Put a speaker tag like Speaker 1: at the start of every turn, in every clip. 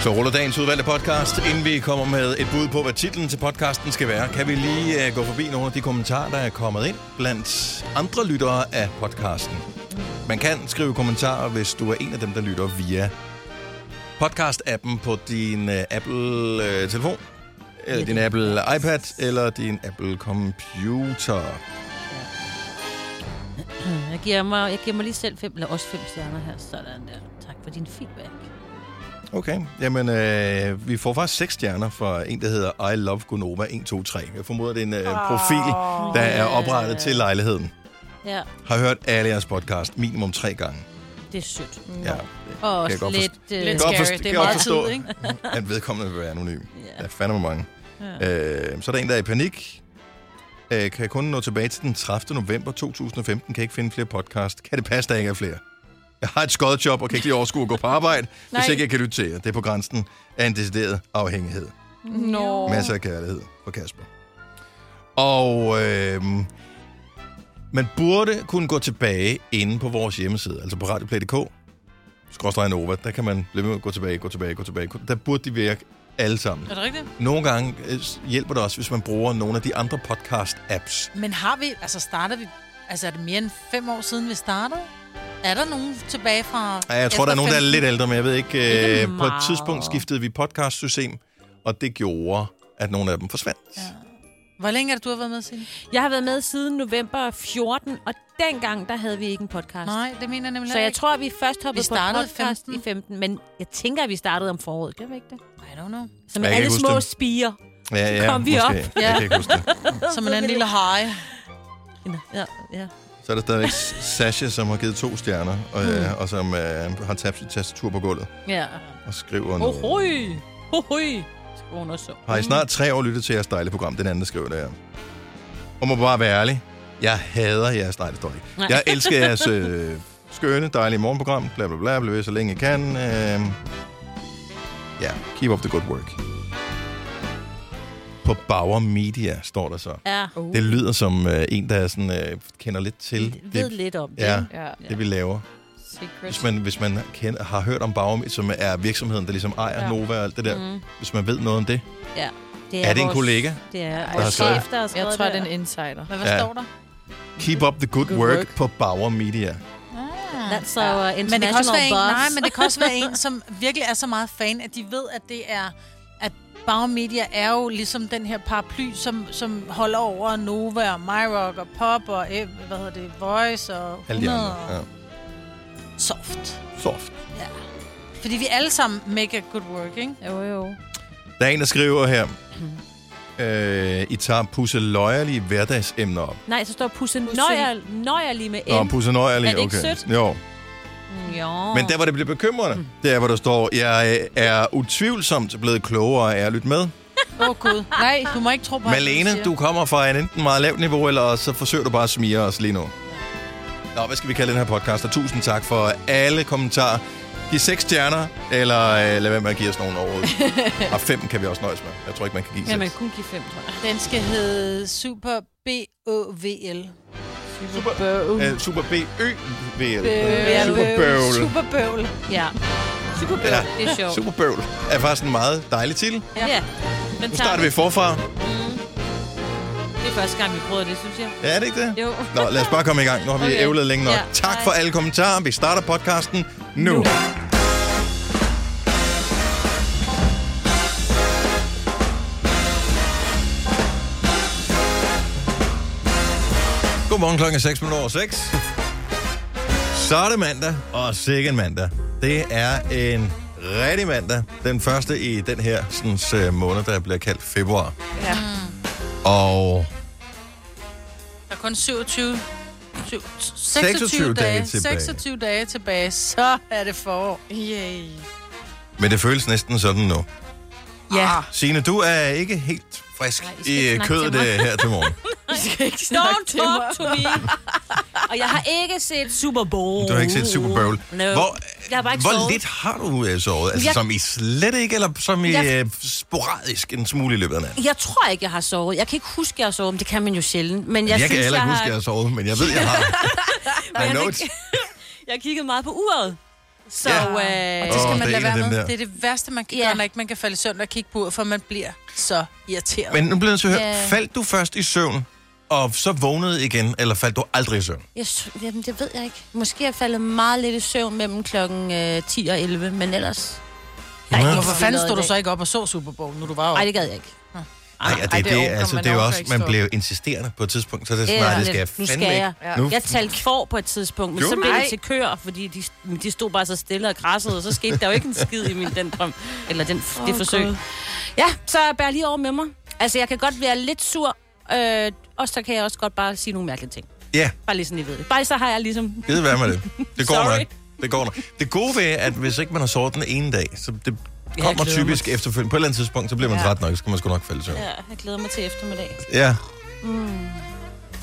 Speaker 1: Så ruller dagens udvalgte podcast, inden vi kommer med et bud på, hvad titlen til podcasten skal være. Kan vi lige uh, gå forbi nogle af de kommentarer, der er kommet ind blandt andre lyttere af podcasten? Man kan skrive kommentarer, hvis du er en af dem, der lytter via podcast-appen på din uh, Apple-telefon, eller din Apple iPad, eller din Apple Computer.
Speaker 2: Hmm, Jeg giver mig, jeg giver mig lige selv fem, eller også fem stjerner her. Sådan der. Tak for din feedback.
Speaker 1: Okay, jamen øh, vi får faktisk seks stjerner fra en, der hedder I Love Gonova 123. Jeg formoder, det er en øh, profil, der er oprettet til lejligheden.
Speaker 2: Ja,
Speaker 1: Har hørt alle jeres podcast minimum tre gange.
Speaker 2: det er sødt.
Speaker 1: Ja,
Speaker 2: Og
Speaker 1: jeg
Speaker 2: også
Speaker 1: godt
Speaker 2: lidt... Øh,
Speaker 3: Lidt
Speaker 1: Godt
Speaker 3: scary.
Speaker 1: forst-
Speaker 3: Det er
Speaker 1: godt
Speaker 3: meget
Speaker 1: forstå.
Speaker 3: tid, ikke?
Speaker 1: at vedkommende vil være anonym.
Speaker 2: ja.
Speaker 1: Der er fandme mange. Ja. Øh, så er der en, der er i panik. Øh, kan kun nå tilbage til den 30. november 2015. Kan ikke finde flere podcast. Kan det passe, der ikke er flere? Jeg har et skodjob og kan ikke lige overskue at gå på arbejde,
Speaker 3: Nej.
Speaker 1: hvis ikke jeg kan lytte til jer. Det er på grænsen af en decideret afhængighed.
Speaker 4: Mm.
Speaker 3: Nå.
Speaker 1: Masser af kærlighed for Kasper. Og øh, man burde kunne gå tilbage inde på vores hjemmeside, altså på radioplay.dk, skråstrej Nova, der kan man blive ved med at gå tilbage, gå tilbage, gå tilbage. Der burde de virke alle sammen.
Speaker 3: Er det rigtigt?
Speaker 1: Nogle gange øh, hjælper det også, hvis man bruger nogle af de andre podcast-apps.
Speaker 3: Men har vi... Altså, starter vi... Altså, er det mere end fem år siden, vi startede? Er der nogen tilbage fra...
Speaker 1: Ja, jeg tror, der er nogen, der er lidt ældre, men jeg ved ikke.
Speaker 2: Ikke
Speaker 1: Øh, på et
Speaker 2: meget.
Speaker 1: tidspunkt skiftede vi podcast-system, og det gjorde, at nogle af dem forsvandt.
Speaker 3: Hvor længe er det, du har været med, Signe?
Speaker 2: Jeg har været med siden november 14, og dengang, der havde vi ikke en podcast. Nej.
Speaker 3: Nej, det mener jeg nemlig
Speaker 2: Så jeg
Speaker 3: ikke.
Speaker 2: tror, at vi først hoppede
Speaker 3: Vi
Speaker 2: på en
Speaker 3: startede i
Speaker 2: podcast
Speaker 3: 15.
Speaker 2: i 15, men jeg tænker, at vi startede om foråret. Gør vi ikke det?
Speaker 3: I don't know.
Speaker 2: Som
Speaker 1: Jeg
Speaker 2: alle
Speaker 1: kan ikke huske
Speaker 2: små
Speaker 1: det.
Speaker 2: spiger.
Speaker 1: Ja, ja,
Speaker 2: kom vi
Speaker 1: måske.
Speaker 2: op.
Speaker 1: Jeg kan ikke huske det.
Speaker 3: Som en anden lille hej.
Speaker 2: Ja, ja.
Speaker 1: Så er der stadigvæk Sasha, som har givet to stjerner, og, øh, og som øh, har tabt sit tastatur på gulvet
Speaker 2: ja.
Speaker 1: og skriver noget.
Speaker 2: Ohoj! Ohoj! Skal hun også så.
Speaker 1: Har i snart tre år lyttet til jeres dejlige program? Den anden, der skriver det her. Og må bare være ærlig. Jeg hader jeres dejlige story. Jeg elsker jeres øh, skønne, dejlige morgenprogram. Bla, bla, bla. Bliv ved, så længe I kan. Øh, Ja, keep up the good work. På Bauer Media står der så.
Speaker 2: Ja,
Speaker 1: Det lyder som øh, en, der sådan, øh, kender lidt til
Speaker 2: ved
Speaker 1: det,
Speaker 2: lidt om det.
Speaker 1: ja,
Speaker 3: Ja.
Speaker 1: det, vi laver.
Speaker 3: Secret.
Speaker 1: Hvis man, hvis man kender, har hørt om Bauer, som er virksomheden, der ligesom ejer ja.
Speaker 3: Ja.
Speaker 1: Nova og alt det der,
Speaker 2: Mhm.
Speaker 1: mm. hvis man ved noget om det. Er det en
Speaker 2: vores-
Speaker 1: kollega?
Speaker 2: Det er
Speaker 1: har
Speaker 2: vores
Speaker 1: skrevet-
Speaker 2: chef, der har skrevet
Speaker 4: Jeg tror, det er
Speaker 2: der.
Speaker 4: en insider.
Speaker 3: Hvad, hvad
Speaker 1: Ja.
Speaker 3: står der?
Speaker 1: Keep up the good,
Speaker 4: Good
Speaker 1: work,
Speaker 4: work.
Speaker 1: på Bauer Media.
Speaker 2: That's our international
Speaker 3: Men det kan også være en,
Speaker 2: boss.
Speaker 3: nej, men det kan også være en, som virkelig er så meget fan, at de ved, at det er at Bauer Media er jo ligesom den her paraply, som, som holder over Nova og MyRock og Pop og eh, hvad hedder det, Voice og
Speaker 1: Alle de
Speaker 3: 100
Speaker 1: andre.
Speaker 3: og
Speaker 1: Ja.
Speaker 3: Soft.
Speaker 1: Soft.
Speaker 3: Fordi vi alle sammen make a good work, ikke?
Speaker 2: Jo, jo.
Speaker 1: Der er en, der skriver her. Øh, I tager pusseløjerlige hverdagsemner op.
Speaker 2: Nej, så står pusse nøjer, nøjer lige med M.
Speaker 1: Nå, pusseløjerlige,
Speaker 2: Er det ikke
Speaker 1: okay.
Speaker 2: sødt?
Speaker 1: Jo.
Speaker 2: jo.
Speaker 1: Men der, hvor det bliver bekymrende, det er, hvor der står, jeg øh, er utvivlsomt blevet klogere af at lytte med.
Speaker 3: Åh oh, gud. Nej, du må ikke tro på,
Speaker 1: Malene, du kommer fra en enten meget lavt niveau, eller så forsøger du bare at smige os lige nu. Nå, hvad skal vi kalde den her podcast? Og tusind tak for alle kommentarer. Giv seks stjerner, eller øh, lad være med at give os nogen overhovedet. og fem kan vi også nøjes med. Jeg tror ikke, man kan give
Speaker 2: Ja, man
Speaker 1: seks.
Speaker 2: kunne give fem, tror jeg.
Speaker 3: Den skal hedde Super B-O-V-L.
Speaker 1: Super,
Speaker 2: Uh.
Speaker 1: øh, super
Speaker 2: Øh,
Speaker 1: B-Ø-VL.
Speaker 3: Bøvl.
Speaker 1: Super Bøvl.
Speaker 3: Super bøvl.
Speaker 2: Ja. Super
Speaker 1: Ja.
Speaker 2: Det er sjovt.
Speaker 1: Super Bøvl er faktisk en meget dejlig titel. Nu
Speaker 2: Ja. Den tager
Speaker 1: starter vi forfra.
Speaker 2: Det er første gang, vi prøvede det, synes jeg.
Speaker 1: Ja, er det ikke det?
Speaker 2: Jo.
Speaker 1: Nå, lad os bare komme i gang. Nu har vi okay.
Speaker 2: Okay.
Speaker 1: ævlet længe nok. Ja.
Speaker 2: Ja.
Speaker 1: Tak
Speaker 2: Hej.
Speaker 1: for alle kommentarer. Vi starter podcasten nu. nu. Godmorgen klokken 6 minutter over 6. Så er det mandag, og sikke en mandag. Det er en rigtig mandag. Den første i den her sådan, øh, måned, der bliver kaldt februar.
Speaker 4: Ja.
Speaker 3: Mm.
Speaker 1: Og
Speaker 3: Der er kun 27... 27
Speaker 1: 26
Speaker 3: 26
Speaker 1: dage
Speaker 3: dage,
Speaker 1: tilbage.
Speaker 3: 26 dage tilbage, så er det forår.
Speaker 4: Yay.
Speaker 1: Men det føles næsten sådan nu.
Speaker 3: Ja.
Speaker 4: Ah,
Speaker 1: Signe, du er ikke helt frisk
Speaker 2: Nej, I skal
Speaker 1: i
Speaker 2: ikke
Speaker 1: øh,
Speaker 2: snakke
Speaker 1: kødet
Speaker 2: til mig.
Speaker 1: øh, her til morgen.
Speaker 4: I skal ikke snakke
Speaker 2: Don't
Speaker 4: til mig.
Speaker 2: talk to me. Og jeg har ikke set Super Bowl.
Speaker 1: Du har ikke set Super Bowl.
Speaker 2: No.
Speaker 1: Hvor,
Speaker 2: Jeg har bare ikke
Speaker 1: hvor
Speaker 2: sovet.
Speaker 1: lidt har du øh, sovet? Altså
Speaker 2: Jeg-
Speaker 1: som i slet ikke, eller som i
Speaker 2: Jeg-
Speaker 1: øh, sporadisk en smule i løbet af natten?
Speaker 2: Jeg tror ikke, jeg har sovet. Jeg kan ikke huske, jeg har sovet, men det kan man jo sjældent. Men jeg,
Speaker 1: Jeg, jeg kan
Speaker 2: synes,
Speaker 1: heller ikke
Speaker 2: jeg
Speaker 1: huske, at jeg
Speaker 2: har...
Speaker 1: har sovet, men jeg ved, jeg har. I know it.
Speaker 2: Jeg har kigget meget på uret.
Speaker 3: Så,
Speaker 1: Ja.
Speaker 3: øh, og det skal
Speaker 1: Åh,
Speaker 3: oh,
Speaker 1: det
Speaker 3: man
Speaker 1: er
Speaker 3: lade
Speaker 1: en af
Speaker 3: være
Speaker 1: dem
Speaker 3: med.
Speaker 1: der.
Speaker 3: Det er det værste, man kan
Speaker 2: Ja.
Speaker 3: yeah. gøre, når ikke man kan falde i søvn og kigge på ud, for man bliver så irriteret.
Speaker 1: Men nu bliver jeg så hørt,
Speaker 2: Ja.
Speaker 1: faldt du først i søvn, og så vågnede igen, eller faldt du aldrig i søvn?
Speaker 2: Jeg, s- jamen, det ved jeg ikke. Måske er jeg faldet meget lidt i søvn mellem klokken øh, 10 og 11, men ellers...
Speaker 1: Ja.
Speaker 2: ikke
Speaker 3: Hvorfor
Speaker 2: så
Speaker 3: fanden
Speaker 2: noget i
Speaker 3: stod du
Speaker 2: dag.
Speaker 3: så ikke op og så Super Bowl, nu du var jo...
Speaker 2: Nej, det gad jeg ikke. Ah,
Speaker 1: Nej, og det,
Speaker 4: ej,
Speaker 1: er
Speaker 4: det
Speaker 1: det,
Speaker 4: orker
Speaker 1: altså,
Speaker 4: man
Speaker 1: det er jo
Speaker 4: orker
Speaker 1: også,
Speaker 4: ikke
Speaker 1: man
Speaker 4: stå.
Speaker 1: bliver jo insisterende på et tidspunkt, så det er sådan,
Speaker 2: Ja.
Speaker 1: nej, det skal jeg
Speaker 2: Nu
Speaker 1: fandme
Speaker 2: skal jeg.
Speaker 1: ikke. Nu,
Speaker 2: Jeg talte kår på et tidspunkt, men
Speaker 1: Gjorde
Speaker 2: så
Speaker 1: du
Speaker 2: blev
Speaker 4: det?
Speaker 2: det til køer, fordi de, de stod bare så stille og krassede, og så skete der jo ikke en skid i min den drøm, eller den, oh, det forsøg. God. Ja, så bær lige over med mig. Altså, jeg kan godt være lidt sur, øh, og så kan jeg også godt bare sige nogle mærkelige ting.
Speaker 1: ja,
Speaker 2: Bare lige sådan, I ved det. Bare så har jeg ligesom...
Speaker 1: Givet være med det. Det går
Speaker 2: Sorry.
Speaker 1: nok. Det går nok. Det gode ved, at hvis ikke man har sovet den ene dag, så det
Speaker 2: jeg
Speaker 1: kommer
Speaker 2: glæder
Speaker 1: typisk efterfølgende. På et eller andet tidspunkt, så bliver man
Speaker 4: Ja.
Speaker 1: træt nok, så skal man sgu nok falde i søvn.
Speaker 2: Ja, jeg glæder mig til eftermiddag. Mm.
Speaker 1: Ja. Og du,
Speaker 3: Jeg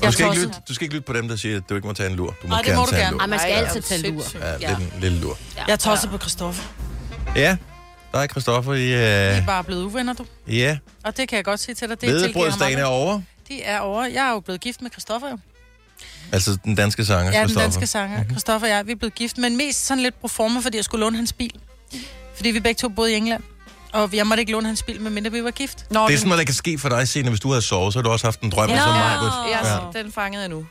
Speaker 1: skal
Speaker 3: tror
Speaker 1: ikke
Speaker 3: også-
Speaker 1: lytte, du skal ikke lytte på dem, der siger, at du ikke må tage en lur. Du må
Speaker 3: Nej, det
Speaker 1: gerne
Speaker 3: må du
Speaker 1: tage
Speaker 3: gerne.
Speaker 1: en
Speaker 2: Ej,
Speaker 1: lur.
Speaker 2: man skal
Speaker 4: Ej,
Speaker 2: altid
Speaker 4: er
Speaker 2: tage
Speaker 4: du
Speaker 2: lur.
Speaker 4: sindssyg.
Speaker 1: Ja, det
Speaker 2: Ja.
Speaker 1: er en lille lur.
Speaker 3: Jeg tror også på Christoffer.
Speaker 1: Ja, der er Christoffer i...
Speaker 3: Vi er
Speaker 1: Øh,
Speaker 3: bare blevet uvenner, du.
Speaker 1: ja,
Speaker 3: Og det kan jeg godt sige til dig. Det tilgiver jeg
Speaker 1: Vedebrødsdagen
Speaker 3: meget.
Speaker 1: er over.
Speaker 3: De er over. Jeg er jo blevet gift med Christoffer jo.
Speaker 1: Altså den danske sanger,
Speaker 3: Ja, den
Speaker 1: Christoffer.
Speaker 3: danske sanger. Christoffer og jeg, vi er blevet gift, men mest sådan lidt pro forma, fordi jeg skulle låne hans bil. Fordi vi begge to boede i England. Og jeg måtte ikke låne hans bil, medmindre vi var gift.
Speaker 4: Nå,
Speaker 1: Det er
Speaker 4: den,
Speaker 1: sådan noget, der kan ske for dig, Signe. Hvis du havde sovet, så har du også haft en drøm.
Speaker 2: Ja.
Speaker 1: Ja. Som mig.
Speaker 4: jeg,
Speaker 1: Ja.
Speaker 4: den fangede jeg nu.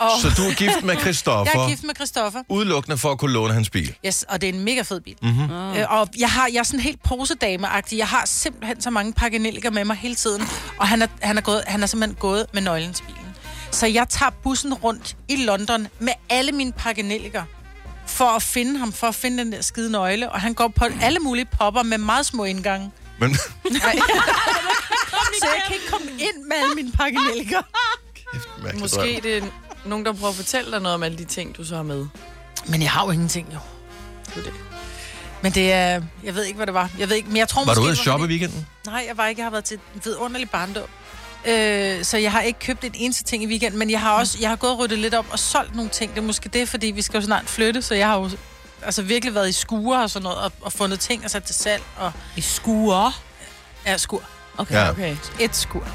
Speaker 3: Og
Speaker 1: Så du er gift med
Speaker 3: jeg er
Speaker 1: Christoffer,
Speaker 3: gift med Christoffer.
Speaker 1: Uh. udelukkende for at kunne låne hans bil. Mhm.
Speaker 3: Yes, og det er en mega fed bil. Mm-hmm. Øh, og jeg, har, jeg er sådan helt posedameagtig. Jeg har simpelthen så mange pakkenelliker med mig hele tiden. Og han er, han, er gået, han er simpelthen gået med nøglen til bilen. Så jeg tager bussen rundt i London med alle mine pakkenelliker for at finde ham, for at finde den der skide nøgle. Og han går på alle mulige popper med meget små indgange.
Speaker 1: Men
Speaker 3: Så jeg kan ikke komme ind med alle mine pakkenelliker.
Speaker 1: kæft, mærkelig drøm.
Speaker 4: Måske det er nogen, der prøver at fortælle dig noget om alle de ting, du så har med.
Speaker 3: Men jeg har jo ingenting, jo.
Speaker 4: Det er det.
Speaker 3: Men det er... Jeg ved ikke, hvad det var. Jeg ved ikke, men jeg tror
Speaker 1: Var
Speaker 3: måske...
Speaker 1: du ude at
Speaker 3: det
Speaker 1: shoppe i weekenden?
Speaker 3: Nej, jeg var ikke. Jeg har været til en vidunderlig barndom. Øh, så jeg har ikke købt en eneste ting i weekenden, men jeg har også jeg har gået og ryddet lidt op og solgt nogle ting. Det er måske det, fordi vi skal jo snart flytte, så jeg har jo altså virkelig været i skure og sådan noget, og, og fundet ting og sat til salg. Og,
Speaker 2: I skuer.
Speaker 3: ja, skur.
Speaker 2: Okay.
Speaker 1: Ja.
Speaker 4: Okay.
Speaker 3: Et skur.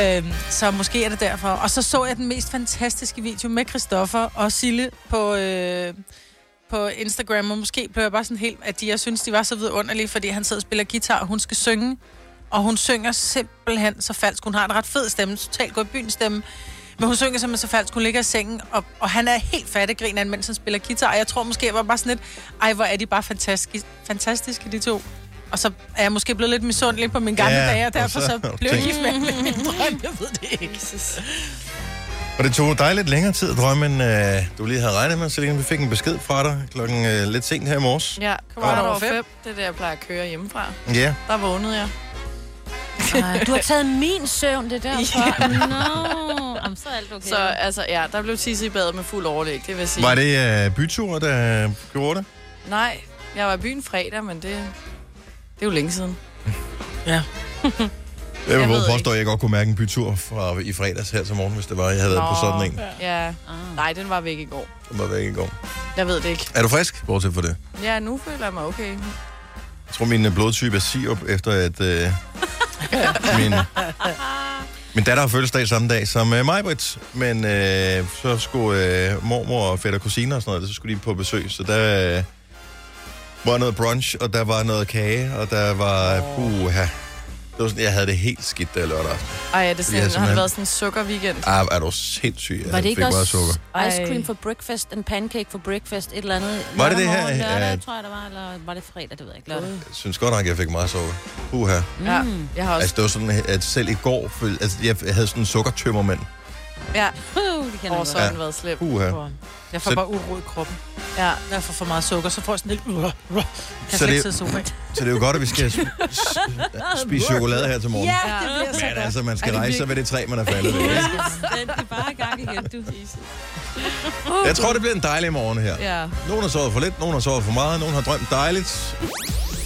Speaker 3: Øhm, så måske er det derfor. Og så så jeg den mest fantastiske video med Christoffer og Sille på, øh, på Instagram, og måske blev jeg bare sådan helt, at de, jeg synes, de var så vidunderlige, fordi han sidder og spiller guitar, og hun skal synge, og hun synger simpelthen så falsk. Hun har en ret fed stemme, totalt god i byen stemme, men hun synger simpelthen så falsk. Hun ligger i sengen, og, og han er helt fattegrin, mens han spiller guitar, og jeg tror måske, jeg var bare sådan lidt, ej, hvor er de bare fantastiske, fantastiske de to. Og så er jeg måske blevet lidt misundelig på mine gamle
Speaker 1: Ja,
Speaker 3: ja, dage,
Speaker 1: og
Speaker 3: og derfor
Speaker 1: så-
Speaker 3: så, så blev jeg
Speaker 1: tænk.
Speaker 3: gift med med min drøm. Jeg ved det ikke.
Speaker 1: Og det tog dig lidt længere tid at drømme, end øh, du lige havde regnet med, Selina. Vi fik en besked fra dig klokken øh, lidt sent her i morges.
Speaker 4: Ja,
Speaker 1: Kvart
Speaker 4: kvart
Speaker 1: over
Speaker 4: over fem. Det er det, jeg plejer at køre hjemmefra.
Speaker 1: Ja.
Speaker 4: Der vågnede jeg.
Speaker 2: Ej, du har taget min søvn, det der. Yeah. No. Jamen, så er alt okay.
Speaker 4: Så altså, ja, der blev tisse i badet med fuld overlæg, det vil jeg sige.
Speaker 1: Var det øh, byture, der gjorde det?
Speaker 4: Nej, jeg var i byen fredag, men det, det er jo længe siden.
Speaker 1: Jeg vil
Speaker 4: Jeg
Speaker 1: både
Speaker 4: ved
Speaker 1: påstå, at jeg godt kunne mærke en bytur fra i fredags her til morgen, hvis det var, jeg havde været på
Speaker 4: Nå.
Speaker 1: sådan en.
Speaker 4: Ja.
Speaker 2: Ah.
Speaker 4: Nej, den var væk i går.
Speaker 1: Den var væk i går.
Speaker 4: Jeg ved det ikke.
Speaker 1: Er du frisk, bortset for det?
Speaker 4: Ja, nu føler jeg mig okay.
Speaker 1: Jeg tror, min øh, blodtype er sirup, efter at øh, min, min datter har fødselsdag samme dag som øh, Majbrit. Men øh, så skulle øh, mormor og fætter og kusiner og sådan noget, så skulle de på besøg. Så der øh, var noget brunch, og der var noget kage, og der var... Oh. Puha. Det var sådan, jeg havde det helt skidt der lørdag aften.
Speaker 4: Ej, er det
Speaker 1: Ja,
Speaker 4: sådan, ja, har
Speaker 1: simpelthen.
Speaker 4: det været sådan en sukkerweekend?
Speaker 1: Ah, er du sindssyg?
Speaker 2: Var det ikke
Speaker 1: også...
Speaker 2: også
Speaker 1: Sukker.
Speaker 2: ice cream
Speaker 4: Ej.
Speaker 2: for breakfast, en pancake for breakfast, et eller andet?
Speaker 1: Var det det her? øh,
Speaker 2: Lørdag, morgen, lørdag
Speaker 1: Ja.
Speaker 2: tror jeg, det var, eller var det fredag, det ved jeg ikke. Lørdag. Mm.
Speaker 1: Jeg synes godt nok, jeg fik meget sukker. Puha.
Speaker 4: Mm. Ja, jeg har også...
Speaker 1: Altså, det var sådan, at selv i går, føl- altså, jeg havde sådan en sukkertømmermænd.
Speaker 4: Ja,
Speaker 2: Uh, det kan jeg
Speaker 4: og så
Speaker 2: godt.
Speaker 4: har
Speaker 1: Ja.
Speaker 4: den været slem.
Speaker 1: Puha.
Speaker 3: Jeg får
Speaker 1: Så-
Speaker 3: bare uro i kroppen.
Speaker 4: Ja.
Speaker 3: Jeg får for meget sukker, så får jeg sådan lidt... Uh, uh, kan
Speaker 1: Så
Speaker 3: så slet
Speaker 1: det-
Speaker 3: ikke sidde i sofaen.
Speaker 1: Så det er jo godt, at vi skal sp- s- spise chokolade her til morgen.
Speaker 3: Ja,
Speaker 4: Ja.
Speaker 3: det bliver så
Speaker 1: Men
Speaker 3: godt.
Speaker 1: altså, man skal
Speaker 4: Er det
Speaker 1: rejse sig ved det træ, man er faldet ved. ikke? Uh.
Speaker 2: Den bare i gang igen, du.
Speaker 1: Jeg tror, det bliver en dejlig morgen her.
Speaker 4: Ja.
Speaker 1: Nogen har sovet for lidt, nogen har sovet for meget, nogen har drømt dejligt.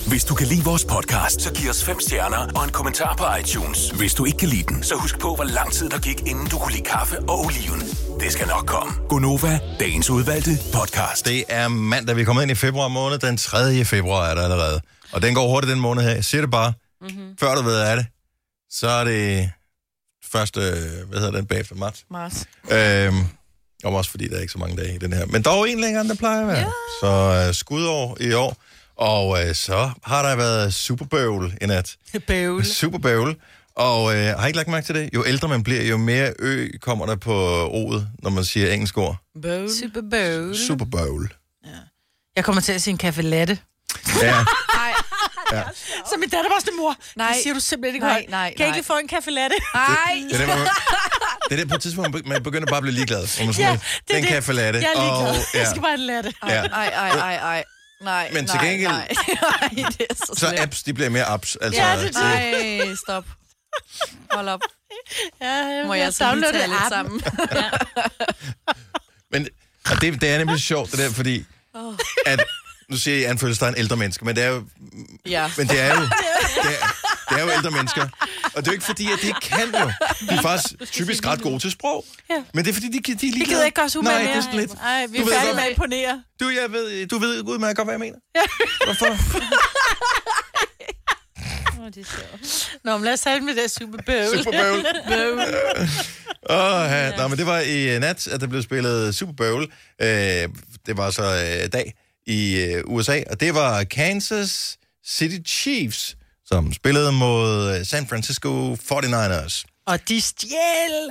Speaker 5: Hvis du kan lide vores podcast, så giv os fem stjerner og en kommentar på iTunes. Hvis du ikke kan lide den, så husk på, hvor lang tid der gik, inden du kunne lide kaffe og oliven. Det skal nok komme. Gonova, dagens udvalgte podcast.
Speaker 1: Det er mandag, vi er kommet ind i februar måned. Den 3. februar er der allerede. Og den går hurtigt den måned her. Jeg siger det bare. Mm-hmm. Før du ved af det, så er det første, hvad hedder den, bagefter marts.
Speaker 4: Mars.
Speaker 1: Øhm, Og også fordi der er ikke så mange dage i den her. Men dog en længere, end der plejer at være. Ja. Så øh, skudår i år. Og øh, så har der været superbøvl i nat.
Speaker 3: Bøvl.
Speaker 1: Superbøvl. Og øh, har I ikke lagt mærke til det? Jo ældre man bliver, jo mere ø kommer der på ordet, når man siger engelsk ord.
Speaker 3: Mm.
Speaker 4: Bøvl.
Speaker 3: Super bøvl.
Speaker 1: Superbøvl.
Speaker 3: Jeg kommer til at sige en kaffe latte.
Speaker 1: Ja.
Speaker 4: Nej,
Speaker 3: Så min datter var sådan, mor, nej,
Speaker 4: Nej.
Speaker 3: det siger du simpelthen ikke
Speaker 4: Nej,
Speaker 3: højt.
Speaker 4: nej,
Speaker 3: Kan jeg
Speaker 4: nej.
Speaker 3: ikke lige få en kaffe latte?
Speaker 4: nej.
Speaker 1: Det er det, man, det er det på et tidspunkt, man be- man begynder bare at blive ligeglad. Hvor man sådan,
Speaker 3: Ja,
Speaker 1: ja,
Speaker 3: det er
Speaker 1: den
Speaker 3: det.
Speaker 1: kaffe latte.
Speaker 3: Jeg er ligeglad.
Speaker 1: Og,
Speaker 3: Jeg skal bare have en latte.
Speaker 1: ja.
Speaker 4: Ej, ej, ej, ej. Nej,
Speaker 1: Men til
Speaker 4: nej,
Speaker 1: gengæld-
Speaker 4: Nej, nej, det er så
Speaker 1: Så
Speaker 4: slemt.
Speaker 1: apps, de bliver mere apps. Altså,
Speaker 3: Ja, det er
Speaker 1: øh,
Speaker 4: Nej, stop. Hold op.
Speaker 3: Ja, jeg
Speaker 4: Må
Speaker 3: vil
Speaker 4: jeg altså lige
Speaker 3: downloade
Speaker 4: tage lidt sammen?
Speaker 3: appen.
Speaker 1: Men og det, det er nemlig sjovt, det der, fordi... At, nu siger jeg, at Anne føles, der er en ældre menneske, men det er jo...
Speaker 4: Ja.
Speaker 1: Men det er jo... Det er, det er jo ældre mennesker. Og det er jo ikke fordi, at de ikke kan jo. De er faktisk typisk ret gode til sprog.
Speaker 3: Ja.
Speaker 1: Men det er fordi, de, de er ligeglade.
Speaker 3: Vi gider ikke også
Speaker 1: Nej,
Speaker 3: umage
Speaker 1: det er sådan lidt.
Speaker 3: Nej, vi
Speaker 1: Du
Speaker 3: er
Speaker 1: ved
Speaker 3: færdige
Speaker 1: godt-
Speaker 3: med at imponere.
Speaker 1: Du, jeg ved, du ved udmærket godt, hvad jeg mener. Hvorfor?
Speaker 3: Nå, men lad os tale med det super bøvl.
Speaker 1: Super Bowl. Åh, ja. Nå, men det var i øh, nat, at der blev spillet Super Bowl. Øh, det var så øh, dag i øh, USA, og det var Kansas City Chiefs, som spillede mod øh, San Francisco 49ers.
Speaker 3: Og de stjæl.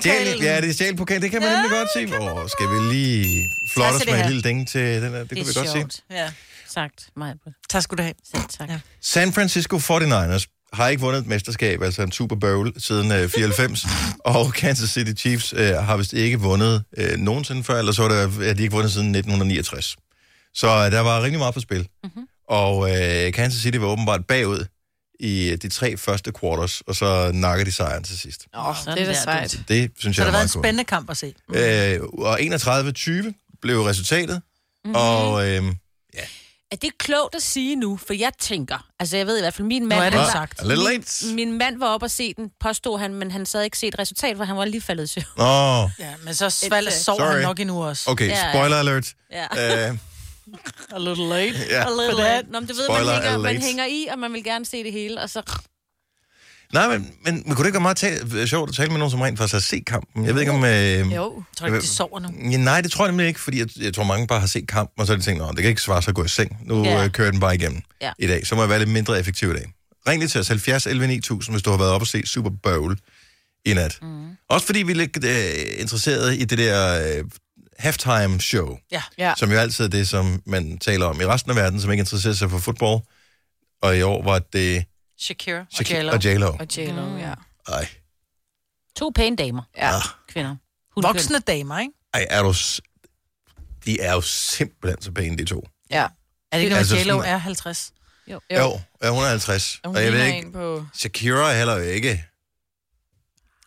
Speaker 1: Stjæl, ja, det er stjælpokal, det kan man nemlig godt se. Åh, skal vi lige flotte os
Speaker 3: det
Speaker 1: med en
Speaker 3: her.
Speaker 1: lille ding til den her? Det, det kan vi
Speaker 2: det er
Speaker 1: godt se.
Speaker 2: sjovt.
Speaker 3: Ja.
Speaker 2: Sagt, mig.
Speaker 3: Tak skal du have.
Speaker 2: Selv tak. Ja.
Speaker 1: San Francisco 49ers har ikke vundet et mesterskab, altså en Super Bowl, siden øh, 94, og Kansas City Chiefs øh, har vist ikke vundet øh, nogensinde før, eller så har det, at de ikke vundet siden 1969. Så øh, der var rimelig meget på spil. Mm-hmm. Og øh, Kansas City var åbenbart bagud i øh, de tre første quarters, og så nakker de sejren til sidst.
Speaker 4: Åh,
Speaker 2: Sådan
Speaker 4: det er da
Speaker 2: der,
Speaker 4: sejt.
Speaker 1: Det synes
Speaker 3: Så det har
Speaker 1: jeg er
Speaker 3: været
Speaker 1: meget
Speaker 3: en spændende kamp at se.
Speaker 1: Øh, cool. Øh, og 31-20 blev resultatet, mm-hmm. og øh,
Speaker 2: Er det klogt at sige nu? For jeg tænker, altså jeg ved i hvert fald, min mand...
Speaker 3: er det
Speaker 2: han
Speaker 1: var
Speaker 3: sagt.
Speaker 1: a little late.
Speaker 2: Min, min mand var oppe og se den, påstod han, men han sad ikke set resultat, for han var lige faldet i søvn.
Speaker 1: Nå,
Speaker 3: Ja, men så svalg,
Speaker 2: øh,
Speaker 3: sov han
Speaker 1: Sorry.
Speaker 3: nok endnu også.
Speaker 1: okay,
Speaker 2: Ja.
Speaker 1: spoiler alert.
Speaker 2: Ja.
Speaker 1: Øh,
Speaker 3: A little late.
Speaker 1: ja.
Speaker 3: For that.
Speaker 2: Nå, men du ved, man
Speaker 1: Spoiler
Speaker 2: hænger, man
Speaker 1: alert.
Speaker 2: hænger i, og man vil gerne se det hele, og så...
Speaker 1: Nej, men, men, men kunne det ikke være meget ta- sjovt at tale med nogen, som rent faktisk har set kampen? Jeg ved ikke om... Øh,
Speaker 4: Jo.
Speaker 3: Tror du ikke, de sover nu?
Speaker 1: Ja, nej, det tror jeg nemlig ikke, fordi jeg, jeg tror, mange bare har set kampen, og så har de tænkt, "Nå, det kan ikke svare sig at gå i seng. Nu
Speaker 2: Ja.
Speaker 1: ja. øh, kører den bare igennem
Speaker 2: Ja.
Speaker 1: ja. i dag. Så må jeg være lidt mindre effektiv i dag. Ring lige til os 70 11 9000, hvis du har været op og set Super Bowl i nat. Mm. Også fordi vi er lidt øh, interesserede i det der øh, halftime show,
Speaker 3: Ja.
Speaker 4: Ja.
Speaker 1: som jo altid er det, som man taler om i resten af verden, som ikke interesserer sig for fodbold. Og i år var det
Speaker 3: Shakira og
Speaker 1: Shakira
Speaker 3: J-Lo.
Speaker 1: og J-Lo.
Speaker 4: Og J-Lo, ja.
Speaker 1: Ej,
Speaker 2: Mm. To pæne damer,
Speaker 4: Ja.
Speaker 2: kvinder.
Speaker 3: Voksne damer, ikke?
Speaker 1: Ej, er du... s- De er jo simpelthen så pæne, de to.
Speaker 4: ja.
Speaker 3: Er det ikke noget,
Speaker 1: Altså,
Speaker 3: J-Lo
Speaker 1: sådan-
Speaker 3: er 50?
Speaker 1: Jo, jo ja, hun er 50.
Speaker 4: Og hun
Speaker 1: og jeg ved
Speaker 4: ligner
Speaker 1: ikke,
Speaker 4: en på...
Speaker 1: Shakira er heller ikke.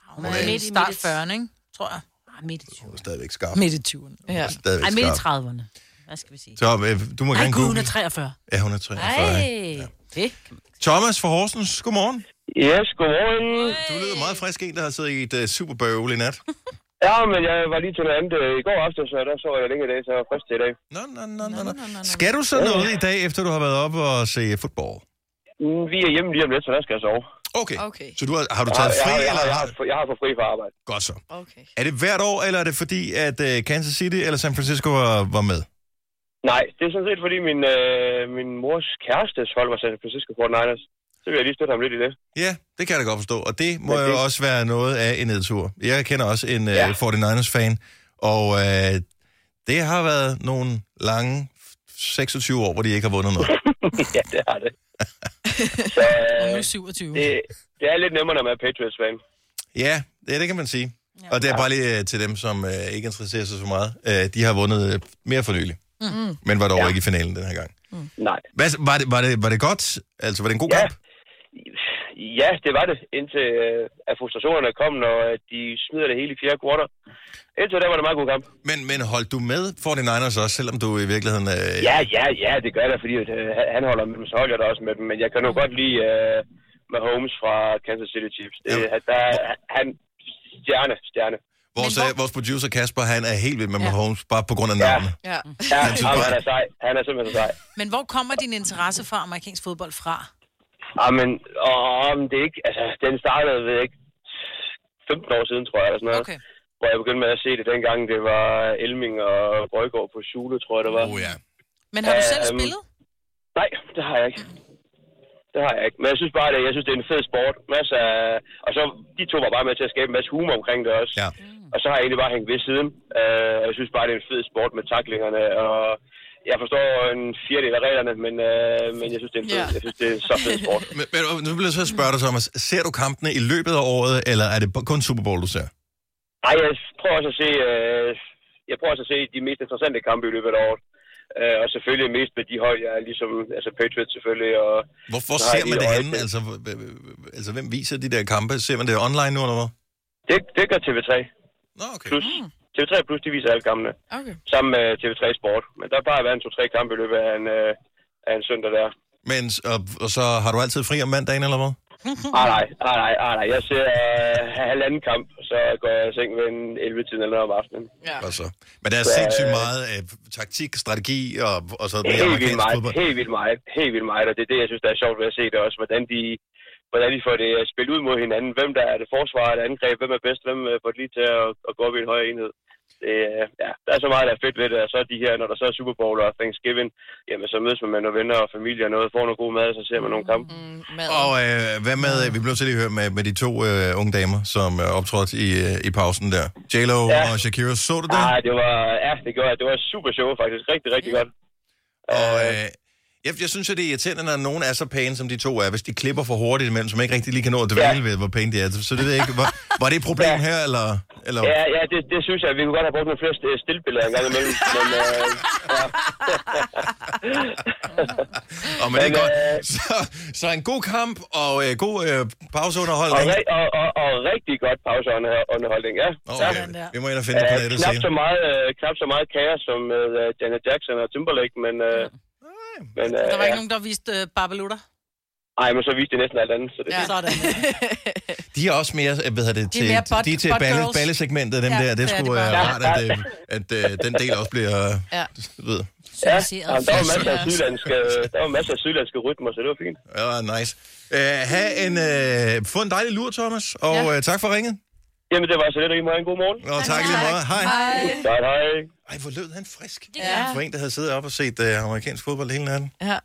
Speaker 3: Hun
Speaker 1: er
Speaker 3: er i
Speaker 2: midt i
Speaker 3: start
Speaker 2: midt.
Speaker 3: 40'erne, ikke? Tror jeg.
Speaker 2: Ah, midt i 20'erne.
Speaker 1: Hun er stadigvæk skarp. Altså,
Speaker 3: Midt i 20'erne.
Speaker 4: Ja.
Speaker 1: Stadigvæk
Speaker 2: Ej, midt i
Speaker 1: skarp.
Speaker 2: 30'erne. Hvad skal vi sige?
Speaker 1: Så øh, du må
Speaker 2: Ej,
Speaker 1: gerne
Speaker 2: gud, hun
Speaker 1: google.
Speaker 2: er 43.
Speaker 1: Ja, hun er 43.
Speaker 2: Ej,
Speaker 1: ikke?
Speaker 2: det kan man-
Speaker 1: Thomas fra Horsens, godmorgen.
Speaker 6: Yes, godmorgen.
Speaker 1: Du lyder meget frisk en, der har siddet i et uh, Super Bowl i nat.
Speaker 6: Ja, men jeg var lige til noget andet øh, i går aften, så der så jeg længe i dag, så jeg var frisk til i dag.
Speaker 1: Nå, nå, nå, nå, nå. Skal du så noget i dag, efter du har været op og se fodbold?
Speaker 6: Mm, Vi er hjemme lige om lidt, så der skal jeg sove.
Speaker 1: Okay.
Speaker 4: Okay.
Speaker 1: Så du har, har du
Speaker 6: Jeg har,
Speaker 1: taget
Speaker 6: jeg,
Speaker 1: fri,
Speaker 6: har, jeg, har,
Speaker 1: eller
Speaker 6: jeg, har, jeg har fået fri fra arbejde.
Speaker 1: Godt så.
Speaker 4: Okay.
Speaker 1: Er det hvert år, eller er det fordi, at uh, Kansas City eller San Francisco var, var med?
Speaker 6: Nej, det er sådan set, fordi min, øh, min mors kærestes hold var San Francisco 49ers. Så vil jeg lige støtte ham lidt i det.
Speaker 1: Ja, det kan jeg da godt forstå, og det må
Speaker 6: Men
Speaker 1: okay. jo
Speaker 6: det-
Speaker 1: også være noget af en nedtur. Jeg kender også en ja.
Speaker 6: Ja.
Speaker 1: uh, 49ers-fan, og uh, det har været nogle lange 26 år, hvor de ikke har vundet noget.
Speaker 6: ja, det har det. så
Speaker 3: Og nu
Speaker 6: øh,
Speaker 3: er 27.
Speaker 6: det, det er lidt nemmere, når man er Patriots-fan.
Speaker 1: ja, det, det kan man sige. Ja. Og det er bare lige uh, til dem, som uh, ikke interesserer sig så meget. Uh, de har vundet øh, mere for nylig, mm-hmm. men var dog ja.
Speaker 6: Ja.
Speaker 1: ikke i finalen den her gang.
Speaker 6: Nej.
Speaker 1: Hvad, var, det, var, det, var det godt? Altså, var det en god
Speaker 6: Ja.
Speaker 1: kamp?
Speaker 6: Ja, det var det, indtil øh, at frustrationerne kom, når øh, de smider det hele i fjerde kvarter. Indtil da var det en meget god kamp.
Speaker 1: Men, men holdt du med 49ers også, selvom du i virkeligheden... Uh,
Speaker 6: Ja, ja, ja, det gør jeg da, fordi øh, han- han holder med dem, så holder jeg da også med dem. Men jeg kan nu godt lide øh, Mahomes fra Kansas City Chiefs. Det,
Speaker 1: Ja.
Speaker 6: ja. der, er- han, stjerne, stjerne.
Speaker 1: Vores,
Speaker 4: Men
Speaker 1: hvor...
Speaker 4: hvor-
Speaker 1: øh, vores producer Kasper, han er helt vild med
Speaker 4: Ja.
Speaker 1: Mahomes, bare på grund af
Speaker 6: Ja.
Speaker 1: navnet.
Speaker 4: Ja.
Speaker 6: Ja,
Speaker 1: Han synes
Speaker 6: jamen,
Speaker 1: bare-
Speaker 6: han er sej. Han er simpelthen så sej.
Speaker 3: Men hvor kommer din interesse for amerikansk fodbold fra?
Speaker 6: Jamen, åh, men det er ikke, altså, den startede ved ikke 15 år siden, tror jeg, eller sådan noget.
Speaker 3: Okay.
Speaker 6: hvor jeg begyndte med at se det dengang, det var Elming og Brøgaard på Sule, tror jeg, det var.
Speaker 1: Oh, ja.
Speaker 3: Men har du selv
Speaker 6: Øhm,
Speaker 3: spillet?
Speaker 6: Nej, det har jeg ikke. Det har jeg ikke. Men jeg synes bare, at jeg synes, det er en fed sport. Masser af... Og så de to var bare med til at skabe en masse humor omkring det også.
Speaker 1: Ja.
Speaker 6: Og så har jeg egentlig bare hængt ved siden. Øh, jeg synes bare, det er en fed sport med taklingerne. Og jeg forstår en fjerdedel af reglerne, men, øh, men jeg synes, det er en fed,
Speaker 4: Ja.
Speaker 6: jeg synes, det er en så fed sport.
Speaker 1: Men, men, nu bliver jeg så spørge dig, Thomas. Ser du kampene i løbet af året, eller er det kun Super Bowl, du ser?
Speaker 6: Nej, jeg prøver også at se, øh, jeg prøver også at se de mest interessante kampe i løbet af året. Øh, og selvfølgelig mest med de hold, jeg er ligesom, altså Patriots selvfølgelig, og
Speaker 1: Hvor, hvor
Speaker 6: Nej,
Speaker 1: ser man
Speaker 6: i
Speaker 1: det henne?
Speaker 6: øjeblikket.
Speaker 1: Altså, h- h- h- altså, hvem viser de der kampe? Ser man det online nu, eller hvad?
Speaker 6: det, det gør TV3
Speaker 1: Nå, okay.
Speaker 6: Plus. TV3 Plus, de viser alle kampene.
Speaker 4: Mm. Okay.
Speaker 6: sammen med TV3 Sport. Men der plejer at være en to-tre kampe i løbet af en, øh, af en søndag der.
Speaker 1: Men, s- og, og så har du altid fri om mandagen, eller hvad?
Speaker 6: Ah, nej, ah, nej, ah, nej. Jeg ser øh, halvanden kamp, så går jeg i seng ved en 11-tiden eller noget om aftenen.
Speaker 4: Ja.
Speaker 1: Og så. Men der er sindssygt meget af taktik, strategi og, og så mere
Speaker 6: Helt vildt
Speaker 1: amerikansk
Speaker 6: meget,
Speaker 1: fodbold.
Speaker 6: helt vildt meget, helt vildt meget. Og det er det, jeg synes, der er sjovt ved at se det også, hvordan de, hvordan de får det øh, spillet ud mod hinanden. Hvem der er det forsvar eller angreb, hvem er bedst, hvem øh, får det lige til at, at gå op i en højere enhed. Det, øh, ja, der er så meget, der er fedt ved det, og så de her, når der så er Super Bowl og Thanksgiving, jamen så mødes man med nogle venner og familie og noget, får noget god mad, og så ser man nogle kampe.
Speaker 4: Mm, mad.
Speaker 1: Og øh, hvad med, vi blev til lige at høre med, med de to øh, unge damer, som øh, optrådte i, øh, i pausen der. JLo ja.
Speaker 6: Ja.
Speaker 1: og Shakira, så du det?
Speaker 6: Nej, Ah, det var, ja, det gjorde jeg. Det var super show, faktisk. Rigtig, rigtig godt.
Speaker 1: Og øh, jeg, jeg synes jo, det er irriterende, når nogen er så pæne, som de to er. Hvis de klipper for hurtigt imellem, som ikke rigtig lige kan nå at dvæle
Speaker 6: Ja.
Speaker 1: ved, hvor pæne de er. Så det ved jeg ikke, var, var det et problem
Speaker 6: Ja.
Speaker 1: her, eller... eller?
Speaker 6: Ja, ja, det, det synes jeg. Vi kunne godt have brugt nogle flere st- stillbilleder en gang imellem. Men, øh, ja.
Speaker 1: Og men det er
Speaker 6: Men,
Speaker 1: godt.
Speaker 6: øh,
Speaker 1: Så, så en god kamp og øh, god øh,
Speaker 6: og,
Speaker 1: pauseunderholdning.
Speaker 6: re- og, og, og, rigtig godt pauseunderholdning, ja.
Speaker 1: Okay.
Speaker 3: Sådan der.
Speaker 1: Vi må ind og finde det på
Speaker 6: Uh,
Speaker 1: nettet
Speaker 6: knap, så
Speaker 1: senere.
Speaker 6: meget, øh, knap så meget kaos som med øh, Janet Jackson og Timberlake, men... Øh, men øh,
Speaker 3: Der var
Speaker 6: ja.
Speaker 3: ikke nogen, der viste øh, babalutter.
Speaker 6: Ej, men så viste det næsten alt andet. Så det, ja.
Speaker 4: Ja.
Speaker 3: Sådan.
Speaker 1: De er også mere, øh, hvad hedder det,
Speaker 3: De
Speaker 1: til,
Speaker 3: er mere butt-
Speaker 1: de er til
Speaker 3: butt
Speaker 1: balle,
Speaker 3: girls.
Speaker 1: ballesegmentet, dem
Speaker 3: Ja,
Speaker 1: der. Det er
Speaker 3: det er
Speaker 1: sgu
Speaker 3: de
Speaker 1: øh,
Speaker 3: bare.
Speaker 1: rart, at, øh, at øh, den del også bliver... Øh, ja.
Speaker 4: Ja.
Speaker 1: ved,
Speaker 6: ja.
Speaker 2: Sympatiseret.
Speaker 6: Jamen, der var masser af sydlandske, der var masser af sydlandske rytmer, så det var fint.
Speaker 1: ja, nice. Øh, ha en, øh, få en dejlig lur, Thomas, og ja. øh, tak for ringet.
Speaker 6: Jamen, det var så lidt, og I må have en god morgen.
Speaker 1: Og tak i lige meget. Hej.
Speaker 6: Godt, hej.
Speaker 1: Ej, hvor lød han frisk.
Speaker 4: Ja.
Speaker 1: For en, der havde siddet op og set øh, amerikansk fodbold hele natten.
Speaker 4: ja.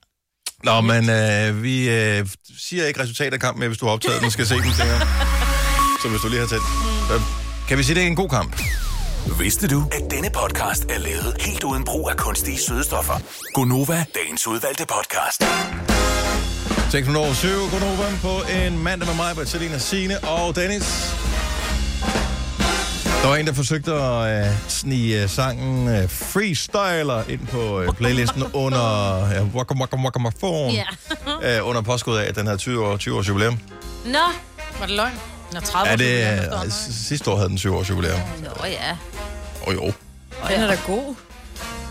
Speaker 1: Nå, men øh, vi øh, siger ikke resultatet af kampen, men hvis du har optaget den, skal se den senere. Så hvis du lige har tændt. Så, kan vi sige, det er en god kamp?
Speaker 5: Vidste du, at denne podcast er lavet helt uden brug af kunstige sødestoffer? Gonova, dagens udvalgte podcast.
Speaker 1: 6 over 7, Godnova på en mandag med mig, Britt, Selina, Signe og Dennis. Der var en, der forsøgte at øh, snige øh, sangen øh, Freestyler ind på øh, playlisten under øh, Waka Waka Waka Waka Phone,
Speaker 2: Ja.
Speaker 1: øh, under påskud af, at den havde 20 år, 20 års jubilæum.
Speaker 2: Nå.
Speaker 3: Var det løgn? Nå, 30
Speaker 1: Er det,
Speaker 3: år,
Speaker 1: øh,
Speaker 3: det er
Speaker 1: s- sidste år havde den 20 års jubilæum.
Speaker 2: Nå ja.
Speaker 1: Og jo,
Speaker 4: Den er da god.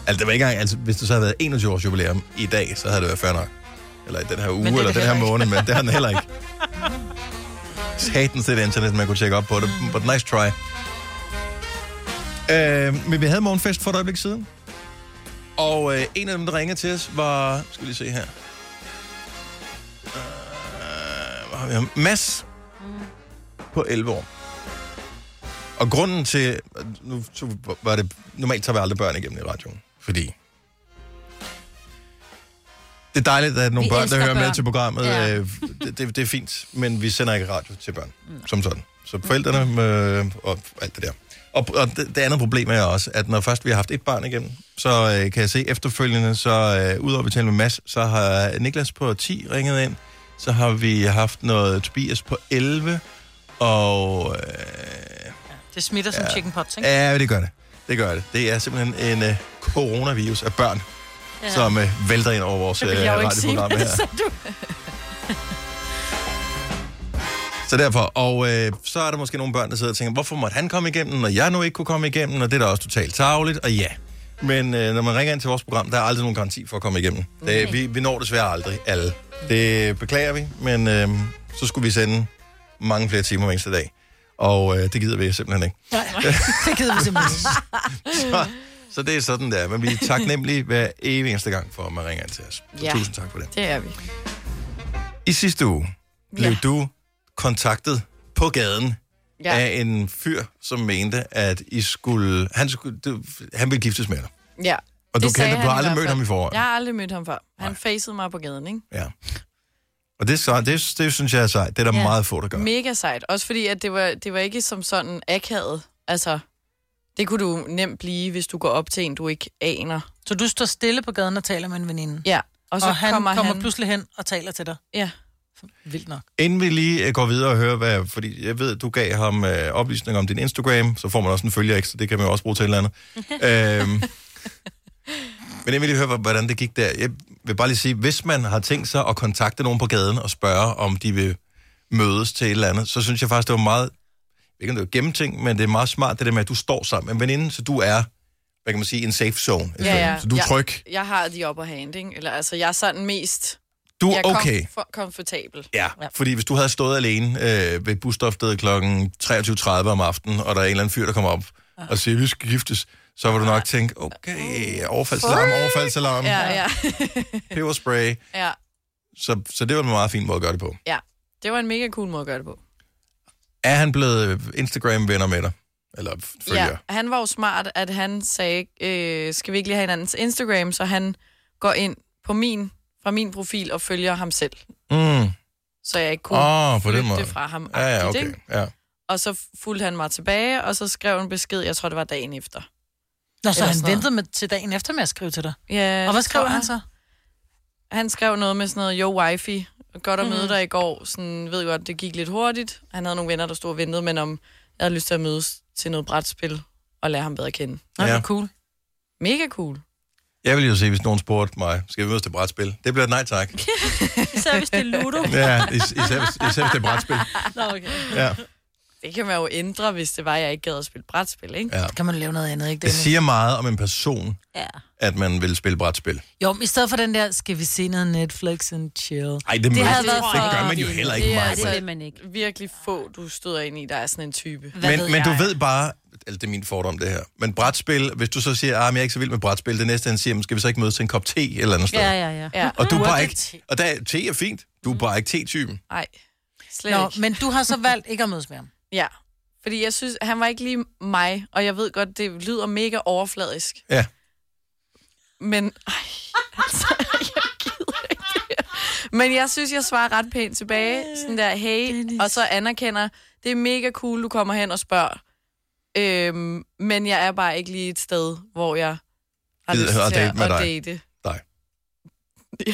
Speaker 1: altså det var ikke engang, altså hvis det så havde været 21 års jubilæum i dag, så havde det været fair nok. Eller i den her uge,
Speaker 3: det er
Speaker 1: eller
Speaker 3: det
Speaker 1: den her
Speaker 3: heller ikke.
Speaker 1: måned, men det har den heller ikke. Satans det internet, man kunne tjekke op på det, but nice try. Øh, men vi havde morgenfest for et øjeblik siden. Og øh, en af dem, der ringede til os, var... Skal vi lige se her. Øh, hvad har vi ham? Mads
Speaker 3: Mm.
Speaker 1: på 11 år. Og grunden til... Nu tog- var det... Normalt tager vi aldrig børn igennem i radioen, fordi... Det er dejligt, at der er nogle
Speaker 2: Vi
Speaker 1: børn, der
Speaker 2: elsker
Speaker 1: hører med
Speaker 2: børn.
Speaker 1: til programmet.
Speaker 2: Ja.
Speaker 1: Ja. Øh, det, det, det er fint, men vi sender ikke radio til børn, som sådan. Så forældrene øh, og alt det der. Og, og det, det andet problem er også, at når først vi har haft et barn igennem, så øh, kan jeg se efterfølgende, så øh, udover at vi taler med Mads, så har Niklas på 10 ringet ind, så har vi haft noget Tobias på 11, og... Øh,
Speaker 3: Det smitter som chicken pot, ikke?
Speaker 1: ja, det gør det. Det gør det. Det er simpelthen en øh, coronavirus af børn, ja. som øh, vælter ind over vores øh,
Speaker 3: vil jeg jo ikke sige, altså.
Speaker 1: radioprogram her.
Speaker 3: så du...
Speaker 1: Så derfor, og øh, så er der måske nogle børn, der sidder og tænker, hvorfor måtte han komme igennem, når jeg nu ikke kunne komme igennem, og det er da også totalt tageligt, og ja. Men øh, når man ringer ind til vores program, der er aldrig nogen garanti for at komme igennem. Det, vi, vi når desværre aldrig alle. Det beklager vi, men øh, så skulle vi sende mange flere timer hver eneste dag. Og øh, det gider vi simpelthen ikke.
Speaker 3: Nej, det gider vi simpelthen.
Speaker 1: Så, så det er sådan der. Men vi er taknemmelige hver evig eneste gang for, at man ringer ind til os. Så
Speaker 4: Ja.
Speaker 1: tusind tak for det.
Speaker 4: Det er vi.
Speaker 1: I sidste uge blev
Speaker 4: Ja.
Speaker 1: du kontaktet på gaden ja. af en fyr, som mente, at I skulle, han, skulle, du, han ville giftes med dig.
Speaker 4: Ja.
Speaker 1: Og du
Speaker 4: Det sagde
Speaker 1: kendte, du
Speaker 4: han
Speaker 1: har
Speaker 4: i
Speaker 1: aldrig
Speaker 4: hvert
Speaker 1: mødt
Speaker 4: fald.
Speaker 1: ham i forvejen.
Speaker 4: Jeg har aldrig mødt ham før. Han facede mig på gaden, ikke?
Speaker 1: Ja. Og det, er så, det, det synes jeg er sejt. Det er der ja. meget få, der gør.
Speaker 4: Mega sejt. Også fordi, at det var, det var ikke som sådan akavet. Altså, det kunne du nemt blive, hvis du går op til en, du ikke aner.
Speaker 3: Så du står stille på gaden og taler med en veninde.
Speaker 4: Ja.
Speaker 3: Og,
Speaker 4: Og så
Speaker 3: så og han
Speaker 4: kommer,
Speaker 3: kommer, kommer
Speaker 4: han...
Speaker 3: pludselig hen og taler til dig.
Speaker 4: Ja.
Speaker 3: Vildt nok.
Speaker 1: Inden vi lige øh, går videre og hører, hvad, fordi jeg ved, du gav ham øh, oplysninger om din Instagram, så får man også en følger ekstra, det kan man jo også bruge til et eller andet. øhm, men inden vi lige hører, hvor- hvordan det gik der, jeg vil bare lige sige, hvis man har tænkt sig at kontakte nogen på gaden og spørge, om de vil mødes til et eller andet, så synes jeg faktisk, det var meget, jeg ved ikke om det var gennemtænkt, men det er meget smart, det der med, at du står sammen med en veninde, så du er, hvad kan man sige, en safe zone.
Speaker 4: Ja, ja.
Speaker 1: Så du er
Speaker 4: Ja.
Speaker 1: tryg.
Speaker 4: Jeg har de op og hand, ikke? Eller altså, jeg er sådan mest...
Speaker 1: Du er
Speaker 4: Jeg er
Speaker 1: okay.
Speaker 4: Kom, for, komfortabel.
Speaker 1: Ja, fordi hvis du havde stået alene øh, ved busstofstedet kl. 23.30 om aftenen, og der er en eller anden fyr, der kommer op
Speaker 4: Ah.
Speaker 1: og siger, vi skal giftes, så vil du nok tænke, okay, overfaldsalarm, overfaldsalarm,
Speaker 4: Ja, ja.
Speaker 1: peberspray.
Speaker 4: ja.
Speaker 1: Så, så det var en meget fin måde at gøre det på.
Speaker 4: ja. Det var en mega cool måde at gøre det på.
Speaker 1: Er han blevet Instagram-venner med dig? Eller f- følger? Ja.
Speaker 4: Ja, han var jo smart, at han sagde, øh, skal vi ikke lige have hinandens Instagram, så han går ind på min, fra min profil og følger ham selv,
Speaker 1: Mm.
Speaker 4: så jeg ikke kunne
Speaker 1: Åh, på den
Speaker 4: flytte
Speaker 1: måde.
Speaker 4: det fra ham.
Speaker 1: Ja, ja,
Speaker 4: agtigt,
Speaker 1: okay.
Speaker 4: ikke?
Speaker 1: Ja.
Speaker 4: Og så fulgte han mig tilbage, og så skrev en besked, jeg tror, det var dagen efter.
Speaker 3: Nå, så
Speaker 4: Eller
Speaker 3: han
Speaker 4: sådan noget.
Speaker 3: ventede med, til dagen efter med at skrive til dig.
Speaker 4: Ja,
Speaker 3: Og hvad
Speaker 4: det tror
Speaker 3: skrev han
Speaker 4: jeg.
Speaker 3: så?
Speaker 4: Han skrev noget med sådan noget, yo wifey, godt at
Speaker 2: Mhm.
Speaker 4: møde dig i går. Sådan, ved godt, det gik lidt hurtigt. Han havde nogle venner, der stod og ventede, men om jeg havde lyst til at mødes til noget brætspil og lære ham bedre at kende.
Speaker 3: Nå,
Speaker 1: Ja.
Speaker 3: ja. cool.
Speaker 4: Mega cool.
Speaker 1: Jeg ville jo se, hvis nogen spurgte mig, skal vi mødes til brætspil? Det bliver et nej tak.
Speaker 2: Især hvis det er Ludo.
Speaker 1: Ja, is- især, hvis- især hvis det er brætspil.
Speaker 3: Nå, okay.
Speaker 1: Ja.
Speaker 4: Det kan man jo ændre, hvis det var, jeg ikke gad at spille brætspil, ikke?
Speaker 1: Ja.
Speaker 3: Kan man lave noget andet, ikke?
Speaker 1: Det
Speaker 3: Det
Speaker 1: siger meget om en person,
Speaker 2: Ja.
Speaker 1: at man vil spille brætspil.
Speaker 3: Jo, men i stedet for den der, skal vi se noget Netflix and chill.
Speaker 1: Ej, det, det,
Speaker 3: havde været
Speaker 1: det
Speaker 3: for-
Speaker 1: gør man jo heller ikke
Speaker 4: Det er
Speaker 1: meget.
Speaker 4: altså-
Speaker 2: Det vil man ikke.
Speaker 4: Virkelig få, du støder ind i, der er sådan en type.
Speaker 2: Hvad
Speaker 1: Men,
Speaker 2: ved
Speaker 1: men du
Speaker 2: jeg?
Speaker 1: ved bare, altså det er min fordom det her, men brætspil, hvis du så siger, at ah, men jeg er ikke så vild med brætspil, det næste han siger, "Men skal vi så ikke mødes til en kop te et eller andet sted?
Speaker 2: Ja, ja, ja.
Speaker 4: Ja, Mm.
Speaker 1: Og du er bare
Speaker 3: Hurtigt
Speaker 1: ikke,
Speaker 3: te.
Speaker 1: og der, te er fint, du er bare ikke te-typen.
Speaker 4: nej. Slet
Speaker 3: Nå,
Speaker 4: ikke.
Speaker 3: men du har så valgt ikke at mødes med ham.
Speaker 4: Ja. Fordi jeg synes, han var ikke lige mig, og jeg ved godt, det lyder mega overfladisk.
Speaker 1: Ja.
Speaker 4: Men, ej, altså, jeg gider ikke det her. Men jeg synes, jeg svarer ret pænt tilbage. Sådan der, hey, og så anerkender, det er mega cool, du kommer hen og spørger. Øhm, men jeg er bare ikke lige et sted, hvor jeg har
Speaker 1: Gider
Speaker 4: lyst
Speaker 1: at
Speaker 4: til
Speaker 1: date med
Speaker 4: at, at
Speaker 1: dig.
Speaker 4: date.
Speaker 1: Nej.
Speaker 4: Ja,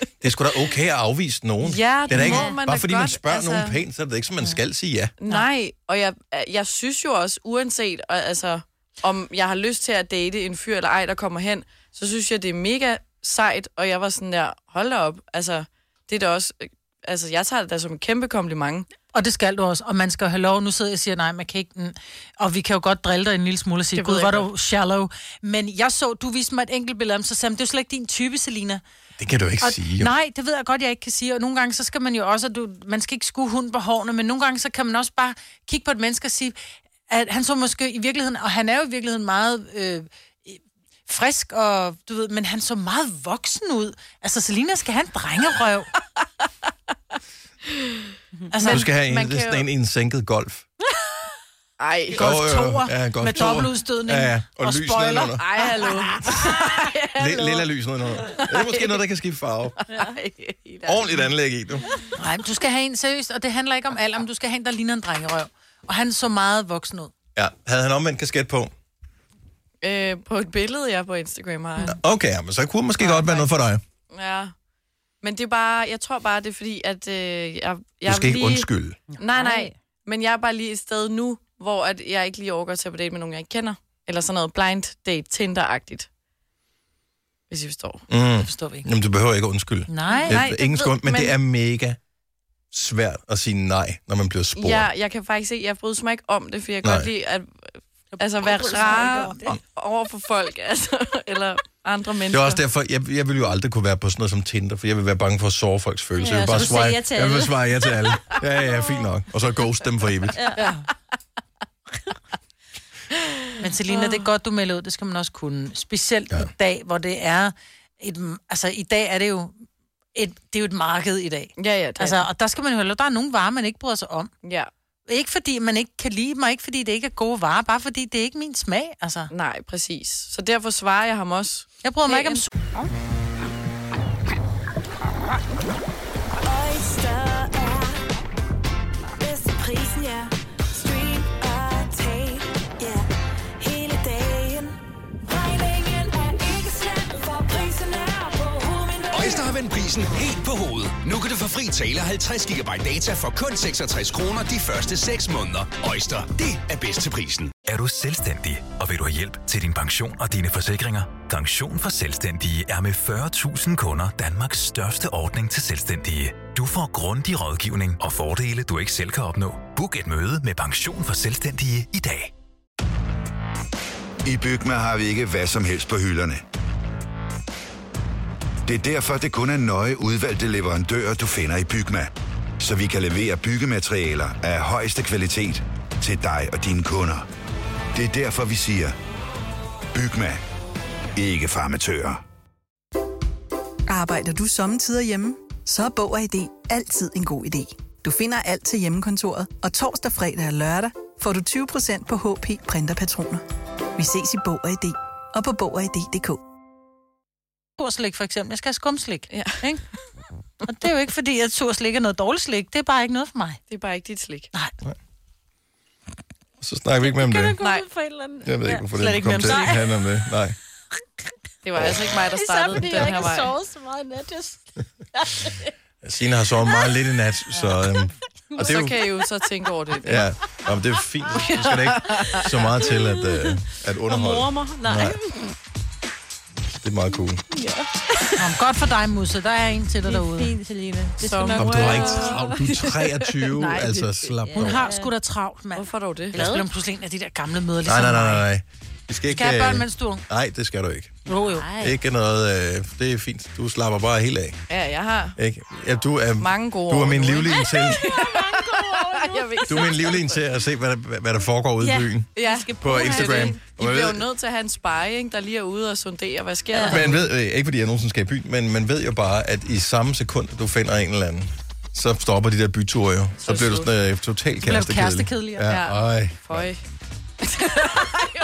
Speaker 1: Det er sgu da okay at afvise nogen.
Speaker 4: Ja,
Speaker 1: det er da
Speaker 4: det
Speaker 1: ikke,
Speaker 4: må man
Speaker 1: bare
Speaker 4: da
Speaker 1: fordi man
Speaker 4: godt,
Speaker 1: spørger
Speaker 4: altså.
Speaker 1: nogen pænt, så er det ikke, som man skal sige ja.
Speaker 4: Nej, og jeg, jeg synes jo også, uanset og, altså, om jeg har lyst til at date en fyr eller ej, der kommer hen, så synes jeg, det er mega sejt, og jeg var sådan der, hold da op, altså, det er da også, altså, jeg tager det da som en kæmpe kompliment.
Speaker 3: Og det skal du også, og man skal have lov. Nu sidder jeg og siger, nej, man kan ikke... den- Og vi kan jo godt drille dig en lille smule og sige,
Speaker 4: Det ved
Speaker 3: gud,
Speaker 4: jeg
Speaker 3: var du shallow. Men jeg så, du viste mig et enkelt billede af ham, så sagde han, det er jo slet ikke din type, Selina.
Speaker 1: Det kan du ikke
Speaker 3: Og,
Speaker 1: sige. Jo.
Speaker 3: nej, det ved jeg godt, jeg ikke kan sige. Og nogle gange, så skal man jo også, at du, man skal ikke skue hunden på hårene, men nogle gange, så kan man også bare kigge på et menneske og sige, at han så måske i virkeligheden, og han er jo i virkeligheden meget øh, frisk, og du ved, men han så meget voksen ud. Altså, Selina skal have en drengerøv. altså,
Speaker 1: Du skal have en,
Speaker 4: man
Speaker 1: det er
Speaker 4: kan
Speaker 1: sådan en, i en sænket golf.
Speaker 4: Ej,
Speaker 3: Golf
Speaker 1: Jo, jo, jo.
Speaker 3: toer,
Speaker 1: Ja, golf
Speaker 3: med
Speaker 1: toer.
Speaker 3: dobbeltudstødning
Speaker 1: Ja, ja.
Speaker 3: og,
Speaker 1: Og
Speaker 3: og
Speaker 1: lys
Speaker 3: spoiler.
Speaker 1: nedenunder.
Speaker 4: ej, hallo.
Speaker 1: Lidt lilla lys nedenunder. Det er måske noget, der kan skifte farve.
Speaker 4: Ej,
Speaker 1: Ordentligt anlæg i, du.
Speaker 3: Nej, men du skal have en seriøst, og det handler ikke om alder, men du skal have en, der ligner en drengerøv. Og han så meget voksen ud.
Speaker 1: Ja, havde han omvendt kasket på?
Speaker 4: øh, på et billede, jeg på Instagram har. han.
Speaker 1: Okay, ja, men så kunne det måske godt være noget for dig.
Speaker 4: Ja. Men det er bare, jeg tror bare, det er fordi, at øh, jeg, jeg
Speaker 1: Du skal ikke
Speaker 4: lige...
Speaker 1: undskylde.
Speaker 4: Nej,
Speaker 2: Nej.
Speaker 4: nej. Men jeg er bare lige et sted nu, hvor at jeg ikke lige overgår til at på date med nogen, jeg ikke kender. Eller sådan noget blind date, Tinder-agtigt. Hvis I forstår.
Speaker 3: Det forstår vi ikke.
Speaker 1: Mm. Jamen, du behøver ikke at undskylde.
Speaker 3: Nej,
Speaker 1: Nej,
Speaker 4: Nej,
Speaker 1: nej,
Speaker 4: det
Speaker 1: ingen
Speaker 4: ved-
Speaker 1: skund, men,
Speaker 4: men-
Speaker 1: men det er mega svært at sige nej, når man bliver spurgt. Ja.
Speaker 4: Jeg, jeg kan faktisk se, jeg bryder mig ikke om det, for jeg kan
Speaker 1: Nej.
Speaker 4: godt lide at altså, være
Speaker 3: bryder mig
Speaker 4: rar
Speaker 3: ikke om det.
Speaker 4: over for folk, altså, eller andre
Speaker 1: Det
Speaker 4: mennesker.
Speaker 1: er også derfor, jeg, jeg vil jo aldrig kunne være på sådan noget som Tinder, for jeg vil være bange for at såre folks følelser.
Speaker 2: Ja,
Speaker 1: jeg vil
Speaker 2: så
Speaker 1: bare
Speaker 2: du siger ja til
Speaker 1: jeg vil bare
Speaker 2: alle.
Speaker 1: svare ja til alle. Ja, ja, ja, fint nok. Og så ghost dem for evigt.
Speaker 3: Men Selina, det er godt, du melder ud. Det skal man også kunne. Specielt ja. i dag, hvor det er... Et, altså, i dag er det jo... Et, det er jo et marked i dag.
Speaker 4: Ja, ja, det
Speaker 3: Altså,
Speaker 4: altså,
Speaker 3: og der skal man jo... Der er nogle varer, man ikke bryder sig om.
Speaker 4: ja.
Speaker 3: Ikke fordi man ikke kan lide dem, og ikke fordi det ikke er gode varer, bare fordi det er ikke min smag, altså.
Speaker 4: Nej, præcis. Så derfor svarer jeg ham også.
Speaker 3: Jeg bryder mig ikke om
Speaker 4: Dagen.
Speaker 7: Oyster er bedst til prisen, ja. Stream og tag, ja. Hele dagen. Regningen er ikke slem, for prisen er på hovedet.
Speaker 8: Øjster har vendt prisen helt på hovedet. Nu kan du få fri tale 50 GB data for kun 66 kroner de første 6 måneder. Øjster, det er bedst til prisen.
Speaker 5: Er du selvstændig, og vil du have hjælp til din pension og dine forsikringer? Pension for Selvstændige er med 40.000 kunder Danmarks største ordning til selvstændige. Du får grundig rådgivning og fordele, du ikke selv kan opnå. Book et møde med Pension for Selvstændige i dag.
Speaker 9: I Bygma har vi ikke hvad som helst på hylderne. Det er derfor, det kun er nøje udvalgte leverandører, du finder i Bygma. Så vi kan levere byggematerialer af højeste kvalitet til dig og dine kunder. Det er derfor, vi siger, Bygma. Ikke farmatører.
Speaker 10: Arbejder du sommetider hjemme? Så er Bog og ID altid en god idé. Du finder alt til hjemmekontoret, og torsdag, fredag og lørdag får du 20% på HP Printerpatroner. Vi ses i Bog og ID og på Bog og ID.dk.
Speaker 3: surslik, for eksempel. Jeg skal have skumslik, ja. ikke? Og det er jo ikke fordi, at surslik er noget dårligt slik. Det er bare ikke noget for mig.
Speaker 4: Det er bare ikke dit slik.
Speaker 1: Så snakker vi ikke mere om det.
Speaker 2: Gå
Speaker 4: Nej.
Speaker 2: ud for et eller andet.
Speaker 1: Jeg ved ikke, hvorfor
Speaker 3: Slet
Speaker 1: det
Speaker 3: ikke
Speaker 1: kom
Speaker 3: mellem
Speaker 1: til at
Speaker 3: sig.
Speaker 1: handle om det. Nej.
Speaker 4: Det var altså ikke mig, der
Speaker 2: Især
Speaker 4: startede
Speaker 2: fordi
Speaker 4: den
Speaker 2: jeg ikke
Speaker 4: her vej.
Speaker 2: har sovet så meget i nat. Jeg
Speaker 1: Sina har sovet meget lidt i nat, så... Øhm, og det er
Speaker 4: Så
Speaker 1: jo,
Speaker 4: kan I jo så tænke over det.
Speaker 1: ja, om det er fint. Du skal da ikke så meget til at, øh, at
Speaker 2: morer
Speaker 1: underholde.
Speaker 2: mig. Nej.
Speaker 1: Nej. Det er meget cool.
Speaker 3: Nå, men godt for dig, Musse. Der er en til dig derude.
Speaker 2: Fint, Selina. Det skal
Speaker 4: Som-
Speaker 2: nok
Speaker 1: Om du har
Speaker 2: være.
Speaker 1: ikke travlt. Du er 23,
Speaker 4: Nej, det-
Speaker 1: altså slap dog.
Speaker 3: Hun har sgu da travlt, mand.
Speaker 4: Hvorfor dog det?
Speaker 3: Ellers bliver hun pludselig en af de der gamle mødre, ligesom
Speaker 1: Nej, nej, nej,
Speaker 3: mig.
Speaker 1: nej. Vi skal ikke...
Speaker 3: Kan jeg børn,
Speaker 1: øh,
Speaker 3: mens du er ung?
Speaker 1: Nej, det skal du ikke.
Speaker 3: Jo, jo.
Speaker 1: Ej. Ikke noget... Øh, det er fint. Du slapper bare helt af.
Speaker 4: Ja, jeg har.
Speaker 1: Ikke? Ja, du er,
Speaker 4: Mange gode
Speaker 1: du er
Speaker 4: år
Speaker 1: min
Speaker 4: nu, ikke?
Speaker 1: livlin til,
Speaker 4: Jeg ved
Speaker 1: du er min livlin til at se, hvad der, hvad der foregår ude i byen.
Speaker 4: Ja,
Speaker 1: På Instagram.
Speaker 4: I
Speaker 1: Og man
Speaker 4: bliver jo
Speaker 1: ved-
Speaker 4: nødt til at have en sparring, der lige er ude og sondere, hvad sker der?
Speaker 1: Man ved, øh, ikke fordi jeg nogensinde skal i byen, men man ved jo bare, at i samme sekund, du finder en eller anden, så stopper de der byture jo. Så, bliver du sådan øh, totalt
Speaker 3: bliver du
Speaker 1: kærestekedelig.
Speaker 3: kærestekedelig,
Speaker 1: Ja,
Speaker 4: ja.
Speaker 1: Ej.
Speaker 4: Føj.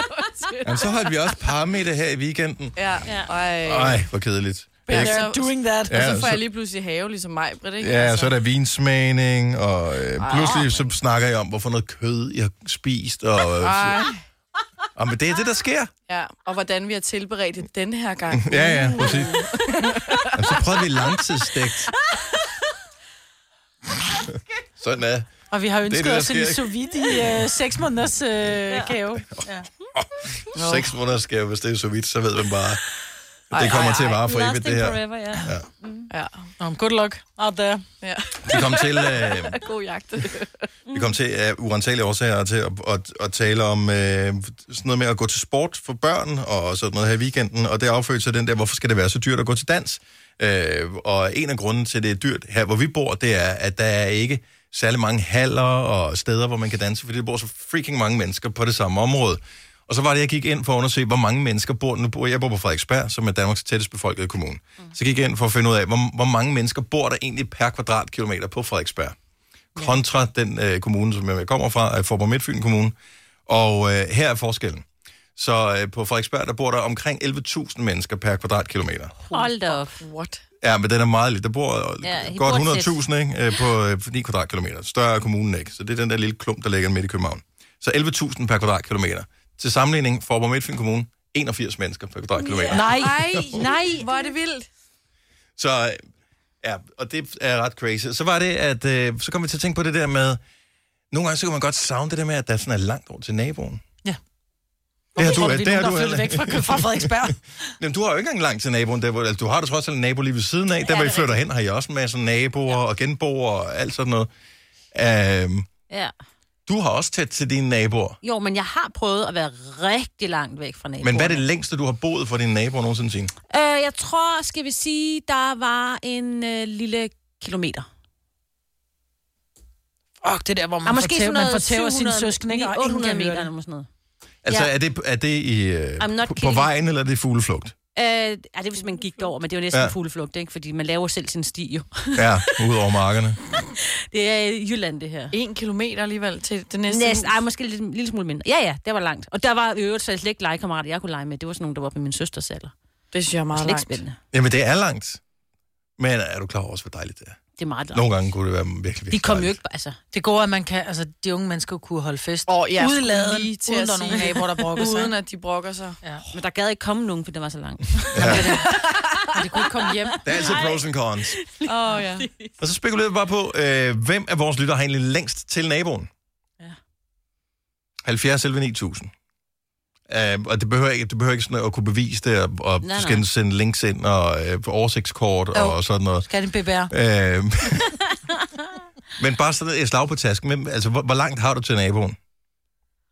Speaker 1: Jamen, så holdt vi også parmiddag her i weekenden.
Speaker 4: Ja, ej.
Speaker 1: Ej, hvor kedeligt.
Speaker 4: Better doing that. Og
Speaker 1: Ja,
Speaker 4: så får
Speaker 1: så-
Speaker 4: jeg lige pludselig have, ligesom mig, Britt, ikke?
Speaker 1: Ja,
Speaker 3: Altså.
Speaker 1: så er der vinsmagning, og øh,
Speaker 3: Ah.
Speaker 1: pludselig så snakker jeg om, hvorfor noget kød jeg har spist. Og, øh,
Speaker 3: Ah.
Speaker 4: Ej.
Speaker 1: og men det er det, der sker.
Speaker 4: Ja, og hvordan vi har tilberedt det den her gang.
Speaker 1: Ja, ja, præcis. Jamen, så prøvede vi langtidsstegt. Sådan er
Speaker 3: Og vi har
Speaker 1: det,
Speaker 3: ønsket
Speaker 1: der
Speaker 3: os en
Speaker 1: sker,
Speaker 3: sous vide i øh, seks måneders øh, gave. Ja.
Speaker 1: Seks måneder skal jeg, hvis det er så vidt, så ved man bare, at det kommer til at vare for evigt, det
Speaker 2: Lasting
Speaker 1: her.
Speaker 2: forever, ja.
Speaker 4: Ja,
Speaker 3: Um, good luck out there.
Speaker 4: ja.
Speaker 1: Vi kom til, øh,
Speaker 4: god jagt.
Speaker 1: vi kom til af urensagelige årsager til at, at, at tale om øh, sådan noget med at gå til sport for børn og sådan noget her i weekenden, og det affødte sig den der, hvorfor skal det være så dyrt at gå til dans? Øh, og en af grunden til, at det er dyrt her, hvor vi bor, det er, at der er ikke særlig mange haller og steder, hvor man kan danse, fordi der bor så freaking mange mennesker på det samme område. Og så var det, jeg gik ind for at undersøge, hvor mange mennesker bor. Nu bor jeg bor på Frederiksberg, som er Danmarks tættest befolkede kommune. Så gik jeg ind for at finde ud af, hvor, hvor mange mennesker bor der egentlig per kvadratkilometer på Frederiksberg kontra den øh, kommune, som jeg kommer fra, øh, Forborg Midtfyn Kommune. Og øh, her er forskellen. Så øh, på Frederiksberg, der bor der omkring 11.000 mennesker per kvadratkilometer.
Speaker 2: Hold da op.
Speaker 4: What?
Speaker 1: Ja, men den er meget lidt. Der bor øh,
Speaker 2: Ja, I bor
Speaker 1: godt 100.000 ikke? Øh, på øh, 9 kvadratkilometer. Større er kommunen ikke. Så det er den der lille klump, der ligger midt i København. Så 11.000 per kvadratkilometer. Til sammenligning, Forborg Midtfyn Kommune, 81 mennesker per kvadratkilometer.
Speaker 3: Nej.
Speaker 4: Ej, nej, hvor er det vildt.
Speaker 1: Så øh, ja, og det er ret crazy. Så var det, at øh, så kom vi til at tænke på det der med, nogle gange så kan man godt savne det der med, at der sådan er langt over til naboen.
Speaker 3: Ja.
Speaker 1: Det har du,
Speaker 3: Tror vi
Speaker 1: det
Speaker 3: er
Speaker 1: har
Speaker 3: nogen,
Speaker 1: du,
Speaker 3: der flyttet væk
Speaker 1: heller-
Speaker 3: fra, fra Frederiksberg.
Speaker 1: Jamen, du har jo ikke engang langt til naboen. Der, hvor, altså, du har da trods alt en nabo lige ved siden af. Der, hvor I flytter hen, har jeg også en masse naboer og genboer og alt sådan noget. Øhm,
Speaker 2: Ja.
Speaker 1: du har også tæt til dine naboer.
Speaker 2: Jo, men jeg har prøvet at være rigtig langt væk fra naboerne.
Speaker 1: Men hvad er det længste, du har boet fra dine naboer nogensinde? Signe?
Speaker 2: Øh, jeg tror, skal vi sige, der var en øh, lille kilometer.
Speaker 3: Åh, det der, hvor man,
Speaker 2: Ah,
Speaker 3: måske fortæver, man fortæver sine
Speaker 2: 700,
Speaker 3: søskende, ikke? Og ingen
Speaker 2: 800
Speaker 3: kan høre
Speaker 2: meter
Speaker 3: det.
Speaker 2: eller sådan noget.
Speaker 1: Altså,
Speaker 2: Ja.
Speaker 1: er det, er det i, øh,
Speaker 2: I'm not
Speaker 1: på, på
Speaker 2: kidding.
Speaker 1: vejen, eller er det i fugleflugt?
Speaker 2: Øh, ja, det er, hvis man gik derover, men det er jo næsten
Speaker 1: Ja.
Speaker 2: ja. fugleflugt, ikke? Fordi man laver selv sin sti jo.
Speaker 1: Ja, ud over markerne.
Speaker 2: det er i Jylland, det her.
Speaker 4: En kilometer alligevel til det næste
Speaker 2: Næsten,
Speaker 4: hus.
Speaker 2: ej, måske lidt, en lille smule mindre. Ja, ja, det var langt. Og der var i øvrigt så slet ikke legekammerater, jeg kunne lege med. Det var sådan nogle, der var på min søsters alder.
Speaker 4: Det synes jeg er
Speaker 2: Det er
Speaker 4: meget
Speaker 2: slet ikke
Speaker 4: langt.
Speaker 2: spændende.
Speaker 1: Jamen, det er langt. Men er du klar over, også, hvor dejligt det er?
Speaker 2: Det er meget langt.
Speaker 1: Nogle gange kunne det være virkelig, virkelig
Speaker 2: De kom jo
Speaker 1: dejligt.
Speaker 2: ikke, altså...
Speaker 3: Det gode er, at man kan, altså, de unge mennesker kunne holde fest.
Speaker 4: Åh, jeg skulle
Speaker 3: Udeladen,
Speaker 4: lige til
Speaker 3: uden
Speaker 4: at
Speaker 3: der er
Speaker 4: sige
Speaker 3: nogen naboer, der brokker sig.
Speaker 4: Uden at de brokker sig.
Speaker 2: Men der gad ikke komme nogen, fordi det var så langt.
Speaker 3: Men de kunne ikke komme hjem.
Speaker 1: Der er altid pros and cons.
Speaker 4: Åh, oh, ja.
Speaker 1: Og så spekulerede vi bare på, øh, hvem af vores lyttere har egentlig længst til naboen? Ja.
Speaker 2: Ja.
Speaker 1: 70 selv 9000. Øh, og det behøver ikke, det behøver ikke sådan at kunne bevise det, og, og
Speaker 2: Nej,
Speaker 1: du skal
Speaker 2: nej.
Speaker 1: sende links ind, og øh, oversigtskort
Speaker 3: Jo.
Speaker 1: og sådan noget.
Speaker 3: Skal det BBR?
Speaker 1: Øh, men bare sådan et slag på tasken. Hvem, altså, hvor, hvor langt har du til naboen?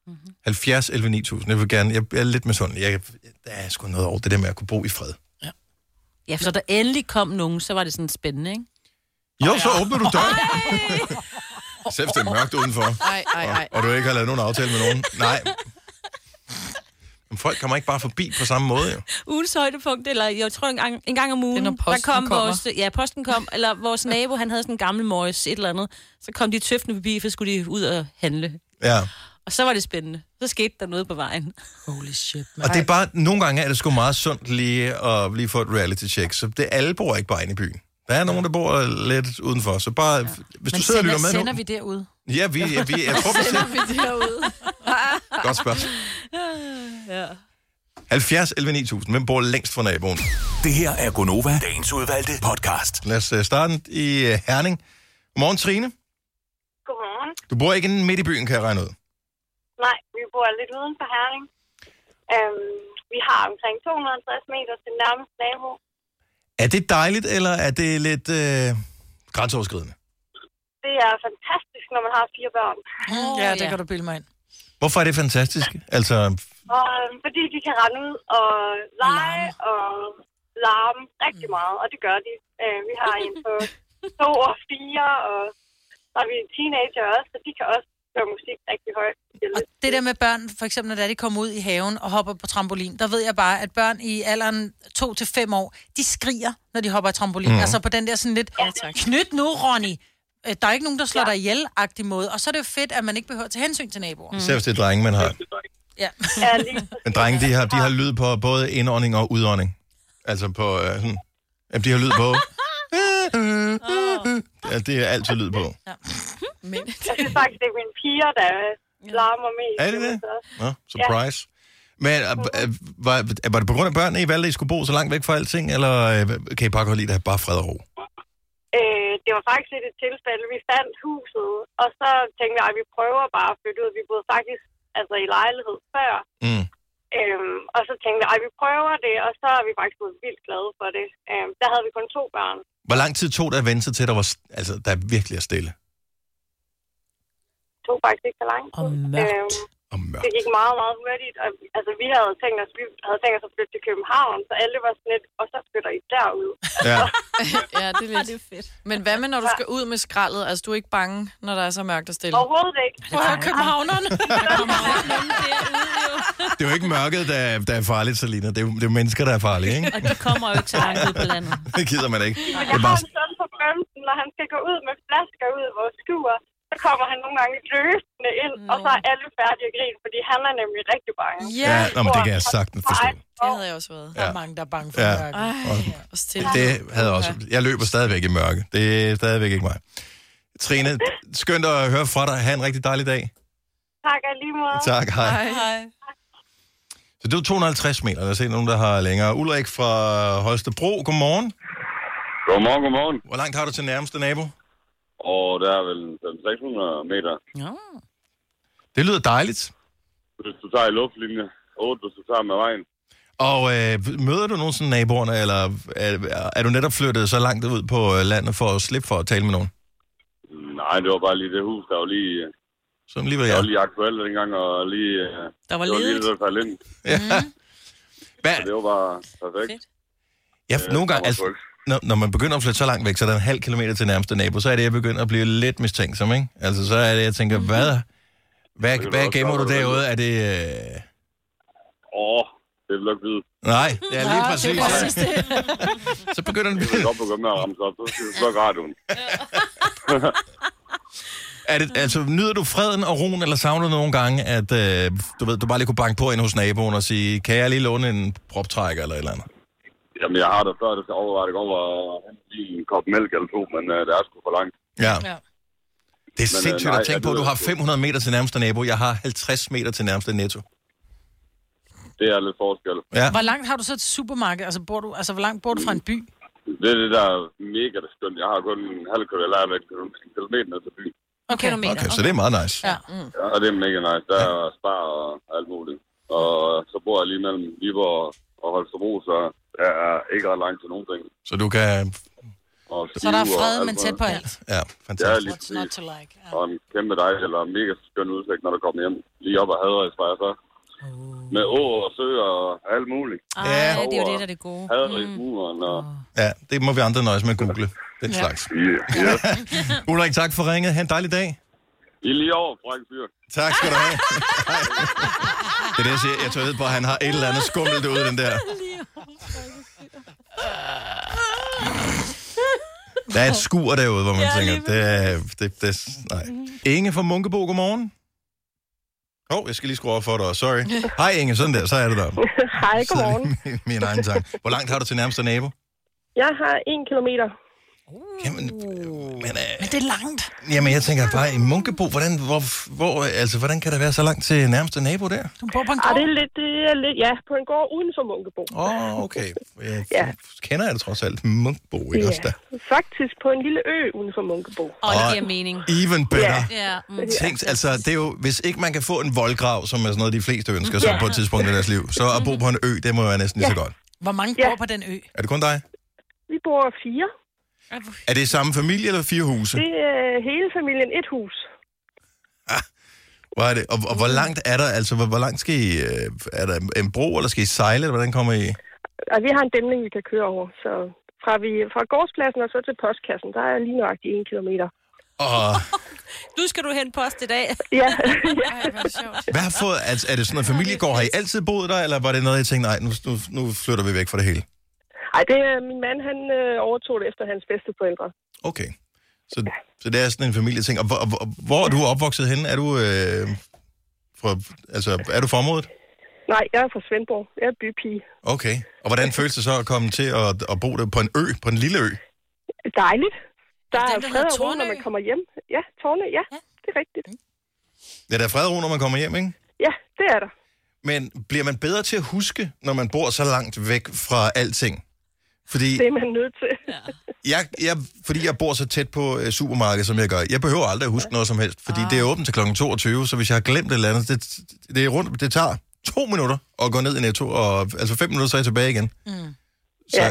Speaker 3: Mhm.
Speaker 1: Mm-hmm. 70 11 9000. Jeg vil gerne, jeg, jeg er lidt misundelig. Jeg, der er sgu noget over det der med at kunne bo i fred.
Speaker 2: Ja, for så der endelig kom nogen, så var det sådan spændende, ikke?
Speaker 1: Jo, så åbner du døren. Selv hvis det er mørkt udenfor.
Speaker 4: Ej, ej, ej.
Speaker 1: og, og du ikke har lavet nogen aftale med nogen. Nej. Men folk kommer ikke bare forbi på samme måde, jo.
Speaker 2: Ugens højdepunkt, eller jeg tror en gang, en gang om ugen,
Speaker 4: Det er, når posten
Speaker 2: der kom
Speaker 4: kommer.
Speaker 2: vores... Ja, posten kom, eller vores nabo, han havde sådan en gammel møjs, et eller andet. Så kom de tøftende forbi, for så skulle de ud og handle.
Speaker 1: Ja.
Speaker 2: Og så var det spændende. Så skete der noget på vejen.
Speaker 3: Holy shit, man.
Speaker 1: Og det er bare, nogle gange er det sgu meget sundt lige at lige få et reality check. Så det, alle bor ikke bare inde i byen. Der er nogen, der bor lidt udenfor. Så bare, hvis du
Speaker 3: Men
Speaker 1: sidder og
Speaker 3: sender,
Speaker 1: lytter med
Speaker 3: sender
Speaker 1: nu...
Speaker 3: vi derud?
Speaker 1: Ja, vi, ja, vi, jeg tror, vi sender.
Speaker 4: Vi derude.
Speaker 1: Godt spørgsmål. Ja. 70 11 9000. Hvem bor længst fra naboen?
Speaker 5: Det her er Gonova, dagens udvalgte podcast.
Speaker 1: Lad os øh, starte i øh, Herning. Godmorgen, Trine.
Speaker 11: Godmorgen.
Speaker 1: Du bor ikke inde midt i byen, kan jeg regne ud.
Speaker 11: Nej, vi bor lidt uden for Herning. Øhm, vi har omkring 250 meter til nærmeste nabo.
Speaker 1: Er det dejligt, eller er det lidt øh, grænseoverskridende?
Speaker 11: Det er fantastisk, når man har fire børn.
Speaker 3: Oh, ja, det kan du bilde mig ind.
Speaker 1: Hvorfor er det fantastisk? Altså,
Speaker 11: Og, øhm, fordi de kan rende ud og lege og larme
Speaker 3: Mm.
Speaker 11: rigtig meget, og det gør de. Øh, vi har en på to og fire, og så er vi en teenager også, så de kan også høre musik rigtig højt. Det er
Speaker 3: Og
Speaker 11: lidt-
Speaker 3: det der med børn, for eksempel når det er, de kommer ud i haven og hopper på trampolin, der ved jeg bare, at børn i alderen 2 til 5 år, de skriger, når de hopper i trampolin.
Speaker 1: Mhm.
Speaker 3: Mm. Altså på den der sådan lidt, ja, knyt nu, Ronny. Øh, Der er ikke nogen, der slår ja. dig ihjel-agtig måde. Og så er det jo fedt, at man ikke behøver at tage hensyn til naboer. Mm.
Speaker 1: Mhm. især hvis det er drenge, man har.
Speaker 3: Ja.
Speaker 11: Ja, lige
Speaker 1: Men drenge, de har, de har lyd på både indånding og udånding. Altså på øh, sådan... Jamen, de har lyd på... Ja, det er altid lyd på.
Speaker 4: Men
Speaker 11: Jeg synes faktisk, det er mine piger, der larmer mest.
Speaker 1: Er det det?
Speaker 11: Så-
Speaker 1: Nå, surprise. Men øh, øh, var, var det på grund af børnene, I valgte, at I skulle bo så langt væk fra alting, eller øh, kan I bare godt lide at have bare fred og ro?
Speaker 11: Øh, det var faktisk lidt et tilfælde. Vi fandt huset, og så tænkte jeg, at vi prøver bare at flytte ud. Vi boede faktisk altså, i lejlighed før.
Speaker 1: Mm.
Speaker 11: Øhm, og så tænkte jeg, at vi prøver det, og så er vi faktisk blevet vildt glade for det. Øhm, der havde vi kun to børn.
Speaker 1: Hvor lang tid tog det at vente sig til, der var, st- altså, der virkelig er stille
Speaker 11: To faktisk ikke så lang tid.
Speaker 3: Og mørkt.
Speaker 11: Øhm,
Speaker 1: og mørkt?
Speaker 11: det gik meget, meget hurtigt. Og, altså, vi havde tænkt os, vi havde tænkt os at flytte til København, så alle var sådan lidt, og så flytter I derud.
Speaker 1: Ja.
Speaker 4: ja, det er lidt. det er fedt. Men hvad med, når du skal ud med skraldet? Altså, du er ikke bange, når der er så mørkt og stille?
Speaker 11: Overhovedet ikke.
Speaker 3: Københavnerne.
Speaker 1: Det er jo ikke mørket, der, er- der er farligt, Selina. Det er, jo, det er jo mennesker, der er farlige, ikke?
Speaker 2: Og de kommer jo ikke så langt ud på landet.
Speaker 1: Det gider man ikke.
Speaker 11: Men
Speaker 1: Det
Speaker 11: jeg
Speaker 1: er
Speaker 11: har
Speaker 1: bare...
Speaker 11: en søn på 15, når han skal gå ud med flasker ud af vores skur, så kommer han nogle gange løsende ind, og så er alle færdige at grine, fordi han er nemlig rigtig bange.
Speaker 1: Ja,
Speaker 4: Ja,
Speaker 1: nå, men det kan jeg sagtens forstå.
Speaker 4: det havde jeg også været.
Speaker 3: Der er mange, der er bange for
Speaker 1: Ja.
Speaker 3: ja.
Speaker 4: Ej, og stille.
Speaker 1: Det havde jeg også. Jeg løber stadigvæk i mørke. Det er stadigvæk ikke mig. Trine, skønt at høre fra dig. Ha' en rigtig dejlig dag.
Speaker 11: Tak alligevel.
Speaker 1: Tak, hej.
Speaker 4: Hej. Hej.
Speaker 1: Så det var 250 meter. Lad os se nogen, der har længere. Ulrik fra Holstebro, godmorgen.
Speaker 6: Godmorgen, godmorgen.
Speaker 1: Hvor langt har du til nærmeste nabo?
Speaker 6: Og der er vel 600 meter.
Speaker 2: Ja.
Speaker 1: Det lyder dejligt.
Speaker 6: Hvis du tager i luftlinje, 8 hvis du tager med vejen.
Speaker 1: Og øh, møder du nogensinde naboerne, eller er, er du netop flyttet så langt ud på øh, landet for at slippe for at tale med nogen?
Speaker 6: Nej, det var bare lige det hus, der var lige, øh,
Speaker 1: Sådan lige, hvad
Speaker 6: der
Speaker 1: jeg
Speaker 6: var lige aktuelt dengang, og lige, øh,
Speaker 2: Der var
Speaker 6: det var lige
Speaker 2: ledigt.
Speaker 6: det, der faldt ind.
Speaker 1: Ja. Hvad?
Speaker 6: Så det var bare perfekt.
Speaker 2: Fedt.
Speaker 1: Ja,
Speaker 6: Øh,
Speaker 1: nogle gange,
Speaker 6: der var
Speaker 1: altså,
Speaker 6: folk.
Speaker 1: når, når man begynder at flytte så langt væk, så er der en halv kilometer til nærmeste nabo, så er det, jeg begynder at blive lidt mistænksom, ikke? Altså, så er det, jeg tænker, hvad, hvad,
Speaker 6: kan du
Speaker 1: hvad
Speaker 6: også
Speaker 1: gemmer
Speaker 6: gøre,
Speaker 1: du
Speaker 6: hvad du
Speaker 1: derude? Er det... Øh...
Speaker 6: Åh, det
Speaker 12: det vil du ikke vide.
Speaker 1: Nej, det er lige
Speaker 12: Nå,
Speaker 1: præcis.
Speaker 12: det er præcis det.
Speaker 1: så begynder den...
Speaker 12: Det vil godt begynde med at ramme sig op, så skal du slukke radioen.
Speaker 1: Er det, altså, nyder du freden og roen, eller savner du nogle gange, at øh, du, ved, du bare lige kunne banke på ind hos naboen og sige, kan jeg lige låne en proptrækker eller et eller andet?
Speaker 12: Jamen, jeg har da før, det skal overveje, det går over at hente lige en kop mælk eller to, men øh, det er sgu for langt.
Speaker 1: Ja. ja. Det er
Speaker 12: Men, øh,
Speaker 1: sindssygt
Speaker 12: nej,
Speaker 1: at tænke
Speaker 12: jeg
Speaker 1: på, at du
Speaker 12: ved-
Speaker 1: har 500 meter til nærmeste nabo. Jeg har 50 meter til nærmeste netto.
Speaker 12: Det er lidt forskel.
Speaker 1: Ja.
Speaker 3: Hvor langt har du så til supermarkedet? Altså, bor du, altså, hvor langt bor du fra en by?
Speaker 12: Det er det der mega det skønt. Jeg har kun en halv kilometer, eller en kilo- en kilometer ned til byen.
Speaker 3: Okay, okay,
Speaker 1: okay, så det er meget nice.
Speaker 3: Ja. Mm.
Speaker 12: Ja, og det er mega nice. Der er spar og alt muligt. Og så bor jeg lige mellem Viborg og Holstebro, så der er ikke ret langt til nogen ting.
Speaker 1: Så du kan...
Speaker 12: Og
Speaker 3: Så der er
Speaker 12: Skive og
Speaker 3: fred,
Speaker 12: alt
Speaker 3: men
Speaker 12: muligt.
Speaker 3: tæt på alt.
Speaker 1: Ja,
Speaker 12: Ja,
Speaker 1: fantastisk.
Speaker 12: lige
Speaker 3: What's not
Speaker 12: præcis.
Speaker 3: to like?
Speaker 12: Og en kæmpe dej, eller mega skøn udsigt, når du kommer hjem. Lige op ad Haderæs, var jeg så. Med åer og søer og alt muligt.
Speaker 1: Ja.
Speaker 7: Ja, det er jo det, der er det gode.
Speaker 12: Haderæsmuren og...
Speaker 1: Ja, det må vi andre nøjes med at google. Den
Speaker 7: Ja.
Speaker 1: slags.
Speaker 12: Ja, ja.
Speaker 1: Ulrik, tak for ringet. Ha' en dejlig dag.
Speaker 12: I er lige over, Frank Fyr.
Speaker 1: Tak skal du have. Det er det, jeg siger. Jeg tør ved på, at han har et eller andet skummelt ude i den der. Der er et skur derude, hvor man
Speaker 13: Ja,
Speaker 1: ja,
Speaker 13: lige
Speaker 1: tænker, det er, det, det, er- nej. Inge fra Munkebo, godmorgen. Åh, oh, jeg skal lige skrue op for dig, også. sorry. Hej Inge, sådan der, så er du der.
Speaker 14: Hej, godmorgen.
Speaker 1: Min- Min egen tak. Hvor langt har du til nærmeste nabo?
Speaker 14: Jeg har en kilometer.
Speaker 3: Uh. Men det er langt.
Speaker 1: Jamen, jeg tænker bare, i Munkebo, hvordan, hvor, hvor, altså, hvordan kan der være så langt til nærmeste nabo der?
Speaker 3: Du bor på en
Speaker 14: gård? Ah, det er lidt, det er lidt, ja, på en gård uden for Munkebo.
Speaker 1: Åh, oh, okay. Jeg
Speaker 14: Ja.
Speaker 1: kender jeg det trods alt. Munkebo, ikke også der?
Speaker 14: Faktisk på en lille ø uden for Munkebo.
Speaker 1: Åh, det giver
Speaker 7: mening.
Speaker 1: Even better.
Speaker 7: Ja. Mm.
Speaker 1: Tænk, altså, det er jo, hvis ikke man kan få en voldgrav, som er sådan noget, de fleste ønsker sig
Speaker 3: Ja.
Speaker 1: på et tidspunkt i deres liv, så at bo på en ø, det må være næsten lige så godt.
Speaker 3: Hvor mange bor på den ø?
Speaker 1: Er det kun dig?
Speaker 14: Vi bor fire.
Speaker 1: Er det samme familie eller fire huse?
Speaker 14: Det er hele familien et hus.
Speaker 1: Ah, Hvor er det? Og, og hvor langt er der, altså, hvor, hvor langt skal I, øh, er der en bro, eller skal I sejle, eller hvordan kommer I?
Speaker 14: Og vi har en dæmning, vi kan køre over, så fra, vi, fra gårdspladsen og så til postkassen, der er lige nøjagtigt en kilometer.
Speaker 1: Og
Speaker 7: Nu skal du hente post i dag.
Speaker 14: Ja.
Speaker 7: Ej, hvor sjovt.
Speaker 1: hvad har fået, altså, er det sådan noget familiegård? Har I altid boet der, eller var det noget, I tænkte, nej, nu, nu, nu flytter vi væk fra det hele?
Speaker 14: Ej, det er min mand, han øh, overtog det efter hans bedsteforældre.
Speaker 1: Okay. Så, så det er sådan en familieting. Og hvor, og hvor, hvor er du opvokset henne? Er du, øh, fra, altså, er du fra området?
Speaker 14: Nej, jeg er fra Svendborg. Jeg er bypige.
Speaker 1: Okay. Og hvordan føles det så at komme til at, at bo der på en ø, på en lille ø?
Speaker 14: Dejligt. Der er
Speaker 3: Den, der
Speaker 14: fred
Speaker 3: hedder
Speaker 14: og ro, når
Speaker 3: Tornø.
Speaker 14: man kommer hjem. Ja, Torne, ja. ja. Det er rigtigt.
Speaker 1: Ja, der er fred og ro, når man kommer hjem, ikke?
Speaker 14: Ja, det er der.
Speaker 1: Men bliver man bedre til at huske, når man bor så langt væk fra alting? Fordi
Speaker 14: Det er man nødt til. Ja.
Speaker 1: jeg, jeg, fordi jeg bor så tæt på øh, supermarkedet, som jeg gør, jeg behøver aldrig at huske noget som helst, fordi det er åbent til kl. 22, så hvis jeg har glemt et eller andet, det, det, er rundt, det tager to minutter at gå ned i Netto, og altså fem minutter, så er jeg tilbage igen. Så,
Speaker 14: Ja.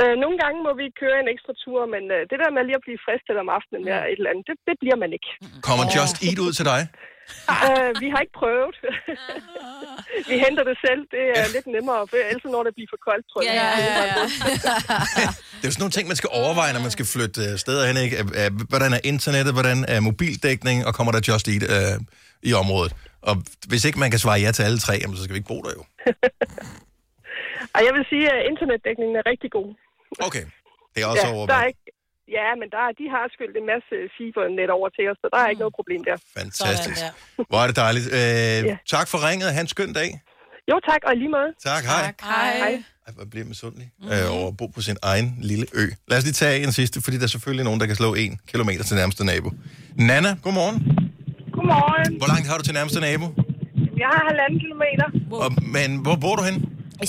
Speaker 14: Øh, nogle gange må vi køre en ekstra tur, men øh, det der med lige at blive fristet om aftenen med et eller andet, det, det bliver man ikke.
Speaker 1: Kommer Just Eat ud til dig?
Speaker 14: øh, vi har ikke prøvet. vi henter det selv. Det er lidt nemmere, for ellers når det bliver for koldt, tror jeg.
Speaker 7: Ja, ja, ja, ja.
Speaker 1: Det er jo sådan nogle ting, man skal overveje, når man skal flytte øh, steder hen. Ikke? Øh, øh, Hvordan er internettet, hvordan er mobildækning, og kommer der Just Eat øh, i området? Og hvis ikke man kan svare ja til alle tre, jamen, så skal vi ikke bo der jo.
Speaker 14: Og jeg vil sige, at internetdækningen er rigtig god.
Speaker 1: Okay, det er også
Speaker 14: ja,
Speaker 1: over.
Speaker 14: der er ikke, ja, men der, er- de har skyldt en masse fibernet over til os, så der er
Speaker 1: Mm.
Speaker 14: ikke noget problem der.
Speaker 1: Fantastisk. Hvor er det dejligt. Øh, ja. Tak for ringet. Ha' en skøn dag.
Speaker 14: Jo tak, og i lige måde.
Speaker 1: Tak, hej. Tak,
Speaker 14: hej. hej.
Speaker 1: Ej, hvor bliver misundelig mm-hmm. øh, over at bo på sin egen lille ø. Lad os lige tage en sidste, fordi der er selvfølgelig nogen, der kan slå en kilometer til nærmeste nabo. Nana, godmorgen.
Speaker 14: Godmorgen.
Speaker 1: Hvor langt har du til nærmeste nabo?
Speaker 14: Jeg har halvanden kilometer.
Speaker 1: Og, men hvor bor du hen?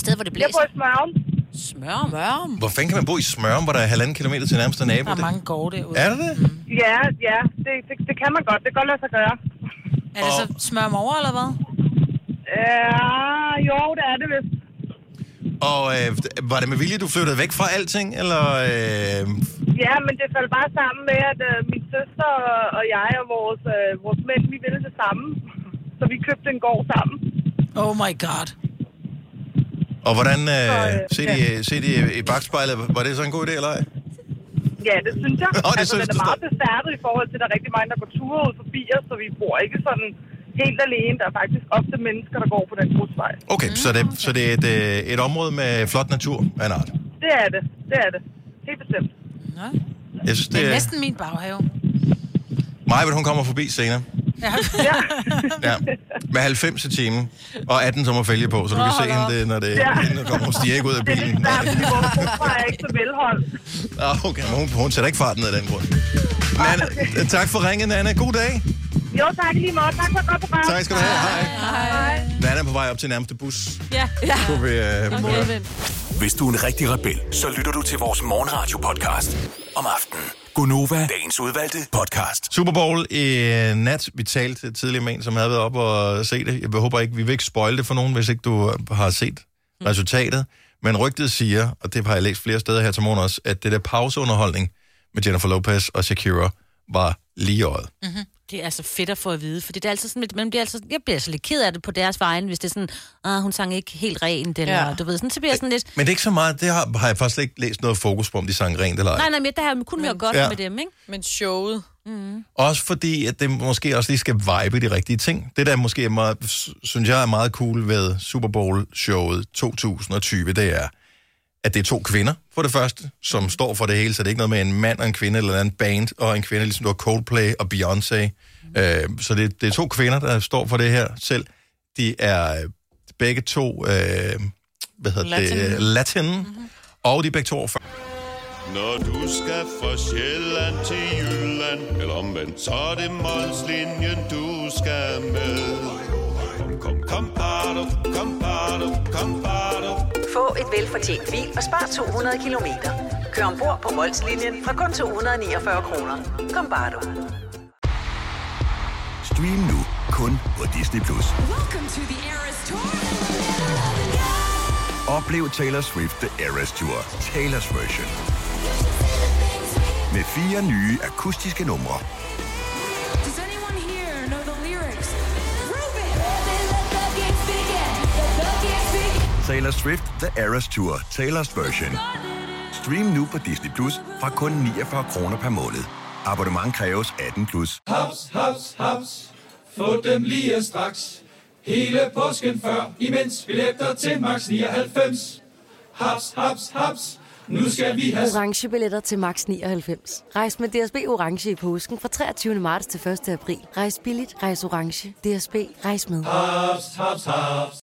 Speaker 7: I stedet, hvor det
Speaker 14: Jeg
Speaker 7: blæser.
Speaker 14: bor i Smørum.
Speaker 7: Smør.
Speaker 3: Smørum.
Speaker 1: Hvor fanden kan man bo i Smørum, hvor der er halvanden kilometer til nærmeste nabo?
Speaker 3: Der er
Speaker 1: Det-
Speaker 3: mange gårde derude. Mhm.
Speaker 1: Er der det?
Speaker 14: Ja, ja, det, det, det kan man godt. Det kan godt lade sig gøre.
Speaker 3: Er det så smør om over, eller hvad?
Speaker 14: Ja, jo, det er det vist.
Speaker 1: Og øh, var det med vilje, du flyttede væk fra alting, eller... Øh,
Speaker 14: Ja, men det faldt bare sammen med, at øh, min søster og- og jeg og vores, øh, vores mænd, vi ville det samme. Så vi købte en gård sammen.
Speaker 3: Oh my god.
Speaker 1: og hvordan... Øh, se det se de i bagspejlet, var det så en god idé, eller ej?
Speaker 14: Ja, det synes jeg.
Speaker 1: Nå, det
Speaker 14: altså,
Speaker 1: synes
Speaker 14: den
Speaker 1: du
Speaker 14: er meget besværret i forhold til, at der er rigtig mange, der går ture ud forbi os, så vi bor ikke sådan
Speaker 15: helt alene. Der er faktisk ofte mennesker, der går på den grusvej.
Speaker 1: Okay, så det, så det er et, øh, et område med flot natur af en art.
Speaker 15: Det er det. Det er det. Helt bestemt.
Speaker 3: Nå.
Speaker 1: Jeg synes,
Speaker 3: Det
Speaker 1: det
Speaker 3: er
Speaker 1: er...
Speaker 3: næsten min baghave.
Speaker 1: Maja, hun kommer forbi senere.
Speaker 3: Ja.
Speaker 1: Ja. Med 90 i timen og 18 som at fælge på, så du
Speaker 15: Åh,
Speaker 1: kan se
Speaker 15: hold op.
Speaker 1: hende, det, når det
Speaker 15: Ja.
Speaker 1: ja. hende kommer. Hun stiger ikke ud af
Speaker 15: Det er
Speaker 1: bilen.
Speaker 15: lidt svært, fordi vores grusvej er ikke så velholdt.
Speaker 1: Nå, okay, men hun, hun sætter ikke farten ned af den grund. Men tak for ringen, Anna. God dag.
Speaker 15: Jo, tak i lige måde. Tak for et godt program.
Speaker 1: Tak skal du have. Hej.
Speaker 15: Hej.
Speaker 1: Anna er på vej op til nærmeste bus.
Speaker 2: Ja. ja.
Speaker 1: Kunne vi, øh, okay.
Speaker 5: Hvis du er en rigtig rebel, så lytter du til vores morgenradio-podcast om aftenen.
Speaker 1: Gunova.
Speaker 5: Dagens udvalgte podcast.
Speaker 1: Super Bowl i øh, nat. Vi talte tidligere med en, som havde været op og se det. Jeg håber ikke, vi vil ikke spoil det for nogen, hvis ikke du øh, har set resultatet. Men rygtet siger, og det har jeg læst flere steder her til morgen også, at det der pauseunderholdning med Jennifer Lopez og Shakira var lige i øjet.
Speaker 2: Mm-hmm. Det er så fedt at få at vide, for det er altid sådan lidt, man bliver altså, jeg bliver altså lidt ked af det på deres vegne, hvis det er sådan, ah, hun sang ikke helt rent, eller
Speaker 1: Ja.
Speaker 2: ja. du ved, sådan, så bliver jeg sådan lidt,
Speaker 1: Men det er ikke så meget, det har, har jeg faktisk ikke læst noget fokus på, om de sang rent eller ej.
Speaker 2: nej, nej, men der har jeg kun hørt godt
Speaker 1: Ja.
Speaker 2: ja. med dem, ikke?
Speaker 4: Men showet.
Speaker 2: Mm.
Speaker 1: Også fordi, at det måske også lige skal vibe de rigtige ting. Det der måske er meget, synes jeg er meget cool ved Super Bowl-showet 2020, det er, at det er to kvinder, for det første, som står for det hele, så det er ikke noget med en mand og en kvinde, eller en band og en kvinde, ligesom du har Coldplay og Beyoncé. Øh, så det, det er to kvinder, der står for det her selv. De er øh, begge to, øh, hvad hedder det,
Speaker 16: Latin.
Speaker 1: latin, mm-hmm. og de er begge to over 40.
Speaker 16: Når du skal fra Sjælland til Jylland, eller omvendt, så er det Molslinjen, du skal med. Kom, kom, kom, bado, kom, bado, kom, bado.
Speaker 17: Få et velfortjent bil og spar 200 kilometer. Kør ombord på Molslinjen fra kun 249 kroner. Kom bare du.
Speaker 5: Stream nu kun på Disney+. Plus.
Speaker 7: Welcome to the Eras Tour.
Speaker 5: Oplev Taylor Swift The Eras Tour, Taylor's version.
Speaker 9: Med fire nye akustiske numre.
Speaker 7: Does anyone here know the lyrics?
Speaker 9: Taylor Swift The Eras Tour, Taylor's version. Stream nu på Disney Plus fra kun 49 kroner per måned. Abonnement kræves 18 plus.
Speaker 18: Haps, haps, haps. Få dem lige straks. Hele påsken før, imens billetter til max 99. Haps, haps, haps. Nu skal vi have...
Speaker 19: orange billetter til max 99. Rejs med DSB orange i påsken fra 23. marts til 1. april. Rejs billigt, rejs orange. DSB rejs med.
Speaker 18: Haps, haps, haps.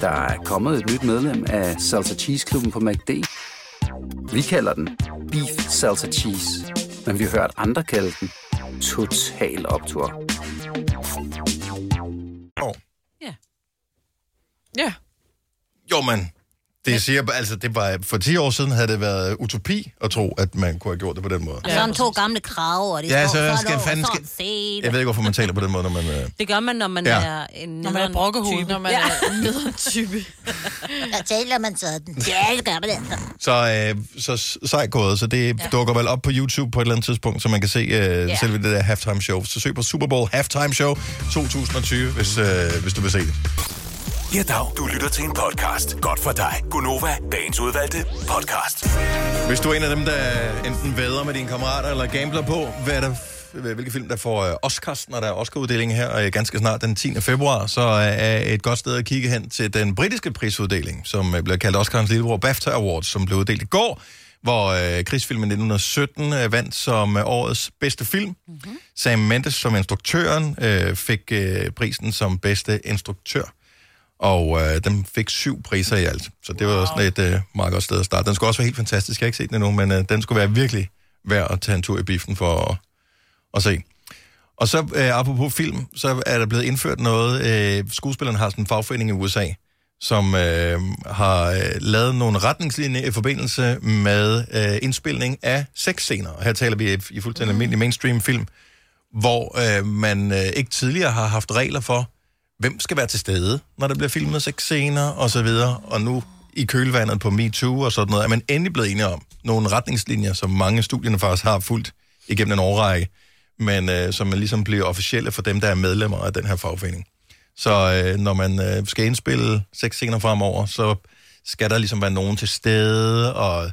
Speaker 20: Der er kommet et nyt medlem af Salsa Cheese Klubben på MACD. Vi kalder den Beef Salsa Cheese, men vi har hørt andre kalde den Total Optor.
Speaker 4: Ja.
Speaker 1: Jo, men det siger, altså, det var, for 10 år siden havde det været utopi at tro, at man kunne have gjort det på den måde.
Speaker 2: Og så er der to gamle kraver, og de
Speaker 1: Ja,
Speaker 2: står
Speaker 1: så
Speaker 2: sådan
Speaker 1: skal
Speaker 2: over,
Speaker 1: fanden
Speaker 2: sådan set.
Speaker 1: Jeg ved ikke, hvorfor man taler på den måde, når man... Øh...
Speaker 2: Det gør man, når man
Speaker 1: Ja.
Speaker 2: ja. er en
Speaker 4: Når man er brokkehoved. Når man er nederen type.
Speaker 2: Der taler man sådan. Ja, det gør man altså.
Speaker 1: Så, øh, så sejt gået, så det ja. dukker vel op på YouTube på et eller andet tidspunkt, så man kan se øh, ja. selve det der halftime show. Så søg på Super Bowl Halftime Show 2020, hvis, øh, hvis du vil se det.
Speaker 5: Ja, dag. Du lytter til en podcast. Godt for dig. Gunova, dagens udvalgte podcast.
Speaker 1: Hvis du er en af dem, der enten væder med dine kammerater eller gambler på, hvad er der, hvilke film, der får øh, Oscars, når der er Oscar-uddeling her øh, ganske snart den 10. februar, så øh, er et godt sted at kigge hen til den britiske prisuddeling, som øh, bliver kaldt Oscarens lillebror BAFTA Awards, som blev uddelt i går, hvor øh, krigsfilmen 1917 øh, vandt som øh, årets bedste film. Mm-hmm. Sam Mendes som instruktøren øh, fik øh, prisen som bedste instruktør. Og øh, den fik syv priser i alt. Så det var wow. sådan et øh, meget godt sted at starte. Den skulle også være helt fantastisk. Jeg har ikke set den endnu, men øh, den skulle være virkelig værd at tage en tur i biffen for at, at se. Og så, øh, apropos film, så er der blevet indført noget. Øh, skuespilleren har sådan en fagforening i USA, som øh, har øh, lavet nogle retningslinjer i forbindelse med øh, indspilning af sexscener. Og Her taler vi i- i fuldstændig almindelig mainstream film, hvor øh, man øh, ikke tidligere har haft regler for, hvem skal være til stede, når der bliver filmet sexscener og så videre. Og nu i kølvandet på MeToo og sådan noget, er man endelig blevet enige om nogle retningslinjer, som mange af studierne faktisk har fulgt igennem en årrække, men øh, som man ligesom bliver officielle for dem, der er medlemmer af den her fagforening. Så øh, når man øh, skal indspille sexscener fremover, så skal der ligesom være nogen til stede, og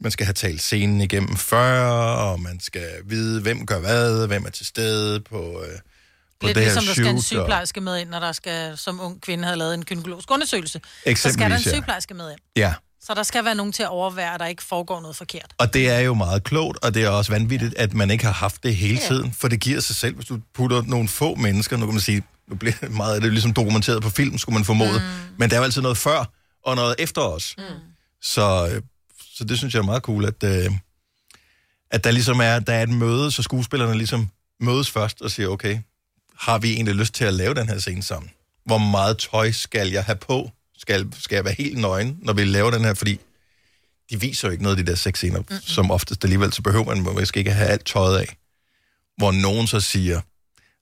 Speaker 1: man skal have talt scenen igennem før, og man skal vide, hvem gør hvad, hvem er til stede på, øh, på
Speaker 3: Lidt
Speaker 1: det her
Speaker 3: ligesom, der skal en
Speaker 1: shoot, og-
Speaker 3: sygeplejerske med ind, når der skal, som ung kvinde havde lavet en gynækologisk undersøgelse. Så skal der en
Speaker 1: Eksempelvis, ja.
Speaker 3: sygeplejerske med ind.
Speaker 1: Ja,
Speaker 3: Så der skal være nogen til at overvære, at der ikke foregår noget forkert.
Speaker 1: og det er jo meget klogt, og det er også vanvittigt, at man ikke har haft det hele
Speaker 3: Ja.
Speaker 1: tiden, for det giver sig selv, hvis du putter nogle få mennesker, nu kan man sige, nu bliver meget af det ligesom dokumenteret på film, skulle man formode, mm. men der er jo altid noget før og noget efter os. Mm. Så, øh, så det synes jeg er meget cool, at, øh, at der ligesom er, der er et møde, så skuespillerne ligesom mødes først og siger, okay, har vi egentlig lyst til at lave den her scene sammen? Hvor meget tøj skal jeg have på? Skal, skal jeg være helt nøgen, når vi laver den her? Fordi de viser jo ikke noget af de der sexscener, mm-hmm. som oftest alligevel, så behøver man måske ikke at have alt tøjet af. Hvor nogen så siger,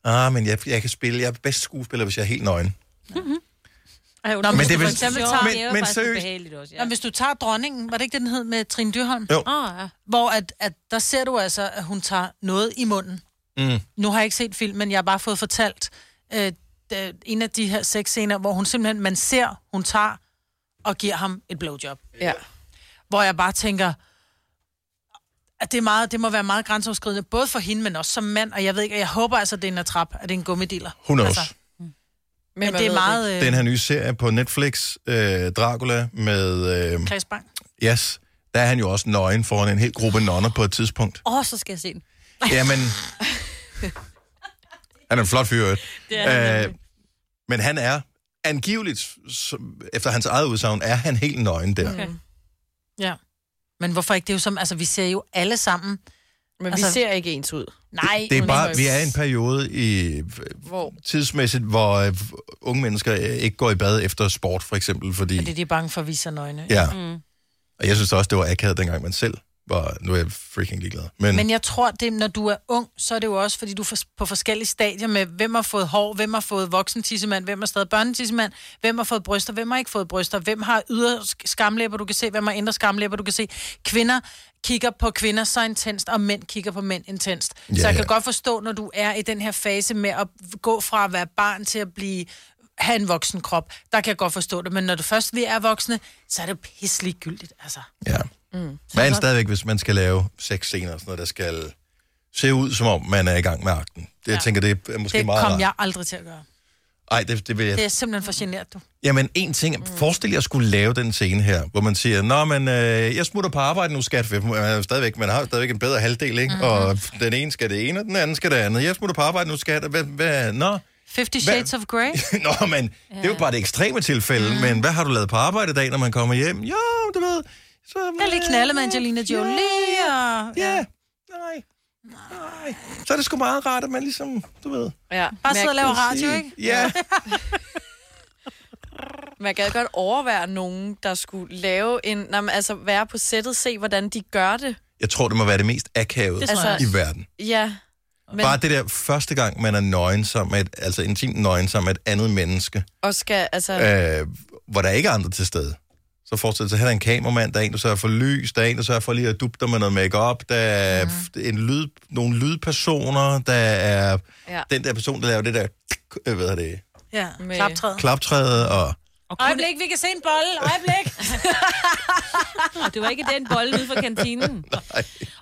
Speaker 1: ah, men jeg, jeg kan spille, jeg er bedst skuespiller, hvis jeg er helt nøgen.
Speaker 3: Ej,
Speaker 1: Men det er vel- men- men seriøst-
Speaker 3: seriøst. Også, ja. Jamen, hvis du tager dronningen, var det ikke det, den hed med Trine Dyrholm?
Speaker 1: Jo.
Speaker 3: Ah, ja. Hvor at, at, der ser du altså, at hun tager noget i munden.
Speaker 1: Mm.
Speaker 3: Nu har jeg ikke set filmen, men jeg har bare fået fortalt øh, d- en af de her sexscener, hvor hun simpelthen, man ser, hun tager og giver ham et blowjob.
Speaker 4: Ja.
Speaker 3: Hvor jeg bare tænker, at det, er meget, det må være meget grænseoverskridende, både for hende, men også som mand, og jeg ved ikke, og jeg håber altså, at det er en atrap, at det er en gummidiller.
Speaker 1: Who knows?
Speaker 3: Men,
Speaker 4: man
Speaker 3: men det er
Speaker 4: ved
Speaker 3: meget... Øh,
Speaker 1: Den her nye serie på Netflix, øh, Dracula, med... Øh,
Speaker 3: Chris Bang.
Speaker 1: yes, der er han jo også nøgen foran en hel gruppe nonner på et tidspunkt.
Speaker 2: Åh, oh, så skal jeg se den.
Speaker 1: Jamen, han er en flot fyr, i øvrigt.
Speaker 2: Det er han
Speaker 1: øh, Men han er angiveligt, som, efter hans eget udsagn, er han helt nøgen der. Okay.
Speaker 3: Okay. Ja. Men hvorfor ikke? Det er jo som, altså vi ser jo alle sammen.
Speaker 4: Men vi
Speaker 3: altså,
Speaker 4: ser ikke ens ud.
Speaker 3: Nej.
Speaker 1: Det er bare, vi er i en periode i
Speaker 4: Hvor?
Speaker 1: tidsmæssigt, hvor øh, unge mennesker øh, ikke går i bad efter sport, for eksempel, fordi...
Speaker 3: Fordi de er bange for at vise sig nøgne.
Speaker 1: Ja.
Speaker 3: Mm.
Speaker 1: Og jeg synes også, det var akavet, dengang man selv var... Nu er jeg freaking ligeglad. Men,
Speaker 3: Men, Men jeg tror, det, når du er ung, så er det jo også, fordi du er fors- på forskellige stadier med, hvem har fået hår, hvem har fået voksen tissemand, hvem har stadig børnetissemand, hvem har fået bryster, hvem har ikke fået bryster, hvem har ydre sk- skamlæber, du kan se, hvem har indre skamlæber, du kan se. Kvinder kigger på kvinder så intenst, og mænd kigger på mænd intenst. Ja,
Speaker 21: Ja,
Speaker 3: så jeg kan
Speaker 21: ja.
Speaker 3: godt forstå, når du er i den her fase med at gå fra at være barn til at blive have en voksen krop, der kan jeg godt forstå det. Men når du først vi er voksne, så er det pisselig gyldigt, altså.
Speaker 1: ja.
Speaker 3: Mm.
Speaker 1: Men stadigvæk, hvis man skal lave seks scener og sådan noget, der skal se ud, som om man er i gang med akten. Det, ja. Jeg tænker, det er måske
Speaker 3: det
Speaker 1: meget...
Speaker 3: kom
Speaker 1: rart.
Speaker 3: jeg aldrig til at gøre.
Speaker 1: Ej, det, det vil jeg
Speaker 3: Det er simpelthen for genert, du.
Speaker 1: Jamen, en ting. Mm. Forestil jer at skulle lave den scene her, hvor man siger, Nå, men øh, jeg smutter på arbejde nu, skat. for Man, er jo stadigvæk, man har jo stadigvæk en bedre halvdel, ikke?
Speaker 4: Mm-hmm.
Speaker 1: Mm. Og den ene skal det ene, og den anden skal det andet. Jeg smutter på arbejde nu, skat. og Hvad, hvad, nå?
Speaker 3: Fifty Shades of Grey?
Speaker 1: nå, men ja. det er jo bare det ekstreme tilfælde. Mm. Men hvad har du lavet på arbejde i dag, når man kommer hjem? Jo, du ved... Så,
Speaker 3: Jeg lige knaldet med Angelina Jolie, og...
Speaker 1: Ja. Nej. Nej. Så er det sgu meget rart, at man ligesom, du ved...
Speaker 4: Ja.
Speaker 3: Bare sidde og lave radio, ikke?
Speaker 1: Ja.
Speaker 4: Man gad godt overvære nogen, der skulle lave en... Nej, men altså være på sættet, se hvordan de gør det.
Speaker 1: Jeg tror, det må være det mest akavet
Speaker 4: Det tror jeg også.
Speaker 1: i verden.
Speaker 4: Ja. Men,
Speaker 1: Men... Bare det der første gang, man er nøgen sammen med et, altså intimt nøgen sammen med et andet menneske,
Speaker 4: Og skal, altså...
Speaker 1: øh, hvor der ikke er andre til stede. Så forestil dig, at her er en kameramand, der er en, der sørger for lys, der er en, der sørger for lige at dubbe dig med noget makeup, der er mm. en lyd, nogle lydpersoner, der er
Speaker 4: Ja.
Speaker 1: ja. den der person, der laver det der, øh, hvad hedder det,
Speaker 3: Ja, med... klaptræet.
Speaker 1: klaptræet, og
Speaker 3: Øjeblik, vi kan se en bolle. Øjeblik.
Speaker 2: Og det var ikke den bolle ude fra kantinen.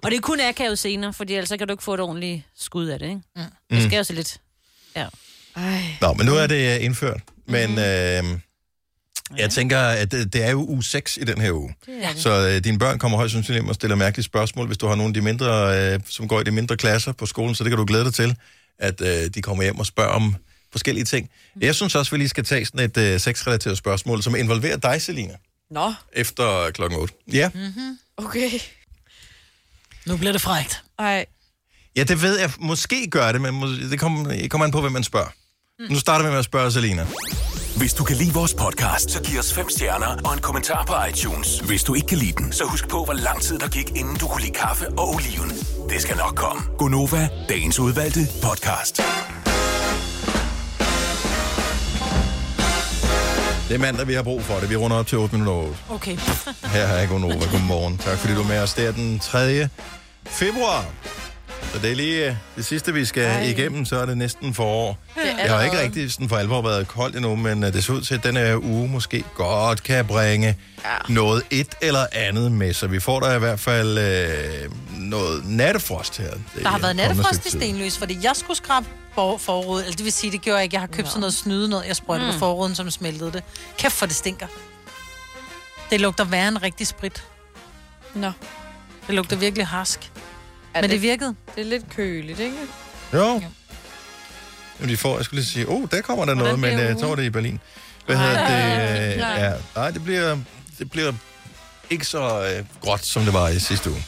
Speaker 2: Og det er kun akavet scener, fordi ellers så kan du ikke få et ordentligt skud af det, ikke? Mm. Det skal jo så lidt. Ja.
Speaker 4: Ej.
Speaker 1: Nå, men nu er det øh, indført. Men øh, jeg tænker, at det, det er jo uge 6 i den her uge.
Speaker 2: Det er det.
Speaker 1: Så øh, dine børn kommer højst sandsynligt hjem og stiller mærkelige spørgsmål, hvis du har nogle af de mindre, øh, som går i de mindre klasser på skolen, så det kan du glæde dig til, at øh, de kommer hjem og spørger om forskellige ting. Jeg synes også, vi lige skal tage sådan et øh, sexrelateret spørgsmål, som involverer dig, Selina,
Speaker 4: Nå,
Speaker 1: efter klokken 8. Ja.
Speaker 4: mm-hmm. okay.
Speaker 3: Nu bliver det frægt.
Speaker 4: Ej.
Speaker 1: ja, det ved jeg. Måske gør det, men mås- det kommer kommer an på, hvem man spørger. Nu starter vi med at spørge Selina.
Speaker 5: Hvis du kan lide vores podcast, så giv os fem stjerner og en kommentar på iTunes. Hvis du ikke kan lide den, så husk på, hvor lang tid der gik, inden du kunne lide kaffe og oliven. Det skal nok komme.
Speaker 1: Gonova,
Speaker 5: Dagens udvalgte podcast.
Speaker 1: Det er mandag, vi har brug for det. Vi runder op til 8 minutter over 8.
Speaker 3: Okay.
Speaker 1: Her er Gonova. Godmorgen. Tak fordi du er med os. Det er den 3. februar. Så det er lige øh, det sidste, vi skal Ej. igennem, så er det næsten forår.
Speaker 4: Det er
Speaker 1: Jeg har ikke
Speaker 4: allerede.
Speaker 1: rigtig sådan for alvor været koldt endnu, men øh, det ser ud til, at den her uge måske godt kan bringe ja. noget et eller andet med. Så vi får der i hvert fald øh, noget nattefrost her. Det
Speaker 3: Der har været
Speaker 1: er kommende
Speaker 3: nattefrost i
Speaker 1: stykke tid.
Speaker 3: Stenløs, fordi jeg skulle skrabe for, forruden. Altså, det vil sige, det gjorde jeg ikke. Jeg har købt sådan noget snyde noget. Jeg sprøjtede
Speaker 2: Mm.
Speaker 3: mm. på forruden, som smeltede det. Kæft for det stinker. Det lugter værre end rigtig sprit.
Speaker 4: Nå.
Speaker 3: Det lugter virkelig harsk. Men det virkede.
Speaker 4: Det er lidt køligt, ikke?
Speaker 1: Jo. Jamen, de får, jeg skulle lige sige, oh, der kommer der noget, men
Speaker 4: bliver
Speaker 1: øh,
Speaker 4: ugen?
Speaker 1: så var det i Berlin. Hvad
Speaker 4: Ej,
Speaker 1: hedder
Speaker 4: det
Speaker 1: det?
Speaker 4: er
Speaker 1: Øh,
Speaker 4: klart.
Speaker 1: ja. Nej, det bliver, det bliver ikke så øh, gråt, som det var i sidste uge.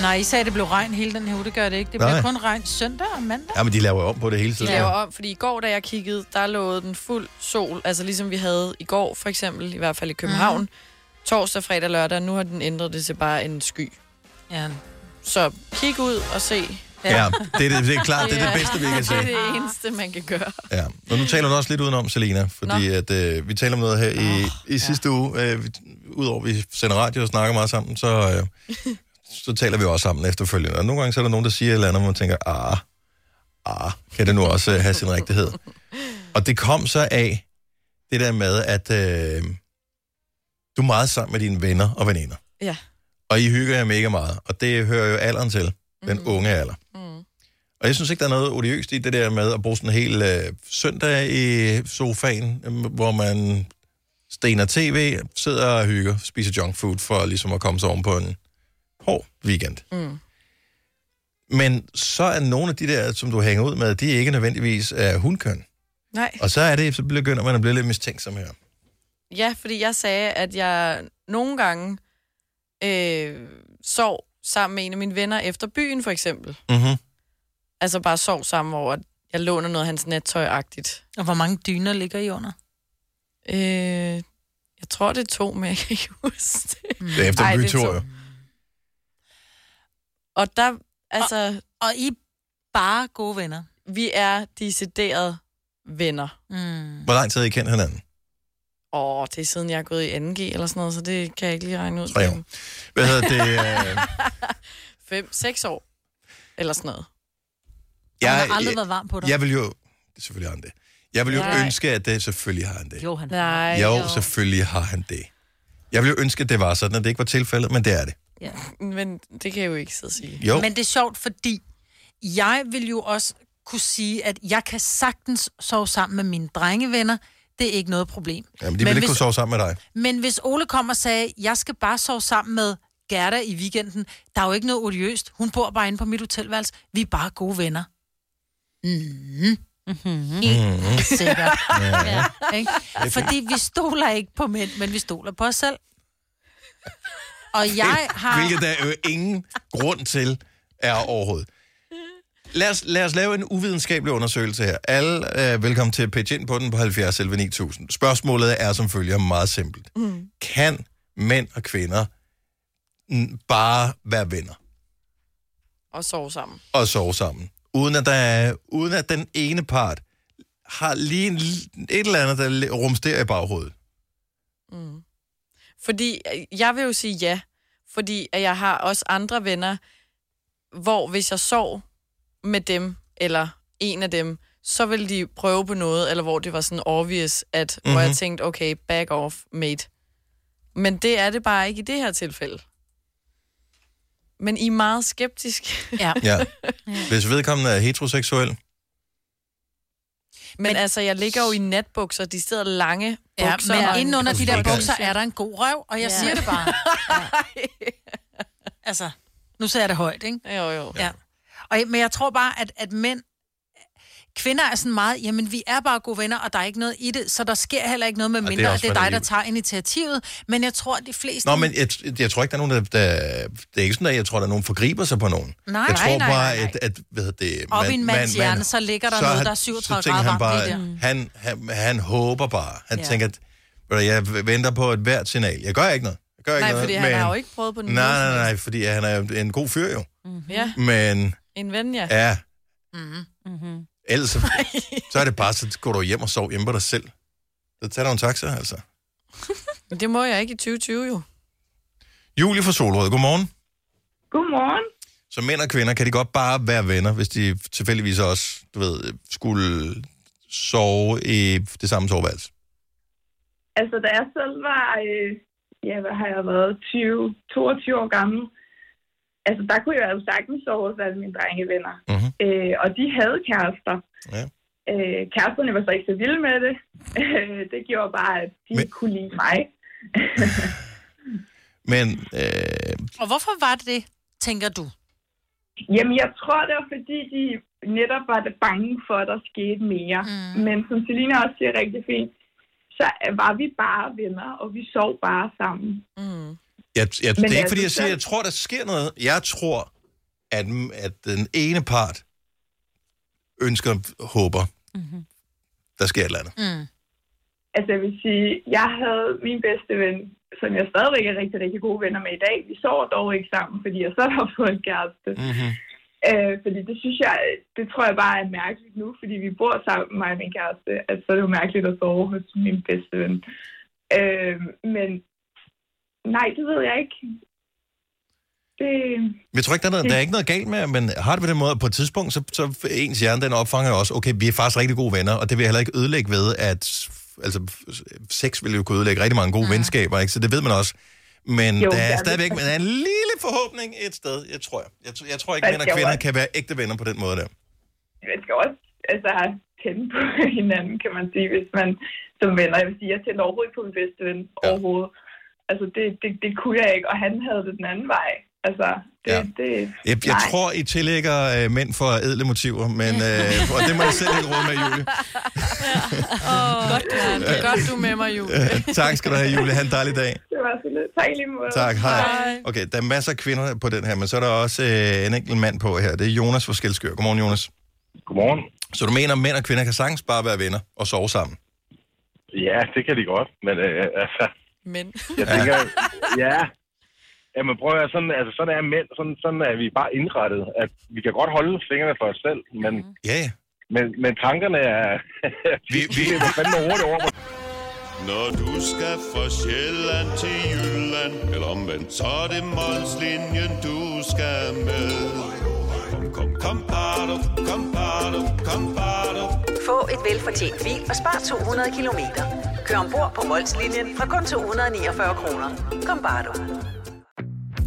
Speaker 3: Nej, I sagde, det blev regn hele den her uge. Det gør det ikke. Det bliver
Speaker 1: Nej.
Speaker 3: kun regn søndag og mandag.
Speaker 1: Ja, men de laver jo om på det hele
Speaker 4: De
Speaker 1: tiden.
Speaker 4: laver om, fordi i går, da jeg kiggede, der lå den fuld sol, altså ligesom vi havde i går, for eksempel, i hvert fald i København, mm. torsdag, fredag, lørdag, nu har den ændret det til bare en sky.
Speaker 3: Ja.
Speaker 4: Så kig ud og se.
Speaker 1: Ja, det er det- det er klart, det er det bedste, vi kan se.
Speaker 4: Det er det eneste, man kan gøre.
Speaker 1: Ja, og nu taler du også lidt udenom, Selina, fordi
Speaker 4: Nå.
Speaker 1: at, øh, vi taler om noget her i, i sidste ja. uge. Øh, vi- Udover at vi sender radio og snakker meget sammen, så, øh, så taler vi også sammen efterfølgende. Og nogle gange så er der nogen, der siger et eller andet, og man tænker, ah, ah, kan det nu også øh, have sin rigtighed? og det kom så af det der med, at øh, du er meget sammen med dine venner og veninder.
Speaker 4: Ja.
Speaker 1: Og I hygger jer mega meget, og det hører jo alderen til, den
Speaker 4: Mhm.
Speaker 1: unge alder. Og jeg synes ikke, der er noget odiøst i det der med at bruge sådan en hel øh, søndag i sofaen, øh, hvor man stener tv, sidder og hygger, spiser junk food for ligesom at komme sig oven på en hård weekend.
Speaker 4: Mm.
Speaker 1: Men så er nogle af de der, som du hænger ud med, de er ikke nødvendigvis af hundkøn.
Speaker 4: Nej.
Speaker 1: Og så er det, så begynder man at blive lidt mistænksom her.
Speaker 4: Ja, fordi jeg sagde, at jeg nogle gange øh, sov sammen med en af mine venner efter byen, for eksempel.
Speaker 1: Mm-hmm.
Speaker 4: Altså bare sov sammen over, at jeg låner noget af hans nattøj-agtigt.
Speaker 3: Og hvor mange dyner ligger I under?
Speaker 4: Øh, jeg tror, det er to, men jeg kan ikke huske det.
Speaker 1: Det er efter
Speaker 4: Ej,
Speaker 1: en
Speaker 4: det er
Speaker 1: bytur,
Speaker 4: to.
Speaker 1: jo.
Speaker 4: Og der, altså...
Speaker 3: Og, og I bare gode venner?
Speaker 4: Vi er deciderede venner.
Speaker 3: Mm.
Speaker 1: Hvor lang tid har I kendt hinanden?
Speaker 4: Åh, det er siden jeg er gået i 2G eller sådan noget, så det kan jeg ikke lige regne ud.
Speaker 1: Tre år. Hvad hedder det? Øh,
Speaker 4: 5-6 år. Eller sådan noget.
Speaker 1: jeg,
Speaker 4: har aldrig været varm på dig.
Speaker 1: Jeg vil jo... Selvfølgelig har han det. Jeg vil jo
Speaker 4: Nej.
Speaker 1: ønske, at det selvfølgelig har han det.
Speaker 2: Jo, han
Speaker 4: Nej,
Speaker 1: jo, selvfølgelig har han det. Jeg ville jo ønske, at det var sådan, at det ikke var tilfældet, men det er det.
Speaker 4: Ja. Men det kan jeg jo ikke sidde og sige.
Speaker 1: Jo.
Speaker 3: Men det er sjovt, fordi jeg vil jo også kunne sige, at jeg kan sagtens sove sammen med mine drengevenner. Det er ikke noget problem.
Speaker 1: Jamen, de ville ikke
Speaker 3: hvis,
Speaker 1: kunne sove sammen med dig.
Speaker 3: Men hvis Ole kommer og sagde, jeg skal bare sove sammen med Gerda i weekenden, der er jo ikke noget odiøst. Hun bor bare inde på mit hotelværelse. Vi er bare gode venner. Mm. Mm-hmm.
Speaker 1: Mm.
Speaker 7: Mhm.
Speaker 3: Sikkert.
Speaker 7: Ja.
Speaker 3: ja. ikke? Fordi vi stoler ikke på mænd, men vi stoler på os selv. Og jeg har...
Speaker 1: Hvilket der jo ingen grund til er overhovedet. Lad os, lad os lave en uvidenskabelig undersøgelse her. Alle øh, velkommen til at pitche ind på den på 70 11 9000. Spørgsmålet er som følger meget simpelt.
Speaker 7: Mm.
Speaker 1: Kan mænd og kvinder mm, bare være venner
Speaker 4: Og sove sammen.
Speaker 1: og sove sammen? Uden at, der er, uden at den ene part har lige en, l- et eller andet, der rumsterer i baghovedet.
Speaker 4: Mm. Fordi øh, jeg vil jo sige ja, fordi at jeg har også andre venner, hvor hvis jeg sov med dem, eller en af dem, så ville de prøve på noget, eller hvor det var sådan obvious, at mm-hmm. hvor
Speaker 1: Mhm.
Speaker 4: jeg tænkte, okay, back off, mate. Men det er det bare ikke i det her tilfælde. Men I er meget skeptiske.
Speaker 3: Ja.
Speaker 1: Ja. Hvis vedkommende er heteroseksuel,
Speaker 4: Men, men altså, jeg ligger jo i natbukser, de steder lange
Speaker 3: Ja,
Speaker 4: bukser. og
Speaker 3: men
Speaker 4: en
Speaker 3: inden under de der
Speaker 4: kort-
Speaker 3: bukser er der en god røv, og jeg
Speaker 4: Ja.
Speaker 3: ja. siger det bare. Ja. Altså, nu ser jeg det højt, ikke?
Speaker 4: Jo, jo.
Speaker 3: Ja. Og, men jeg tror bare, at, at mænd... Kvinder er sådan meget, jamen vi er bare gode venner, og der er ikke noget i det, så der sker heller ikke noget med
Speaker 1: Og det er
Speaker 3: mindre, og
Speaker 1: også
Speaker 3: det er
Speaker 1: for
Speaker 3: dig, der
Speaker 1: naivt.
Speaker 3: tager initiativet. Men jeg tror, at de fleste...
Speaker 1: Nå, men jeg, jeg tror ikke, der er nogen, der, der... Det er ikke sådan, at jeg tror, der er nogen forgriber sig på nogen.
Speaker 3: Nej,
Speaker 1: jeg
Speaker 3: nej,
Speaker 1: tror
Speaker 3: nej, nej,
Speaker 1: bare,
Speaker 3: nej.
Speaker 1: At, at hvad hedder det,
Speaker 3: Op i en mands hjerne, så ligger der noget,
Speaker 1: han-
Speaker 3: der er 37
Speaker 1: så tænker han
Speaker 3: grader
Speaker 1: bare,
Speaker 3: varmt lige der.
Speaker 1: han, han, han håber bare. Han
Speaker 4: Ja.
Speaker 1: ja. tænker, at ved du, jeg venter på et hvert signal. Jeg gør ikke noget. Jeg gør ikke
Speaker 4: Nej,
Speaker 1: noget,
Speaker 4: fordi han har jo ikke prøvet på noget
Speaker 1: Nej,
Speaker 4: som
Speaker 1: nej, nej,
Speaker 4: helst.
Speaker 1: fordi han er en god fyr jo.
Speaker 4: Ja,
Speaker 1: Men
Speaker 4: en ven, ja.
Speaker 1: ja,
Speaker 4: Mm-hmm.
Speaker 1: ellers så, så er det bare, så går du hjem og sover hjemme på dig selv. Så tager du en taxa, altså.
Speaker 4: Men det må jeg ikke i 2020 jo.
Speaker 1: Julie fra Solrød, godmorgen.
Speaker 21: Godmorgen.
Speaker 1: Så mænd og kvinder, kan de godt bare være venner, hvis de tilfældigvis også, du ved, skulle sove i det samme soveværelse?
Speaker 21: Altså, da jeg selv var, øh, ja, hvad har jeg været, 20, 22 år gammel, altså, der kunne jeg jo sagtens sove hos alle mine drengevenner. Mm-hmm. Øh, og de havde kærester.
Speaker 1: Ja.
Speaker 21: Øh, kæresterne var så ikke så vilde med det. Øh, det gjorde bare, at de Men... kunne lide mig.
Speaker 1: Men øh,
Speaker 3: Og hvorfor var det det, tænker du?
Speaker 21: Jamen, jeg tror, det var, fordi de netop var det bange for, at der skete mere. Mm. Men som Selina også siger rigtig fint, så var vi bare venner, og vi sov bare sammen. Mm.
Speaker 1: jeg, jeg, det
Speaker 21: Men
Speaker 1: er ikke,
Speaker 21: altså,
Speaker 1: fordi jeg siger,
Speaker 21: så-
Speaker 1: jeg tror, der sker noget. Jeg tror, at, at den ene part ønsker, håber, mm-hmm. der sker et eller andet.
Speaker 3: Mm.
Speaker 21: Altså, jeg vil sige, jeg havde min bedste ven, som jeg stadigvæk er rigtig, rigtig gode venner med i dag. Vi sover dog ikke sammen, fordi jeg selv har fået en kæreste.
Speaker 1: Mm-hmm.
Speaker 21: Øh, fordi det synes jeg, det tror jeg bare er mærkeligt nu, fordi vi bor sammen, mig og min kæreste. Altså, så er det jo mærkeligt at sove hos min bedste ven. Øh, men nej, det ved jeg ikke. Det,
Speaker 1: Men Jeg tror ikke, der er, noget, der er ikke noget galt med, men har det på den måde, at på et tidspunkt, så, så ens hjerne, den opfanger jo også, okay, vi er faktisk rigtig gode venner, og det vil jeg heller ikke ødelægge ved, at altså, sex vil jo kunne ødelægge rigtig mange gode mm. venskaber, ikke? så det ved man også. Men jo,
Speaker 22: Jo,
Speaker 1: der
Speaker 22: det er
Speaker 1: er
Speaker 22: det.
Speaker 1: stadigvæk men der er en lille forhåbning et sted, jeg tror jeg. Jeg, tr- jeg tror ikke,
Speaker 21: Man
Speaker 1: mænd og
Speaker 21: skal jo
Speaker 1: kvinder
Speaker 21: også-
Speaker 1: kan være ægte venner på den måde der.
Speaker 21: man skal også altså, tænde på hinanden, kan man sige, hvis man som venner. Jeg vil sige, jeg tænder overhovedet ikke på min bedste ven ja. overhovedet. Altså, det, det, det kunne jeg ikke, og han havde det den anden vej. Altså, det, ja. det,
Speaker 1: Jeg, jeg
Speaker 21: nej.
Speaker 1: tror, I tillægger øh, mænd for ædle motiver, men, øh, og det må jeg selv ikke råde med, Julie.
Speaker 4: Åh, godt, du, ja. det er godt, du er med mig, Julie.
Speaker 1: Øh, tak skal du have, Julie. Ha' en dejlig dag.
Speaker 21: Det var så lidt. Tak i lige måde.
Speaker 1: Tak, hej. Okay, der er masser af kvinder på den her, men så er der også øh, en enkelt mand på her. Det er Jonas fra Skelskør. Godmorgen, Jonas.
Speaker 14: Godmorgen.
Speaker 1: Så du mener, at mænd og kvinder kan sagtens bare være venner og sove sammen?
Speaker 14: Ja, det kan de godt, men øh, altså,
Speaker 4: Men.
Speaker 14: jeg tænker, ja, jamen prøv at høre, sådan, altså, sådan er mænd, sådan, sådan er vi bare indrettet, at vi kan godt holde fingrene for os selv, men,
Speaker 1: ja,
Speaker 14: men, men tankerne er,
Speaker 16: Vi, vi...
Speaker 14: det er fandme hurtigt over.
Speaker 16: Når du skal fra Sjælland til Jylland, eller omvendt, så er det Molslinjen, du skal med. Kom, kom, kom, bado, kom, bado, kom, bado.
Speaker 17: Få et velfortjent bil og spar 200 kilometer. Kør ombord på Molslinjen fra kun 249 kroner. Kom bare du.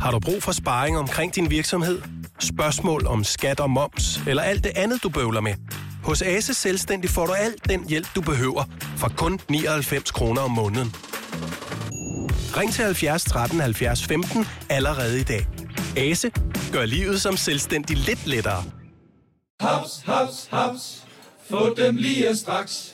Speaker 23: Har du brug for sparring omkring din virksomhed? Spørgsmål om skat og moms, eller alt det andet, du bøvler med? Hos Ase Selvstændig får du alt den hjælp, du behøver, for kun 99 kroner om måneden. Ring til 70 13 70 15 allerede i dag. Ase gør livet som selvstændig lidt lettere.
Speaker 18: Haps, haps, haps. Få dem lige straks.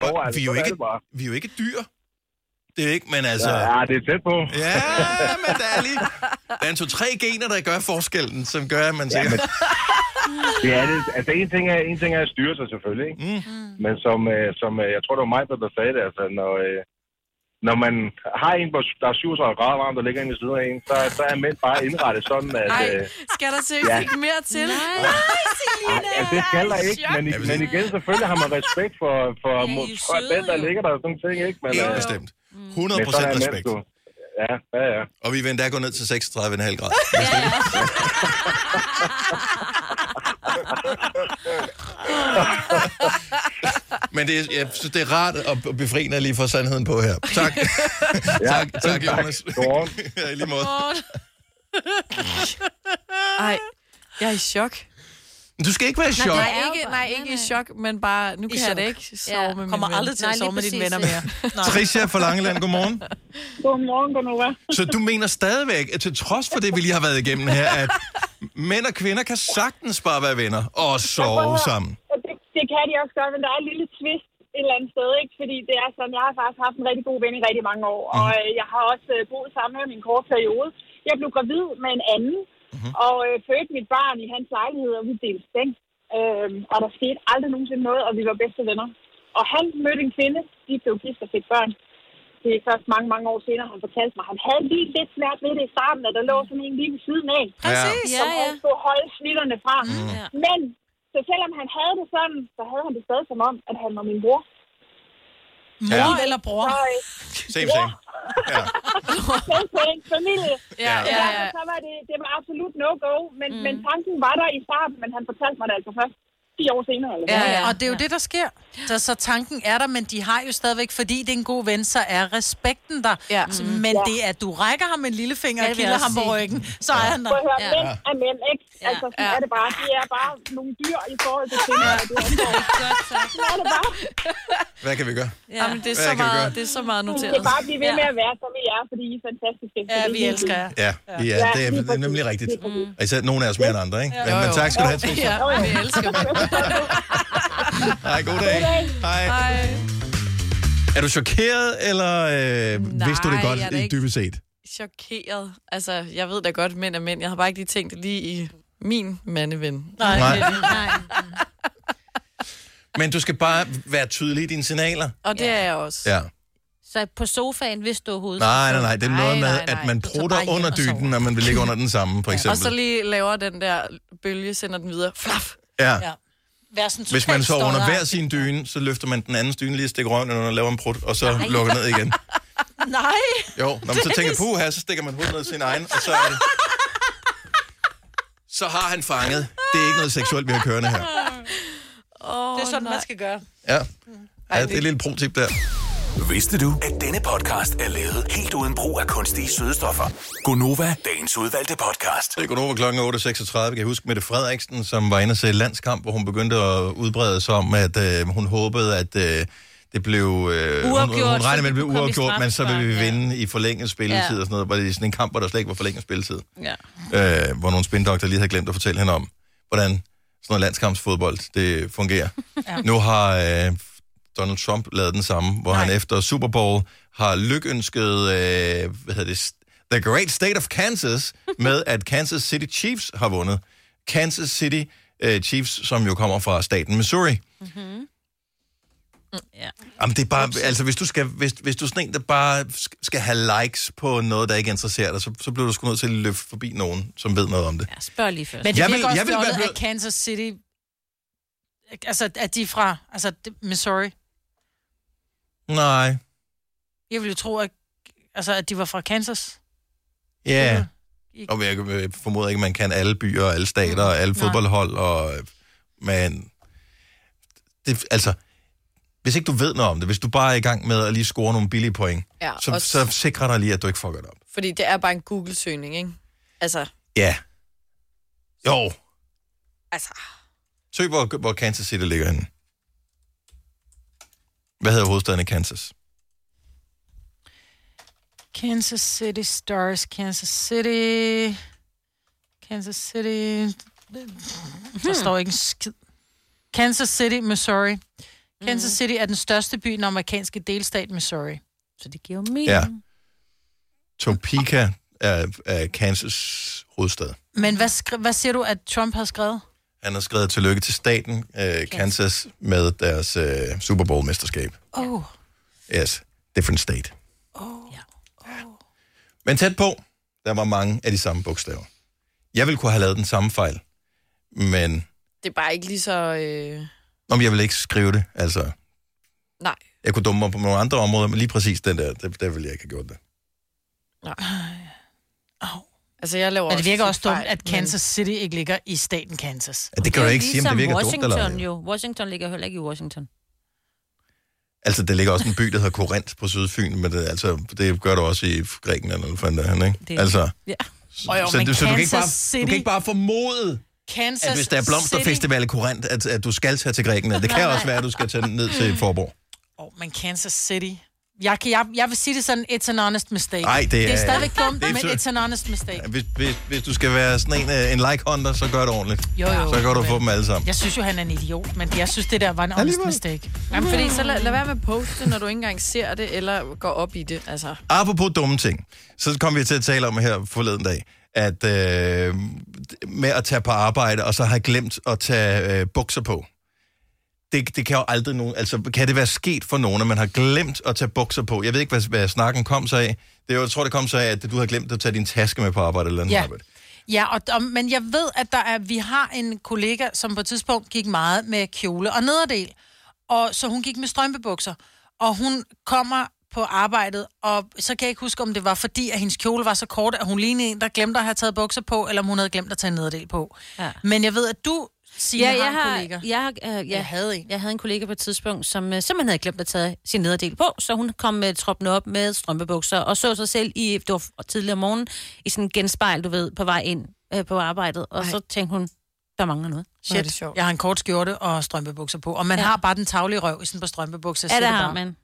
Speaker 1: Og
Speaker 14: altså,
Speaker 1: vi, er jo ikke, vi er jo ikke dyr. Det er ikke, men altså...
Speaker 14: Ja, det er tæt på.
Speaker 1: Ja, men der er lige... Der er en to-tre gener, der gør forskellen, som gør, at man siger...
Speaker 14: men- Ja, det, altså en ting er, en ting er at styre sig selvfølgelig, ikke?
Speaker 1: Mm.
Speaker 14: men som, øh, som øh, jeg tror, det var mig, der sagde det, altså når, øh, når man har en, hvor der er 37 grader varmt, der ligger inde ved siden af en, så, så er mænd bare indrettet sådan,
Speaker 1: Altså,
Speaker 14: at...
Speaker 4: Ej,
Speaker 14: øh,
Speaker 4: skal der seriøst
Speaker 14: Ja.
Speaker 4: ikke mere til? Nej,
Speaker 14: Ej, ja, det skal der ikke, men, i- men igen, selvfølgelig har man respekt for, for,
Speaker 4: Ja, I Mm.
Speaker 14: for,
Speaker 4: er
Speaker 14: for den, der ligger der og sådan ting, ikke? Men,
Speaker 1: Helt
Speaker 14: øh,
Speaker 1: bestemt.
Speaker 14: men
Speaker 1: 100
Speaker 14: sådan er mænd,
Speaker 1: respekt.
Speaker 14: du. Ja, ja, ja.
Speaker 1: Og vi vil endda gå ned til 36,5 grader. Men det, er- jeg synes, det er rart at befriende lige for sandheden på her. Tak. tak, tak, Jonas.
Speaker 14: Godmorgen.
Speaker 1: ja, i lige måde.
Speaker 4: Ej, jeg er i chok.
Speaker 1: Du skal ikke være i chok.
Speaker 4: Nej, jeg er ikke, nej, ikke i chok, men bare, nu kan jeg da ikke sove
Speaker 3: Ja,
Speaker 4: med mine
Speaker 3: kommer
Speaker 4: venner.
Speaker 3: aldrig til at
Speaker 4: Nej, lige
Speaker 3: sove med dine
Speaker 4: præcis,
Speaker 3: venner
Speaker 4: ikke?
Speaker 3: mere.
Speaker 1: Tricia fra Langeland, godmorgen.
Speaker 24: Godmorgen, Gunova.
Speaker 1: Så du mener stadigvæk, at til trods for det, vi lige har været igennem her, at mænd og kvinder kan sagtens bare være venner og sove sammen.
Speaker 24: Og Det, det kan de også godt, men der er et lille twist et eller andet sted, ikke? Fordi det er sådan, jeg har faktisk haft en rigtig god ven i rigtig
Speaker 1: Mhm.
Speaker 24: mange år, og øh, jeg har også øh, boet sammen med min kort periode. Jeg blev gravid med en anden,
Speaker 1: Mhm.
Speaker 24: og øh, fødte mit barn i hans lejlighed, og vi delte seng. Øh, og der skete aldrig nogensinde noget, og vi var bedste venner. Og han mødte en kvinde, de blev gift og fik børn. Det er først mange, mange år senere, han fortalte mig, han havde lige lidt svært ved det i starten, at der lå sådan en lige ved siden af.
Speaker 7: Præcis.
Speaker 24: Som
Speaker 7: Ja,
Speaker 24: han
Speaker 7: ja.
Speaker 24: skulle holde snitterne fra.
Speaker 7: Mm. Ja.
Speaker 24: Men, så selvom han havde det sådan, så havde han det stadig som om, at han var min bror.
Speaker 1: Ja.
Speaker 3: Mor eller bror?
Speaker 24: Så, øh,
Speaker 1: Same, same.
Speaker 24: Selv på en familie. Så
Speaker 1: Ja, ja,
Speaker 24: derfor
Speaker 1: ja.
Speaker 24: Så var det, det var absolut no-go, men, mm. men tanken var der i starten, men han fortalte mig det altså først 10 år senere. Eller
Speaker 3: Ja,
Speaker 24: hvad?
Speaker 3: ja, og det er jo det, der sker. Så, så tanken er der, men de har jo stadigvæk, fordi det er en god ven, så er respekten der. Ja. Mm. Men
Speaker 24: Ja.
Speaker 3: det er, at du rækker ham en lillefinger
Speaker 24: Ja,
Speaker 3: og
Speaker 24: det vil
Speaker 3: kilder
Speaker 24: jeg
Speaker 3: ham på
Speaker 24: sige.
Speaker 3: ryggen, så er han der.
Speaker 24: Prøv at høre, mænd er mænd, ikke? Altså, sådan er det bare. De er bare nogle dyr i forhold til kvinder, og det er Godt, tak. Sådan er det bare.
Speaker 1: Hvad kan vi gøre?
Speaker 4: Ja. Jamen, det er,
Speaker 1: Hvad
Speaker 4: så
Speaker 1: kan vi gøre?
Speaker 4: meget, det er så meget noteret.
Speaker 24: Det er bare at blive ved med at være, som I er, fordi I er fantastiske. Ja,
Speaker 4: vi elsker jer.
Speaker 1: Ja, ja, ja det, er, det er nemlig rigtigt.
Speaker 24: Mm.
Speaker 1: Altså, nogen af os mere end andre, ikke? Ja, men tak skal du have, Sisse.
Speaker 4: Ja, vi elsker
Speaker 1: Hej, god dag. Hej.
Speaker 4: Hej.
Speaker 1: Er du chokeret, eller øh,
Speaker 4: Nej,
Speaker 1: vidste du det godt
Speaker 4: jeg er da
Speaker 1: i
Speaker 4: ikke-
Speaker 1: dybest set?
Speaker 4: Chokeret. Altså, jeg ved da godt, mænd er mænd. Jeg har bare ikke lige tænkt det lige i min mandeven.
Speaker 1: Nej. Nej.
Speaker 4: Nej.
Speaker 1: Men du skal bare være tydelig i dine signaler.
Speaker 4: Og det er jeg også.
Speaker 1: Ja.
Speaker 2: Så på sofaen, hvis du overhovedet...
Speaker 1: Nej, nej, nej. Det er noget
Speaker 4: Nej,
Speaker 1: med,
Speaker 4: nej, nej.
Speaker 1: at man
Speaker 4: Du tager
Speaker 1: prutter
Speaker 4: bare hjem
Speaker 1: under
Speaker 4: og sover.
Speaker 1: dynen, når man vil ligge under den samme, for
Speaker 4: Og så
Speaker 1: eksempel.
Speaker 4: lige laver den der bølge, sender den videre. Flaf.
Speaker 1: Ja.
Speaker 3: Vær sådan
Speaker 1: Hvis man
Speaker 3: totalt
Speaker 1: sover under
Speaker 3: stodder.
Speaker 1: hver sin dyne, så løfter man den andens dyne lige et stik røven, under og laver en prut, og så
Speaker 3: Nej.
Speaker 1: lukker ned igen.
Speaker 3: Nej.
Speaker 1: Jo, når man så tænker, puha, så stikker man hovedet ned i sin egen, og så er det... Så har han fanget. Det er ikke noget seksuelt, vi har kørende her.
Speaker 4: Oh,
Speaker 3: det er sådan, nej. man skal gøre.
Speaker 1: Ja, ja det er et lille pro-tip der.
Speaker 5: Vidste du, at denne podcast er lavet helt uden brug af kunstige sødestoffer? Gonova, dagens udvalgte podcast.
Speaker 1: Det er over klokken 8.36. Kan jeg huske Mette Frederiksen, som var inde og se landskamp, hvor hun begyndte at udbrede sig om, at øh, hun håbede, at øh, det blev... Øh, hun, hun
Speaker 2: Uafgjort,
Speaker 1: regnede med,
Speaker 2: så
Speaker 1: at det
Speaker 2: vi
Speaker 1: blev
Speaker 2: kunne komme i
Speaker 1: uafgjort, men så ville vi
Speaker 2: straffespark,
Speaker 1: vinde i forlænget spilletid
Speaker 2: Ja.
Speaker 1: og sådan noget. Var det i sådan en kamp, hvor der slet ikke var forlænget spilletid?
Speaker 2: Ja.
Speaker 1: øh, hvor nogle spindokter lige havde glemt at fortælle hende om, hvordan sådan noget landskampsfodbold, det fungerer. ja. Nu har øh, Donald Trump lavet den samme, hvor Nej. han efter Super Bowl har lykønsket, øh, hvad hedder det, st- The Great State of Kansas, med at Kansas City Chiefs har vundet. Kansas City øh, Chiefs, som jo kommer fra staten Missouri.
Speaker 3: Mm-hmm.
Speaker 2: Ja.
Speaker 1: Jamen, det er bare, altså, hvis du, skal, hvis, hvis du er sådan en, der bare sk- skal have likes på noget, der ikke interesserer dig, så, så bliver du sgu nødt til at løbe forbi nogen, som ved noget om det.
Speaker 2: Spørg lige først.
Speaker 3: Men det jeg
Speaker 1: Jeg
Speaker 3: virker
Speaker 1: vil-
Speaker 3: vil, også
Speaker 1: jeg vil være
Speaker 3: fjollet,
Speaker 1: blevet-
Speaker 3: at Kansas City... Altså, at de er fra altså, det- Missouri.
Speaker 1: Nej.
Speaker 3: Jeg ville jo tro, at, altså, at de var fra Kansas.
Speaker 1: Ja. Og jeg øh, formoder ikke, man kan alle byer og alle stater og alle
Speaker 3: Nej.
Speaker 1: fodboldhold. Og, øh, men det, altså, hvis ikke du ved noget om det, hvis du bare er i gang med at lige score nogle billige point,
Speaker 4: Ja,
Speaker 1: så,
Speaker 4: også-
Speaker 1: så sikrer dig lige, at du ikke fucker det op.
Speaker 4: Fordi det er bare en Google-søgning, ikke? Altså,
Speaker 1: Ja. Jo.
Speaker 4: altså.
Speaker 1: Søg, hvor, hvor Kansas City ligger henne. Hvad hedder hovedstaden i Kansas?
Speaker 3: Kansas City Stars, Kansas City... Kansas City... Der står ikke en skid. Kansas City, Missouri. Kansas City er den største by i den amerikanske delstat Missouri.
Speaker 2: Så det giver jo mening.
Speaker 1: Ja. Topeka er, er Kansas hovedstad.
Speaker 3: Men hvad, skri- hvad siger du, at Trump har skrevet?
Speaker 1: Han har skrevet tillykke til staten, øh, Kansas, med deres øh, Super Bowl-mesterskab.
Speaker 3: Åh, oh,
Speaker 1: Yes, different state. Oh. Ja. Men tæt på, der var mange af de samme bogstaver. Jeg ville kunne have lavet den samme fejl, men
Speaker 4: Det er bare ikke lige så... Øh...
Speaker 1: om jeg ville ikke skrive det, altså...
Speaker 4: Nej.
Speaker 1: Jeg kunne dumme mig på nogle andre områder, men lige præcis den der, der, der ville jeg ikke have gjort det.
Speaker 4: Nej. Altså, jeg laver
Speaker 3: Men det virker
Speaker 4: tit
Speaker 3: også dumt,
Speaker 4: fejl,
Speaker 3: at Kansas City ikke ligger i staten Kansas.
Speaker 1: Ja, det kan du ikke sige, om det virker dumt
Speaker 2: ligesom Washington,
Speaker 1: eller ej.
Speaker 2: Washington jo. Washington ligger heller ikke i Washington.
Speaker 1: Altså, der ligger også en by, der hedder Korinth på Sydfyn, men det, altså, det gør du også i Grækenland, eller fanden der han, ikke?
Speaker 2: Det-
Speaker 1: Altså,
Speaker 2: Ja.
Speaker 3: Og jo,
Speaker 1: så,
Speaker 3: men
Speaker 1: du, så du, kan ikke
Speaker 3: Kansas
Speaker 1: bare, du
Speaker 3: City-
Speaker 1: kan ikke bare formode,
Speaker 3: Kansas
Speaker 1: at hvis der er
Speaker 3: City-
Speaker 1: blomsterfestival i Korinth, at, at du skal tage til Grækenland. Det kan
Speaker 3: Nej, nej.
Speaker 1: også være, at du skal tage ned til Forborg.
Speaker 3: Åh, men Kansas City. Jeg, kan, jeg, jeg vil sige det sådan, it's an honest mistake.
Speaker 1: Ej, det
Speaker 3: det
Speaker 1: er-
Speaker 3: er stadigvæk dumt,
Speaker 1: det er
Speaker 3: men it's
Speaker 1: så-
Speaker 3: an honest mistake.
Speaker 1: Hvis, hvis, hvis du skal være sådan en, øh, en like-hunter, så gør det ordentligt.
Speaker 3: Jo, jo.
Speaker 1: så kan du få dem alle sammen.
Speaker 3: Jeg synes jo, han er en idiot, men jeg synes, det der var en honest mistake.
Speaker 4: Jamen, fordi så lad, lad være med at poste, når du ikke engang ser det, eller går op i det, altså.
Speaker 1: Apropos dumme ting, så kom vi til at tale om her forleden dag, at øh, med at tage på arbejde, og så har glemt at tage øh, bukser på. Det, det kan jo aldrig nogen... Altså, kan det være sket for nogen, at man har glemt at tage bukser på? Jeg ved ikke, hvad, hvad snakken kom sig af. Det, var- jeg tror, det kom sig af, at du har glemt at tage din taske med på arbejde eller andet
Speaker 3: Ja.
Speaker 1: arbejde.
Speaker 3: Ja, og, og, men jeg ved, at der er, vi har en kollega, som på et tidspunkt gik meget med kjole og nederdel. Og, så hun gik med strømpebukser. Og hun kommer på arbejdet, og så kan jeg ikke huske, om det var fordi, at hendes kjole var så kort, at hun lignede en, der glemte at have taget bukser på, eller om hun havde glemt at tage en nederdel på.
Speaker 2: Ja.
Speaker 3: Men jeg ved, at du, Signe,
Speaker 2: ja, jeg
Speaker 3: har en kollega.
Speaker 2: Jeg, har- øh, jeg, jeg, havde en. jeg havde en kollega på et tidspunkt, som øh, simpelthen havde glemt at tage sin nederdel på, så hun kom med troppen op med strømpebukser og så sig selv i, det var tidligere om morgenen, i sådan en genspejl, du ved, på vej ind øh, på arbejdet, og Ej. så tænkte hun, der mangler noget.
Speaker 3: Shit, det sjovt. jeg har en kort skjorte og strømpebukser på, og man ja. har bare den taglige røv i sådan på strømpebukser.
Speaker 2: Ja,
Speaker 3: siger
Speaker 2: det
Speaker 3: det
Speaker 2: har
Speaker 3: bare.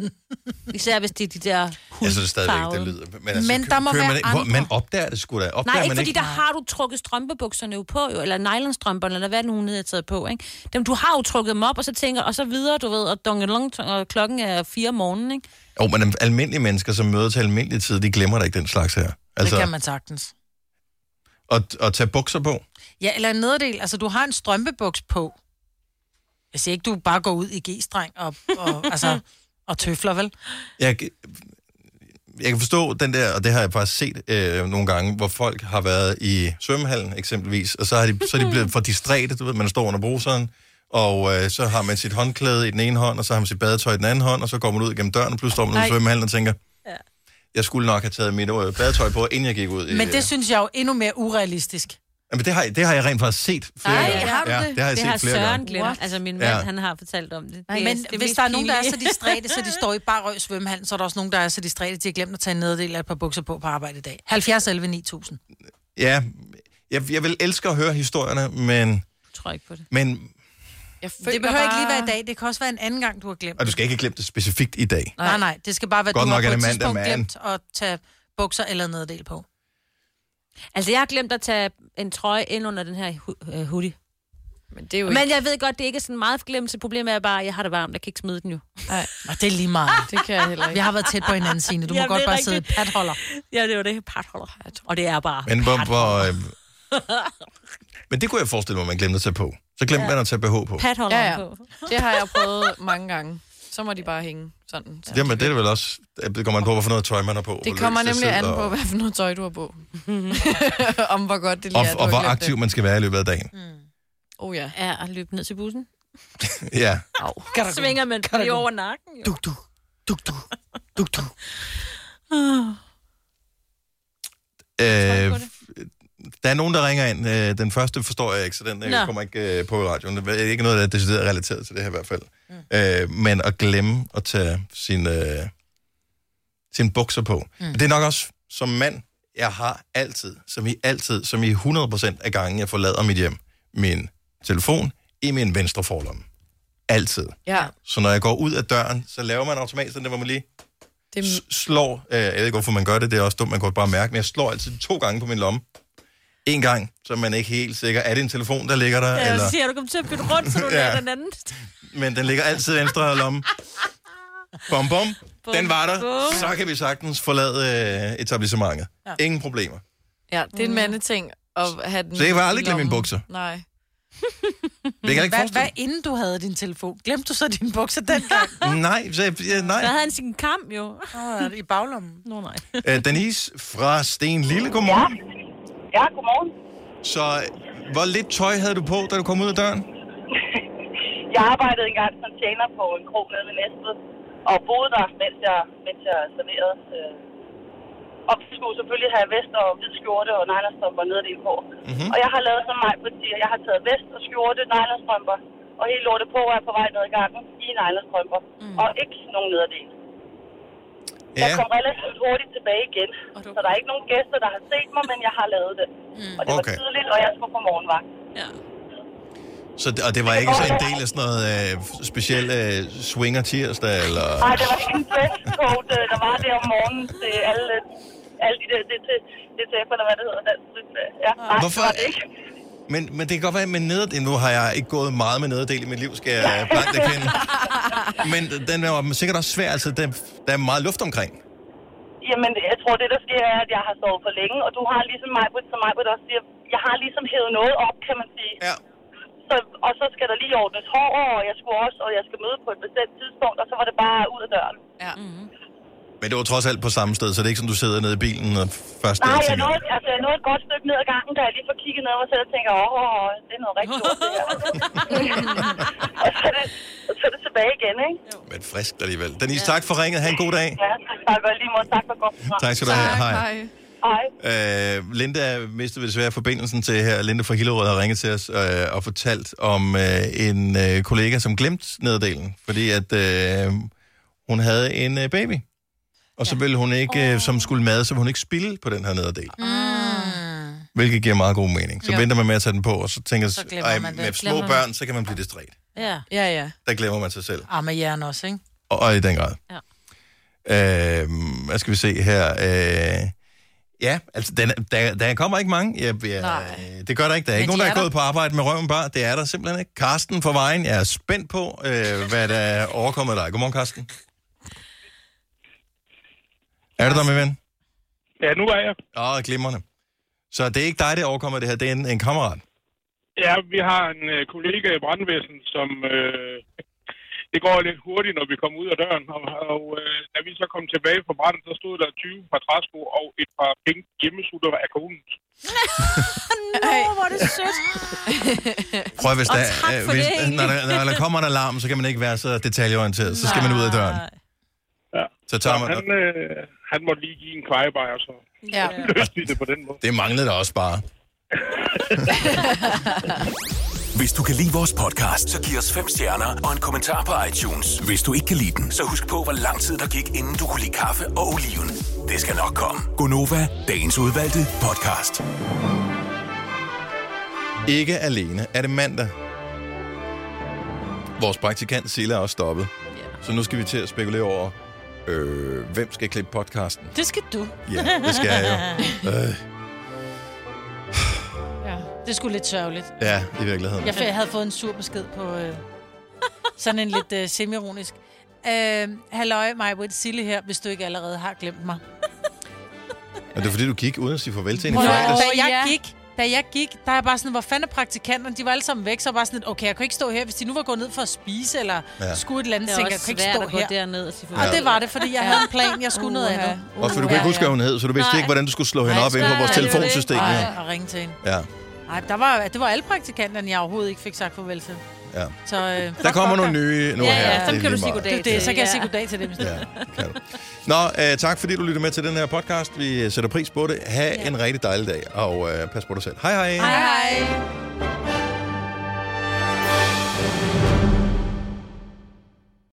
Speaker 2: man. Især hvis det er de der
Speaker 1: Jeg synes stadigvæk, det
Speaker 2: hudfarvede.
Speaker 1: lyder... Men, altså,
Speaker 2: Men
Speaker 1: kø-
Speaker 2: der må
Speaker 1: kører man,
Speaker 2: være
Speaker 1: ikke- hvor-
Speaker 2: andre.
Speaker 1: man opdager det sgu da. Opdager
Speaker 2: Nej, ikke
Speaker 1: man
Speaker 2: fordi der har du trukket strømpebukserne jo på, jo, eller nylonstrømperne, eller hvad nu hun havde taget på. Ikke? Dem, du har jo trukket dem op, og så tænker, og så videre, du ved, og, dungelung, og klokken er fire om morgenen. Ikke?
Speaker 1: Jo, men almindelige mennesker, som møder til almindelig tid, de glemmer da ikke den slags her.
Speaker 3: Altså...
Speaker 1: Altså,
Speaker 3: Det kan man sagtens.
Speaker 1: at, at tage bukser på.
Speaker 3: Ja, eller en nederdel. Altså, du har en strømpebuks på. Jeg siger ikke, du bare går ud i G-streng og, og, altså, og tøfler, vel?
Speaker 1: Jeg, jeg kan forstå den der, og det har jeg faktisk set øh, nogle gange, hvor folk har været i svømmehallen eksempelvis, og så er de, så er de blevet for distræte, du ved, man står under bruseren, og øh, så har man sit håndklæde i den ene hånd, og så har man sit badetøj i den anden hånd, og så går man ud gennem døren, og pludselig står man
Speaker 3: Nej.
Speaker 1: i svømmehallen og tænker, jeg skulle nok have taget mit øh, badetøj på, inden jeg gik ud. i,
Speaker 3: Men
Speaker 1: øh,
Speaker 3: det synes jeg jo er endnu mere urealistisk.
Speaker 1: Jamen, det har, jeg- det har jeg rent faktisk set flere
Speaker 3: Ej,
Speaker 1: gange.
Speaker 3: har du
Speaker 1: ja,
Speaker 3: det?
Speaker 1: det har jeg
Speaker 2: det
Speaker 1: set
Speaker 2: har
Speaker 1: flere
Speaker 2: Søren
Speaker 1: gange.
Speaker 2: glemt. Altså, min mand,
Speaker 1: Ja.
Speaker 2: ja. han har fortalt om det.
Speaker 3: Nej,
Speaker 2: det
Speaker 3: men
Speaker 2: altså, det
Speaker 3: hvis
Speaker 2: mest
Speaker 3: der er nogen, der er så
Speaker 2: pinlige.
Speaker 3: distræte, så de står i bare røg svømmehallen, så er der også nogen, der er så distræte, de har glemt at tage en nederdel af et par bukser på på arbejde i dag. 70 11 9000.
Speaker 1: Ja, jeg, jeg vil elske at høre historierne, men,
Speaker 2: tror ikke på det.
Speaker 1: men
Speaker 4: Jeg
Speaker 3: det behøver bare... ikke lige være i dag. Det kan også være en anden gang, du har glemt.
Speaker 1: og du skal ikke glemme det specifikt i dag.
Speaker 3: Nej, nej, det skal bare være,
Speaker 1: Godt
Speaker 3: du
Speaker 1: nok
Speaker 3: har
Speaker 1: er
Speaker 3: på
Speaker 1: det
Speaker 3: et
Speaker 1: mandag,
Speaker 3: tidspunkt
Speaker 1: mand.
Speaker 3: glemt at tage bukser eller nederdel på.
Speaker 2: Altså, jeg har glemt at tage en trøje ind under den her hu- øh, hoodie.
Speaker 4: Men det er jo
Speaker 2: Men
Speaker 4: ikke...
Speaker 2: jeg ved godt, det ikke er sådan meget glemmelse. Problemet er bare, at jeg har det varmt. Jeg kan ikke smide den jo.
Speaker 4: Nej,
Speaker 3: og det er lige meget.
Speaker 4: Det kan jeg heller ikke.
Speaker 3: Ah, Vi har været tæt på hinanden, Signe. Du må
Speaker 2: Ja,
Speaker 3: godt
Speaker 2: det er
Speaker 3: bare
Speaker 2: rigtigt.
Speaker 3: sidde i patholder.
Speaker 2: Ja, det var det. Partholder. Og det er bare...
Speaker 1: Men, hvor, hvor, øh, men det kunne jeg forestille mig, at man glemte at tage på. Så glemte
Speaker 4: Ja.
Speaker 1: ja. man at tage BH på.
Speaker 2: Patholderen
Speaker 4: ja, ja. Det har jeg prøvet mange gange. Så må de bare hænge sådan. Så.
Speaker 1: Jamen, det er det vel også... Det kommer an på, hvad for noget tøj man har på. hvor
Speaker 4: Det kommer
Speaker 1: løst
Speaker 4: nemlig an
Speaker 1: sidder,
Speaker 4: på,
Speaker 1: og,
Speaker 4: hvad for noget tøj du har på. Om hvor godt det lige
Speaker 1: og,
Speaker 4: er, du
Speaker 1: og
Speaker 4: har
Speaker 1: hvor
Speaker 4: glemt
Speaker 1: aktiv
Speaker 4: det.
Speaker 1: man skal være i løbet af dagen.
Speaker 4: Oh ja.
Speaker 2: Ja, og løbe ned til bussen.
Speaker 1: ja.
Speaker 2: Så svinger man lige over nakken. Jo. Duk, duk.
Speaker 3: Ah.
Speaker 1: Øh, der er nogen, der ringer ind. Øh, den første forstår jeg ikke, så den øh,
Speaker 2: Nå.
Speaker 1: kommer ikke øh, på radioen. Det er ikke noget, der er decideret relateret til det her i hvert fald. Mm. Øh, men at glemme at tage sin, øh, sin bukser på. Mm. Det er nok også som mand, jeg har altid, som i altid, som i 100% af gangen, jeg forlader mit hjem, min telefon i min venstre forlomme. Altid.
Speaker 4: Ja,
Speaker 1: Så når jeg går ud af døren, så laver man automatisk sådan, det, hvor man lige
Speaker 4: det er
Speaker 1: slår, øh, jeg ved ikke, hvorfor man gør det, det er også dumt, man kan jo bare mærke, men jeg slår altid to gange på min lomme. En gang, så er man ikke helt sikker, er det en telefon, der ligger der,
Speaker 2: Ja,
Speaker 1: eller...
Speaker 2: så siger jeg, du kom til at bytte rundt, så du
Speaker 1: Ja.
Speaker 2: lader den anden.
Speaker 1: men den ligger altid i venstre lomme. Bom, bom, den var der.
Speaker 4: Bum.
Speaker 1: Så kan vi sagtens forlade øh, etablissementet.
Speaker 4: Ja.
Speaker 1: Ingen problemer.
Speaker 4: ja, det er en mandeting at have den
Speaker 1: Så jeg vil
Speaker 4: i
Speaker 1: aldrig glemme mine
Speaker 4: lommen.
Speaker 1: bukser.
Speaker 4: Nej.
Speaker 1: Det kan jeg ikke
Speaker 3: Hvad,
Speaker 1: forestille
Speaker 3: hvad inden du havde din telefon? Glemte du så dine bukser dengang?
Speaker 1: Nej, så, jeg- ja, nej.
Speaker 2: Der havde han sin kamp jo.
Speaker 3: Oh, I baglommen.
Speaker 2: Nå nej.
Speaker 1: Øh, Denise fra Sten Lille, godmorgen.
Speaker 15: Ja, godmorgen.
Speaker 1: Så øh, hvor lidt tøj havde du på, da du kom ud af døren?
Speaker 15: Jeg arbejdede engang som tjener på en krog nede ved Næstved, og boede der, mens jeg, mens jeg serverede. Øh, og skulle selvfølgelig have vest og hvid skjorte og nylonstrømper nederdel på. Mm-hmm. Og jeg har lavet som mig på siger, jeg har taget vest og skjorte, nylonstrømper, og hele lortet på, og er på vej ned i gangen i nylonstrømper, mm. og ikke nogen nederdel. Ja. Jeg
Speaker 1: Ja.
Speaker 15: kom relativt hurtigt tilbage igen, så der er ikke nogen gæster, der har set mig, men jeg har lavet det. Mm. Og det var
Speaker 1: Okay.
Speaker 15: tidligt, og jeg skulle på morgenvagt. Ja.
Speaker 1: Så, det- og det var ikke så en del af sådan noget øh, speciel øh, swinger tirsdag, eller...
Speaker 15: Nej, det var ikke en dresscode, øh, der var der om morgenen til alle, alle de der DTF'er, eller hvad det hedder. Dansk, øh, ja, nej,
Speaker 1: Hvorfor-
Speaker 15: det var det ikke.
Speaker 1: Men, men det kan godt være, at med nederdel... Nu har jeg ikke gået meget med nederdel i mit liv, skal jeg blankt erkende. Men den er jo sikkert også svær, altså den, der er meget luft omkring.
Speaker 15: Jamen, jeg tror, det der sker er, at jeg har sovet for længe, og du har ligesom mig, som mig også siger, jeg har ligesom hævet noget op, kan man sige.
Speaker 1: Ja.
Speaker 15: Så, og så skal der lige ordnes hår, og jeg skulle også, og jeg skal møde på et bestemt tidspunkt, og så var det bare ud af døren.
Speaker 4: Ja.
Speaker 15: Mm-hmm.
Speaker 1: Men det var trods alt på samme sted, så det er ikke sådan, du sidder nede i bilen og først
Speaker 15: Nej,
Speaker 1: der
Speaker 15: jeg
Speaker 1: tænker,
Speaker 15: nåede, altså, jeg nåede et godt stykke ned ad gangen, da jeg lige får kigget ned og selv og tænker, åh, oh, det er noget rigtig stort, det her. og så er det, så er det tilbage igen, ikke?
Speaker 1: men frisk alligevel. Denise, tak for ringet. Ha' en god dag.
Speaker 15: Ja, tak, tak, og lige måde, tak for godt. program.
Speaker 1: Tak skal du have. Hej.
Speaker 15: Hej.
Speaker 1: Øh, Linda mistede desværre forbindelsen til her. Linda fra Hillerød har ringet til os øh, og fortalt om øh, en øh, kollega, som glemte neddelen, fordi at øh, hun havde en øh, baby. Og så ville hun ikke, øh, som skulle mad, så ville hun ikke spille på den her nederdel. Mm. Hvilket giver meget god mening. Så
Speaker 4: Jo.
Speaker 1: jo. venter man med at tage den på, og så tænker
Speaker 3: Så
Speaker 1: så
Speaker 3: glemmer
Speaker 1: ej,
Speaker 3: man det.
Speaker 1: med små
Speaker 3: Glemmer man.
Speaker 1: børn, så kan man blive distræt.
Speaker 3: Ja. Ja, ja.
Speaker 1: Der glemmer man sig selv.
Speaker 3: Ah, med jern også, ikke?
Speaker 1: Og, og i den grad. Ja. Øh, hvad skal vi se her? Øh, ja, altså, den, der, der kommer ikke mange. Jeg, jeg, Øh, det gør der ikke. Der er
Speaker 8: Men
Speaker 1: ikke nogen,
Speaker 8: de
Speaker 1: der
Speaker 8: er
Speaker 1: er
Speaker 8: der.
Speaker 1: gået på arbejde med røven bare. Det er der simpelthen ikke. Karsten fra Vejen, jeg er spændt på, øh, hvad der er overkommet dig. Godmorgen, Karsten. Er du der, min ven?
Speaker 10: Ja, nu er jeg.
Speaker 1: Åh, glimrende. Så det er ikke dig, der overkommer det her. Det er en, en kammerat.
Speaker 10: Ja, vi har en øh, kollega i brandvæsenet, som... Øh, det går lidt hurtigt, når vi kommer ud af døren. Og, og øh, da vi så kom tilbage fra branden, så stod der 20 par træsko og et par pink hjemmesutter af konens.
Speaker 3: Nå, hvor er det sødt.
Speaker 1: Prøv at, hvis
Speaker 3: Og
Speaker 1: der,
Speaker 3: tak
Speaker 1: øh,
Speaker 3: for
Speaker 1: hvis,
Speaker 3: det, ikke?
Speaker 1: når, der, når der kommer en alarm, så kan man ikke være så detaljeorienteret. Så skal man ud af døren.
Speaker 10: Ja.
Speaker 1: Så tager man...
Speaker 10: han, øh, han måtte lige give en kvejebajer, så
Speaker 3: Ja.
Speaker 10: løste de det på den måde.
Speaker 1: Det manglede der også bare.
Speaker 5: Hvis du kan lide vores podcast, så giv os fem stjerner og en kommentar på iTunes. Hvis du ikke kan lide den, så husk på, hvor lang tid der gik, inden du kunne lide kaffe og oliven. Det skal nok komme.
Speaker 1: Gonova, dagens udvalgte podcast. Ikke alene er det mandag. Vores praktikant Silla er også stoppet. Så nu skal vi til at spekulere over, øh, hvem skal klippe podcasten?
Speaker 3: Det skal du.
Speaker 1: Ja, det skal jeg jo. Øh,
Speaker 3: ja. Det skulle lidt sørgeligt.
Speaker 1: ja, i virkeligheden.
Speaker 3: Jeg, jeg havde fået en sur besked på øh, sådan en lidt øh, semironisk. Øh, halløj, mig with Sille her, hvis du ikke allerede har glemt mig.
Speaker 1: Men det er fordi, du gik uden at sige farvel til en i
Speaker 3: Prøv at høre,
Speaker 1: fredags.
Speaker 3: da jeg gik, da jeg gik, der er bare sådan, hvor fanden er praktikanterne? De var alle sammen væk, så jeg var sådan lidt, okay, jeg kunne ikke stå her, hvis de nu var gået ned for at spise, eller
Speaker 1: Ja.
Speaker 3: ja. skulle et eller andet,
Speaker 2: Det er
Speaker 3: så tænkte jeg, jeg
Speaker 2: også
Speaker 3: kunne
Speaker 2: svært at
Speaker 3: ikke stå
Speaker 2: gå
Speaker 3: her.
Speaker 2: derned og sige
Speaker 3: og,
Speaker 1: farvel.
Speaker 3: det var det, fordi jeg havde en plan, jeg skulle noget
Speaker 2: Uha.
Speaker 3: andet.
Speaker 1: Også fordi du kan ikke huske, hvad hun hed, så du vidste
Speaker 3: Nej.
Speaker 1: ikke, hvordan du skulle slå hende
Speaker 3: Nej,
Speaker 1: op ind på vores
Speaker 3: det er det.
Speaker 1: telefonsystem.
Speaker 3: Nej, og ringe til hende.
Speaker 1: Ja,
Speaker 3: Nej, der var, det var alle praktikanterne, jeg overhovedet ikke fik sagt farvel til.
Speaker 1: ja.
Speaker 3: Så, øh,
Speaker 1: Der kommer nogle nye nu
Speaker 3: ja,
Speaker 1: her.
Speaker 3: Ja,
Speaker 1: Det er
Speaker 3: dem kan du
Speaker 1: lige
Speaker 3: sige
Speaker 1: meget.
Speaker 3: goddag det, er det, Så kan jeg sige goddag til dem. Ja.
Speaker 1: Nå, øh, tak fordi du lytter med til den her podcast. Vi øh, sætter pris på det. Ha' ja. en rigtig dejlig dag, og øh, pas på dig selv. Hej hej.
Speaker 3: Hej, hej.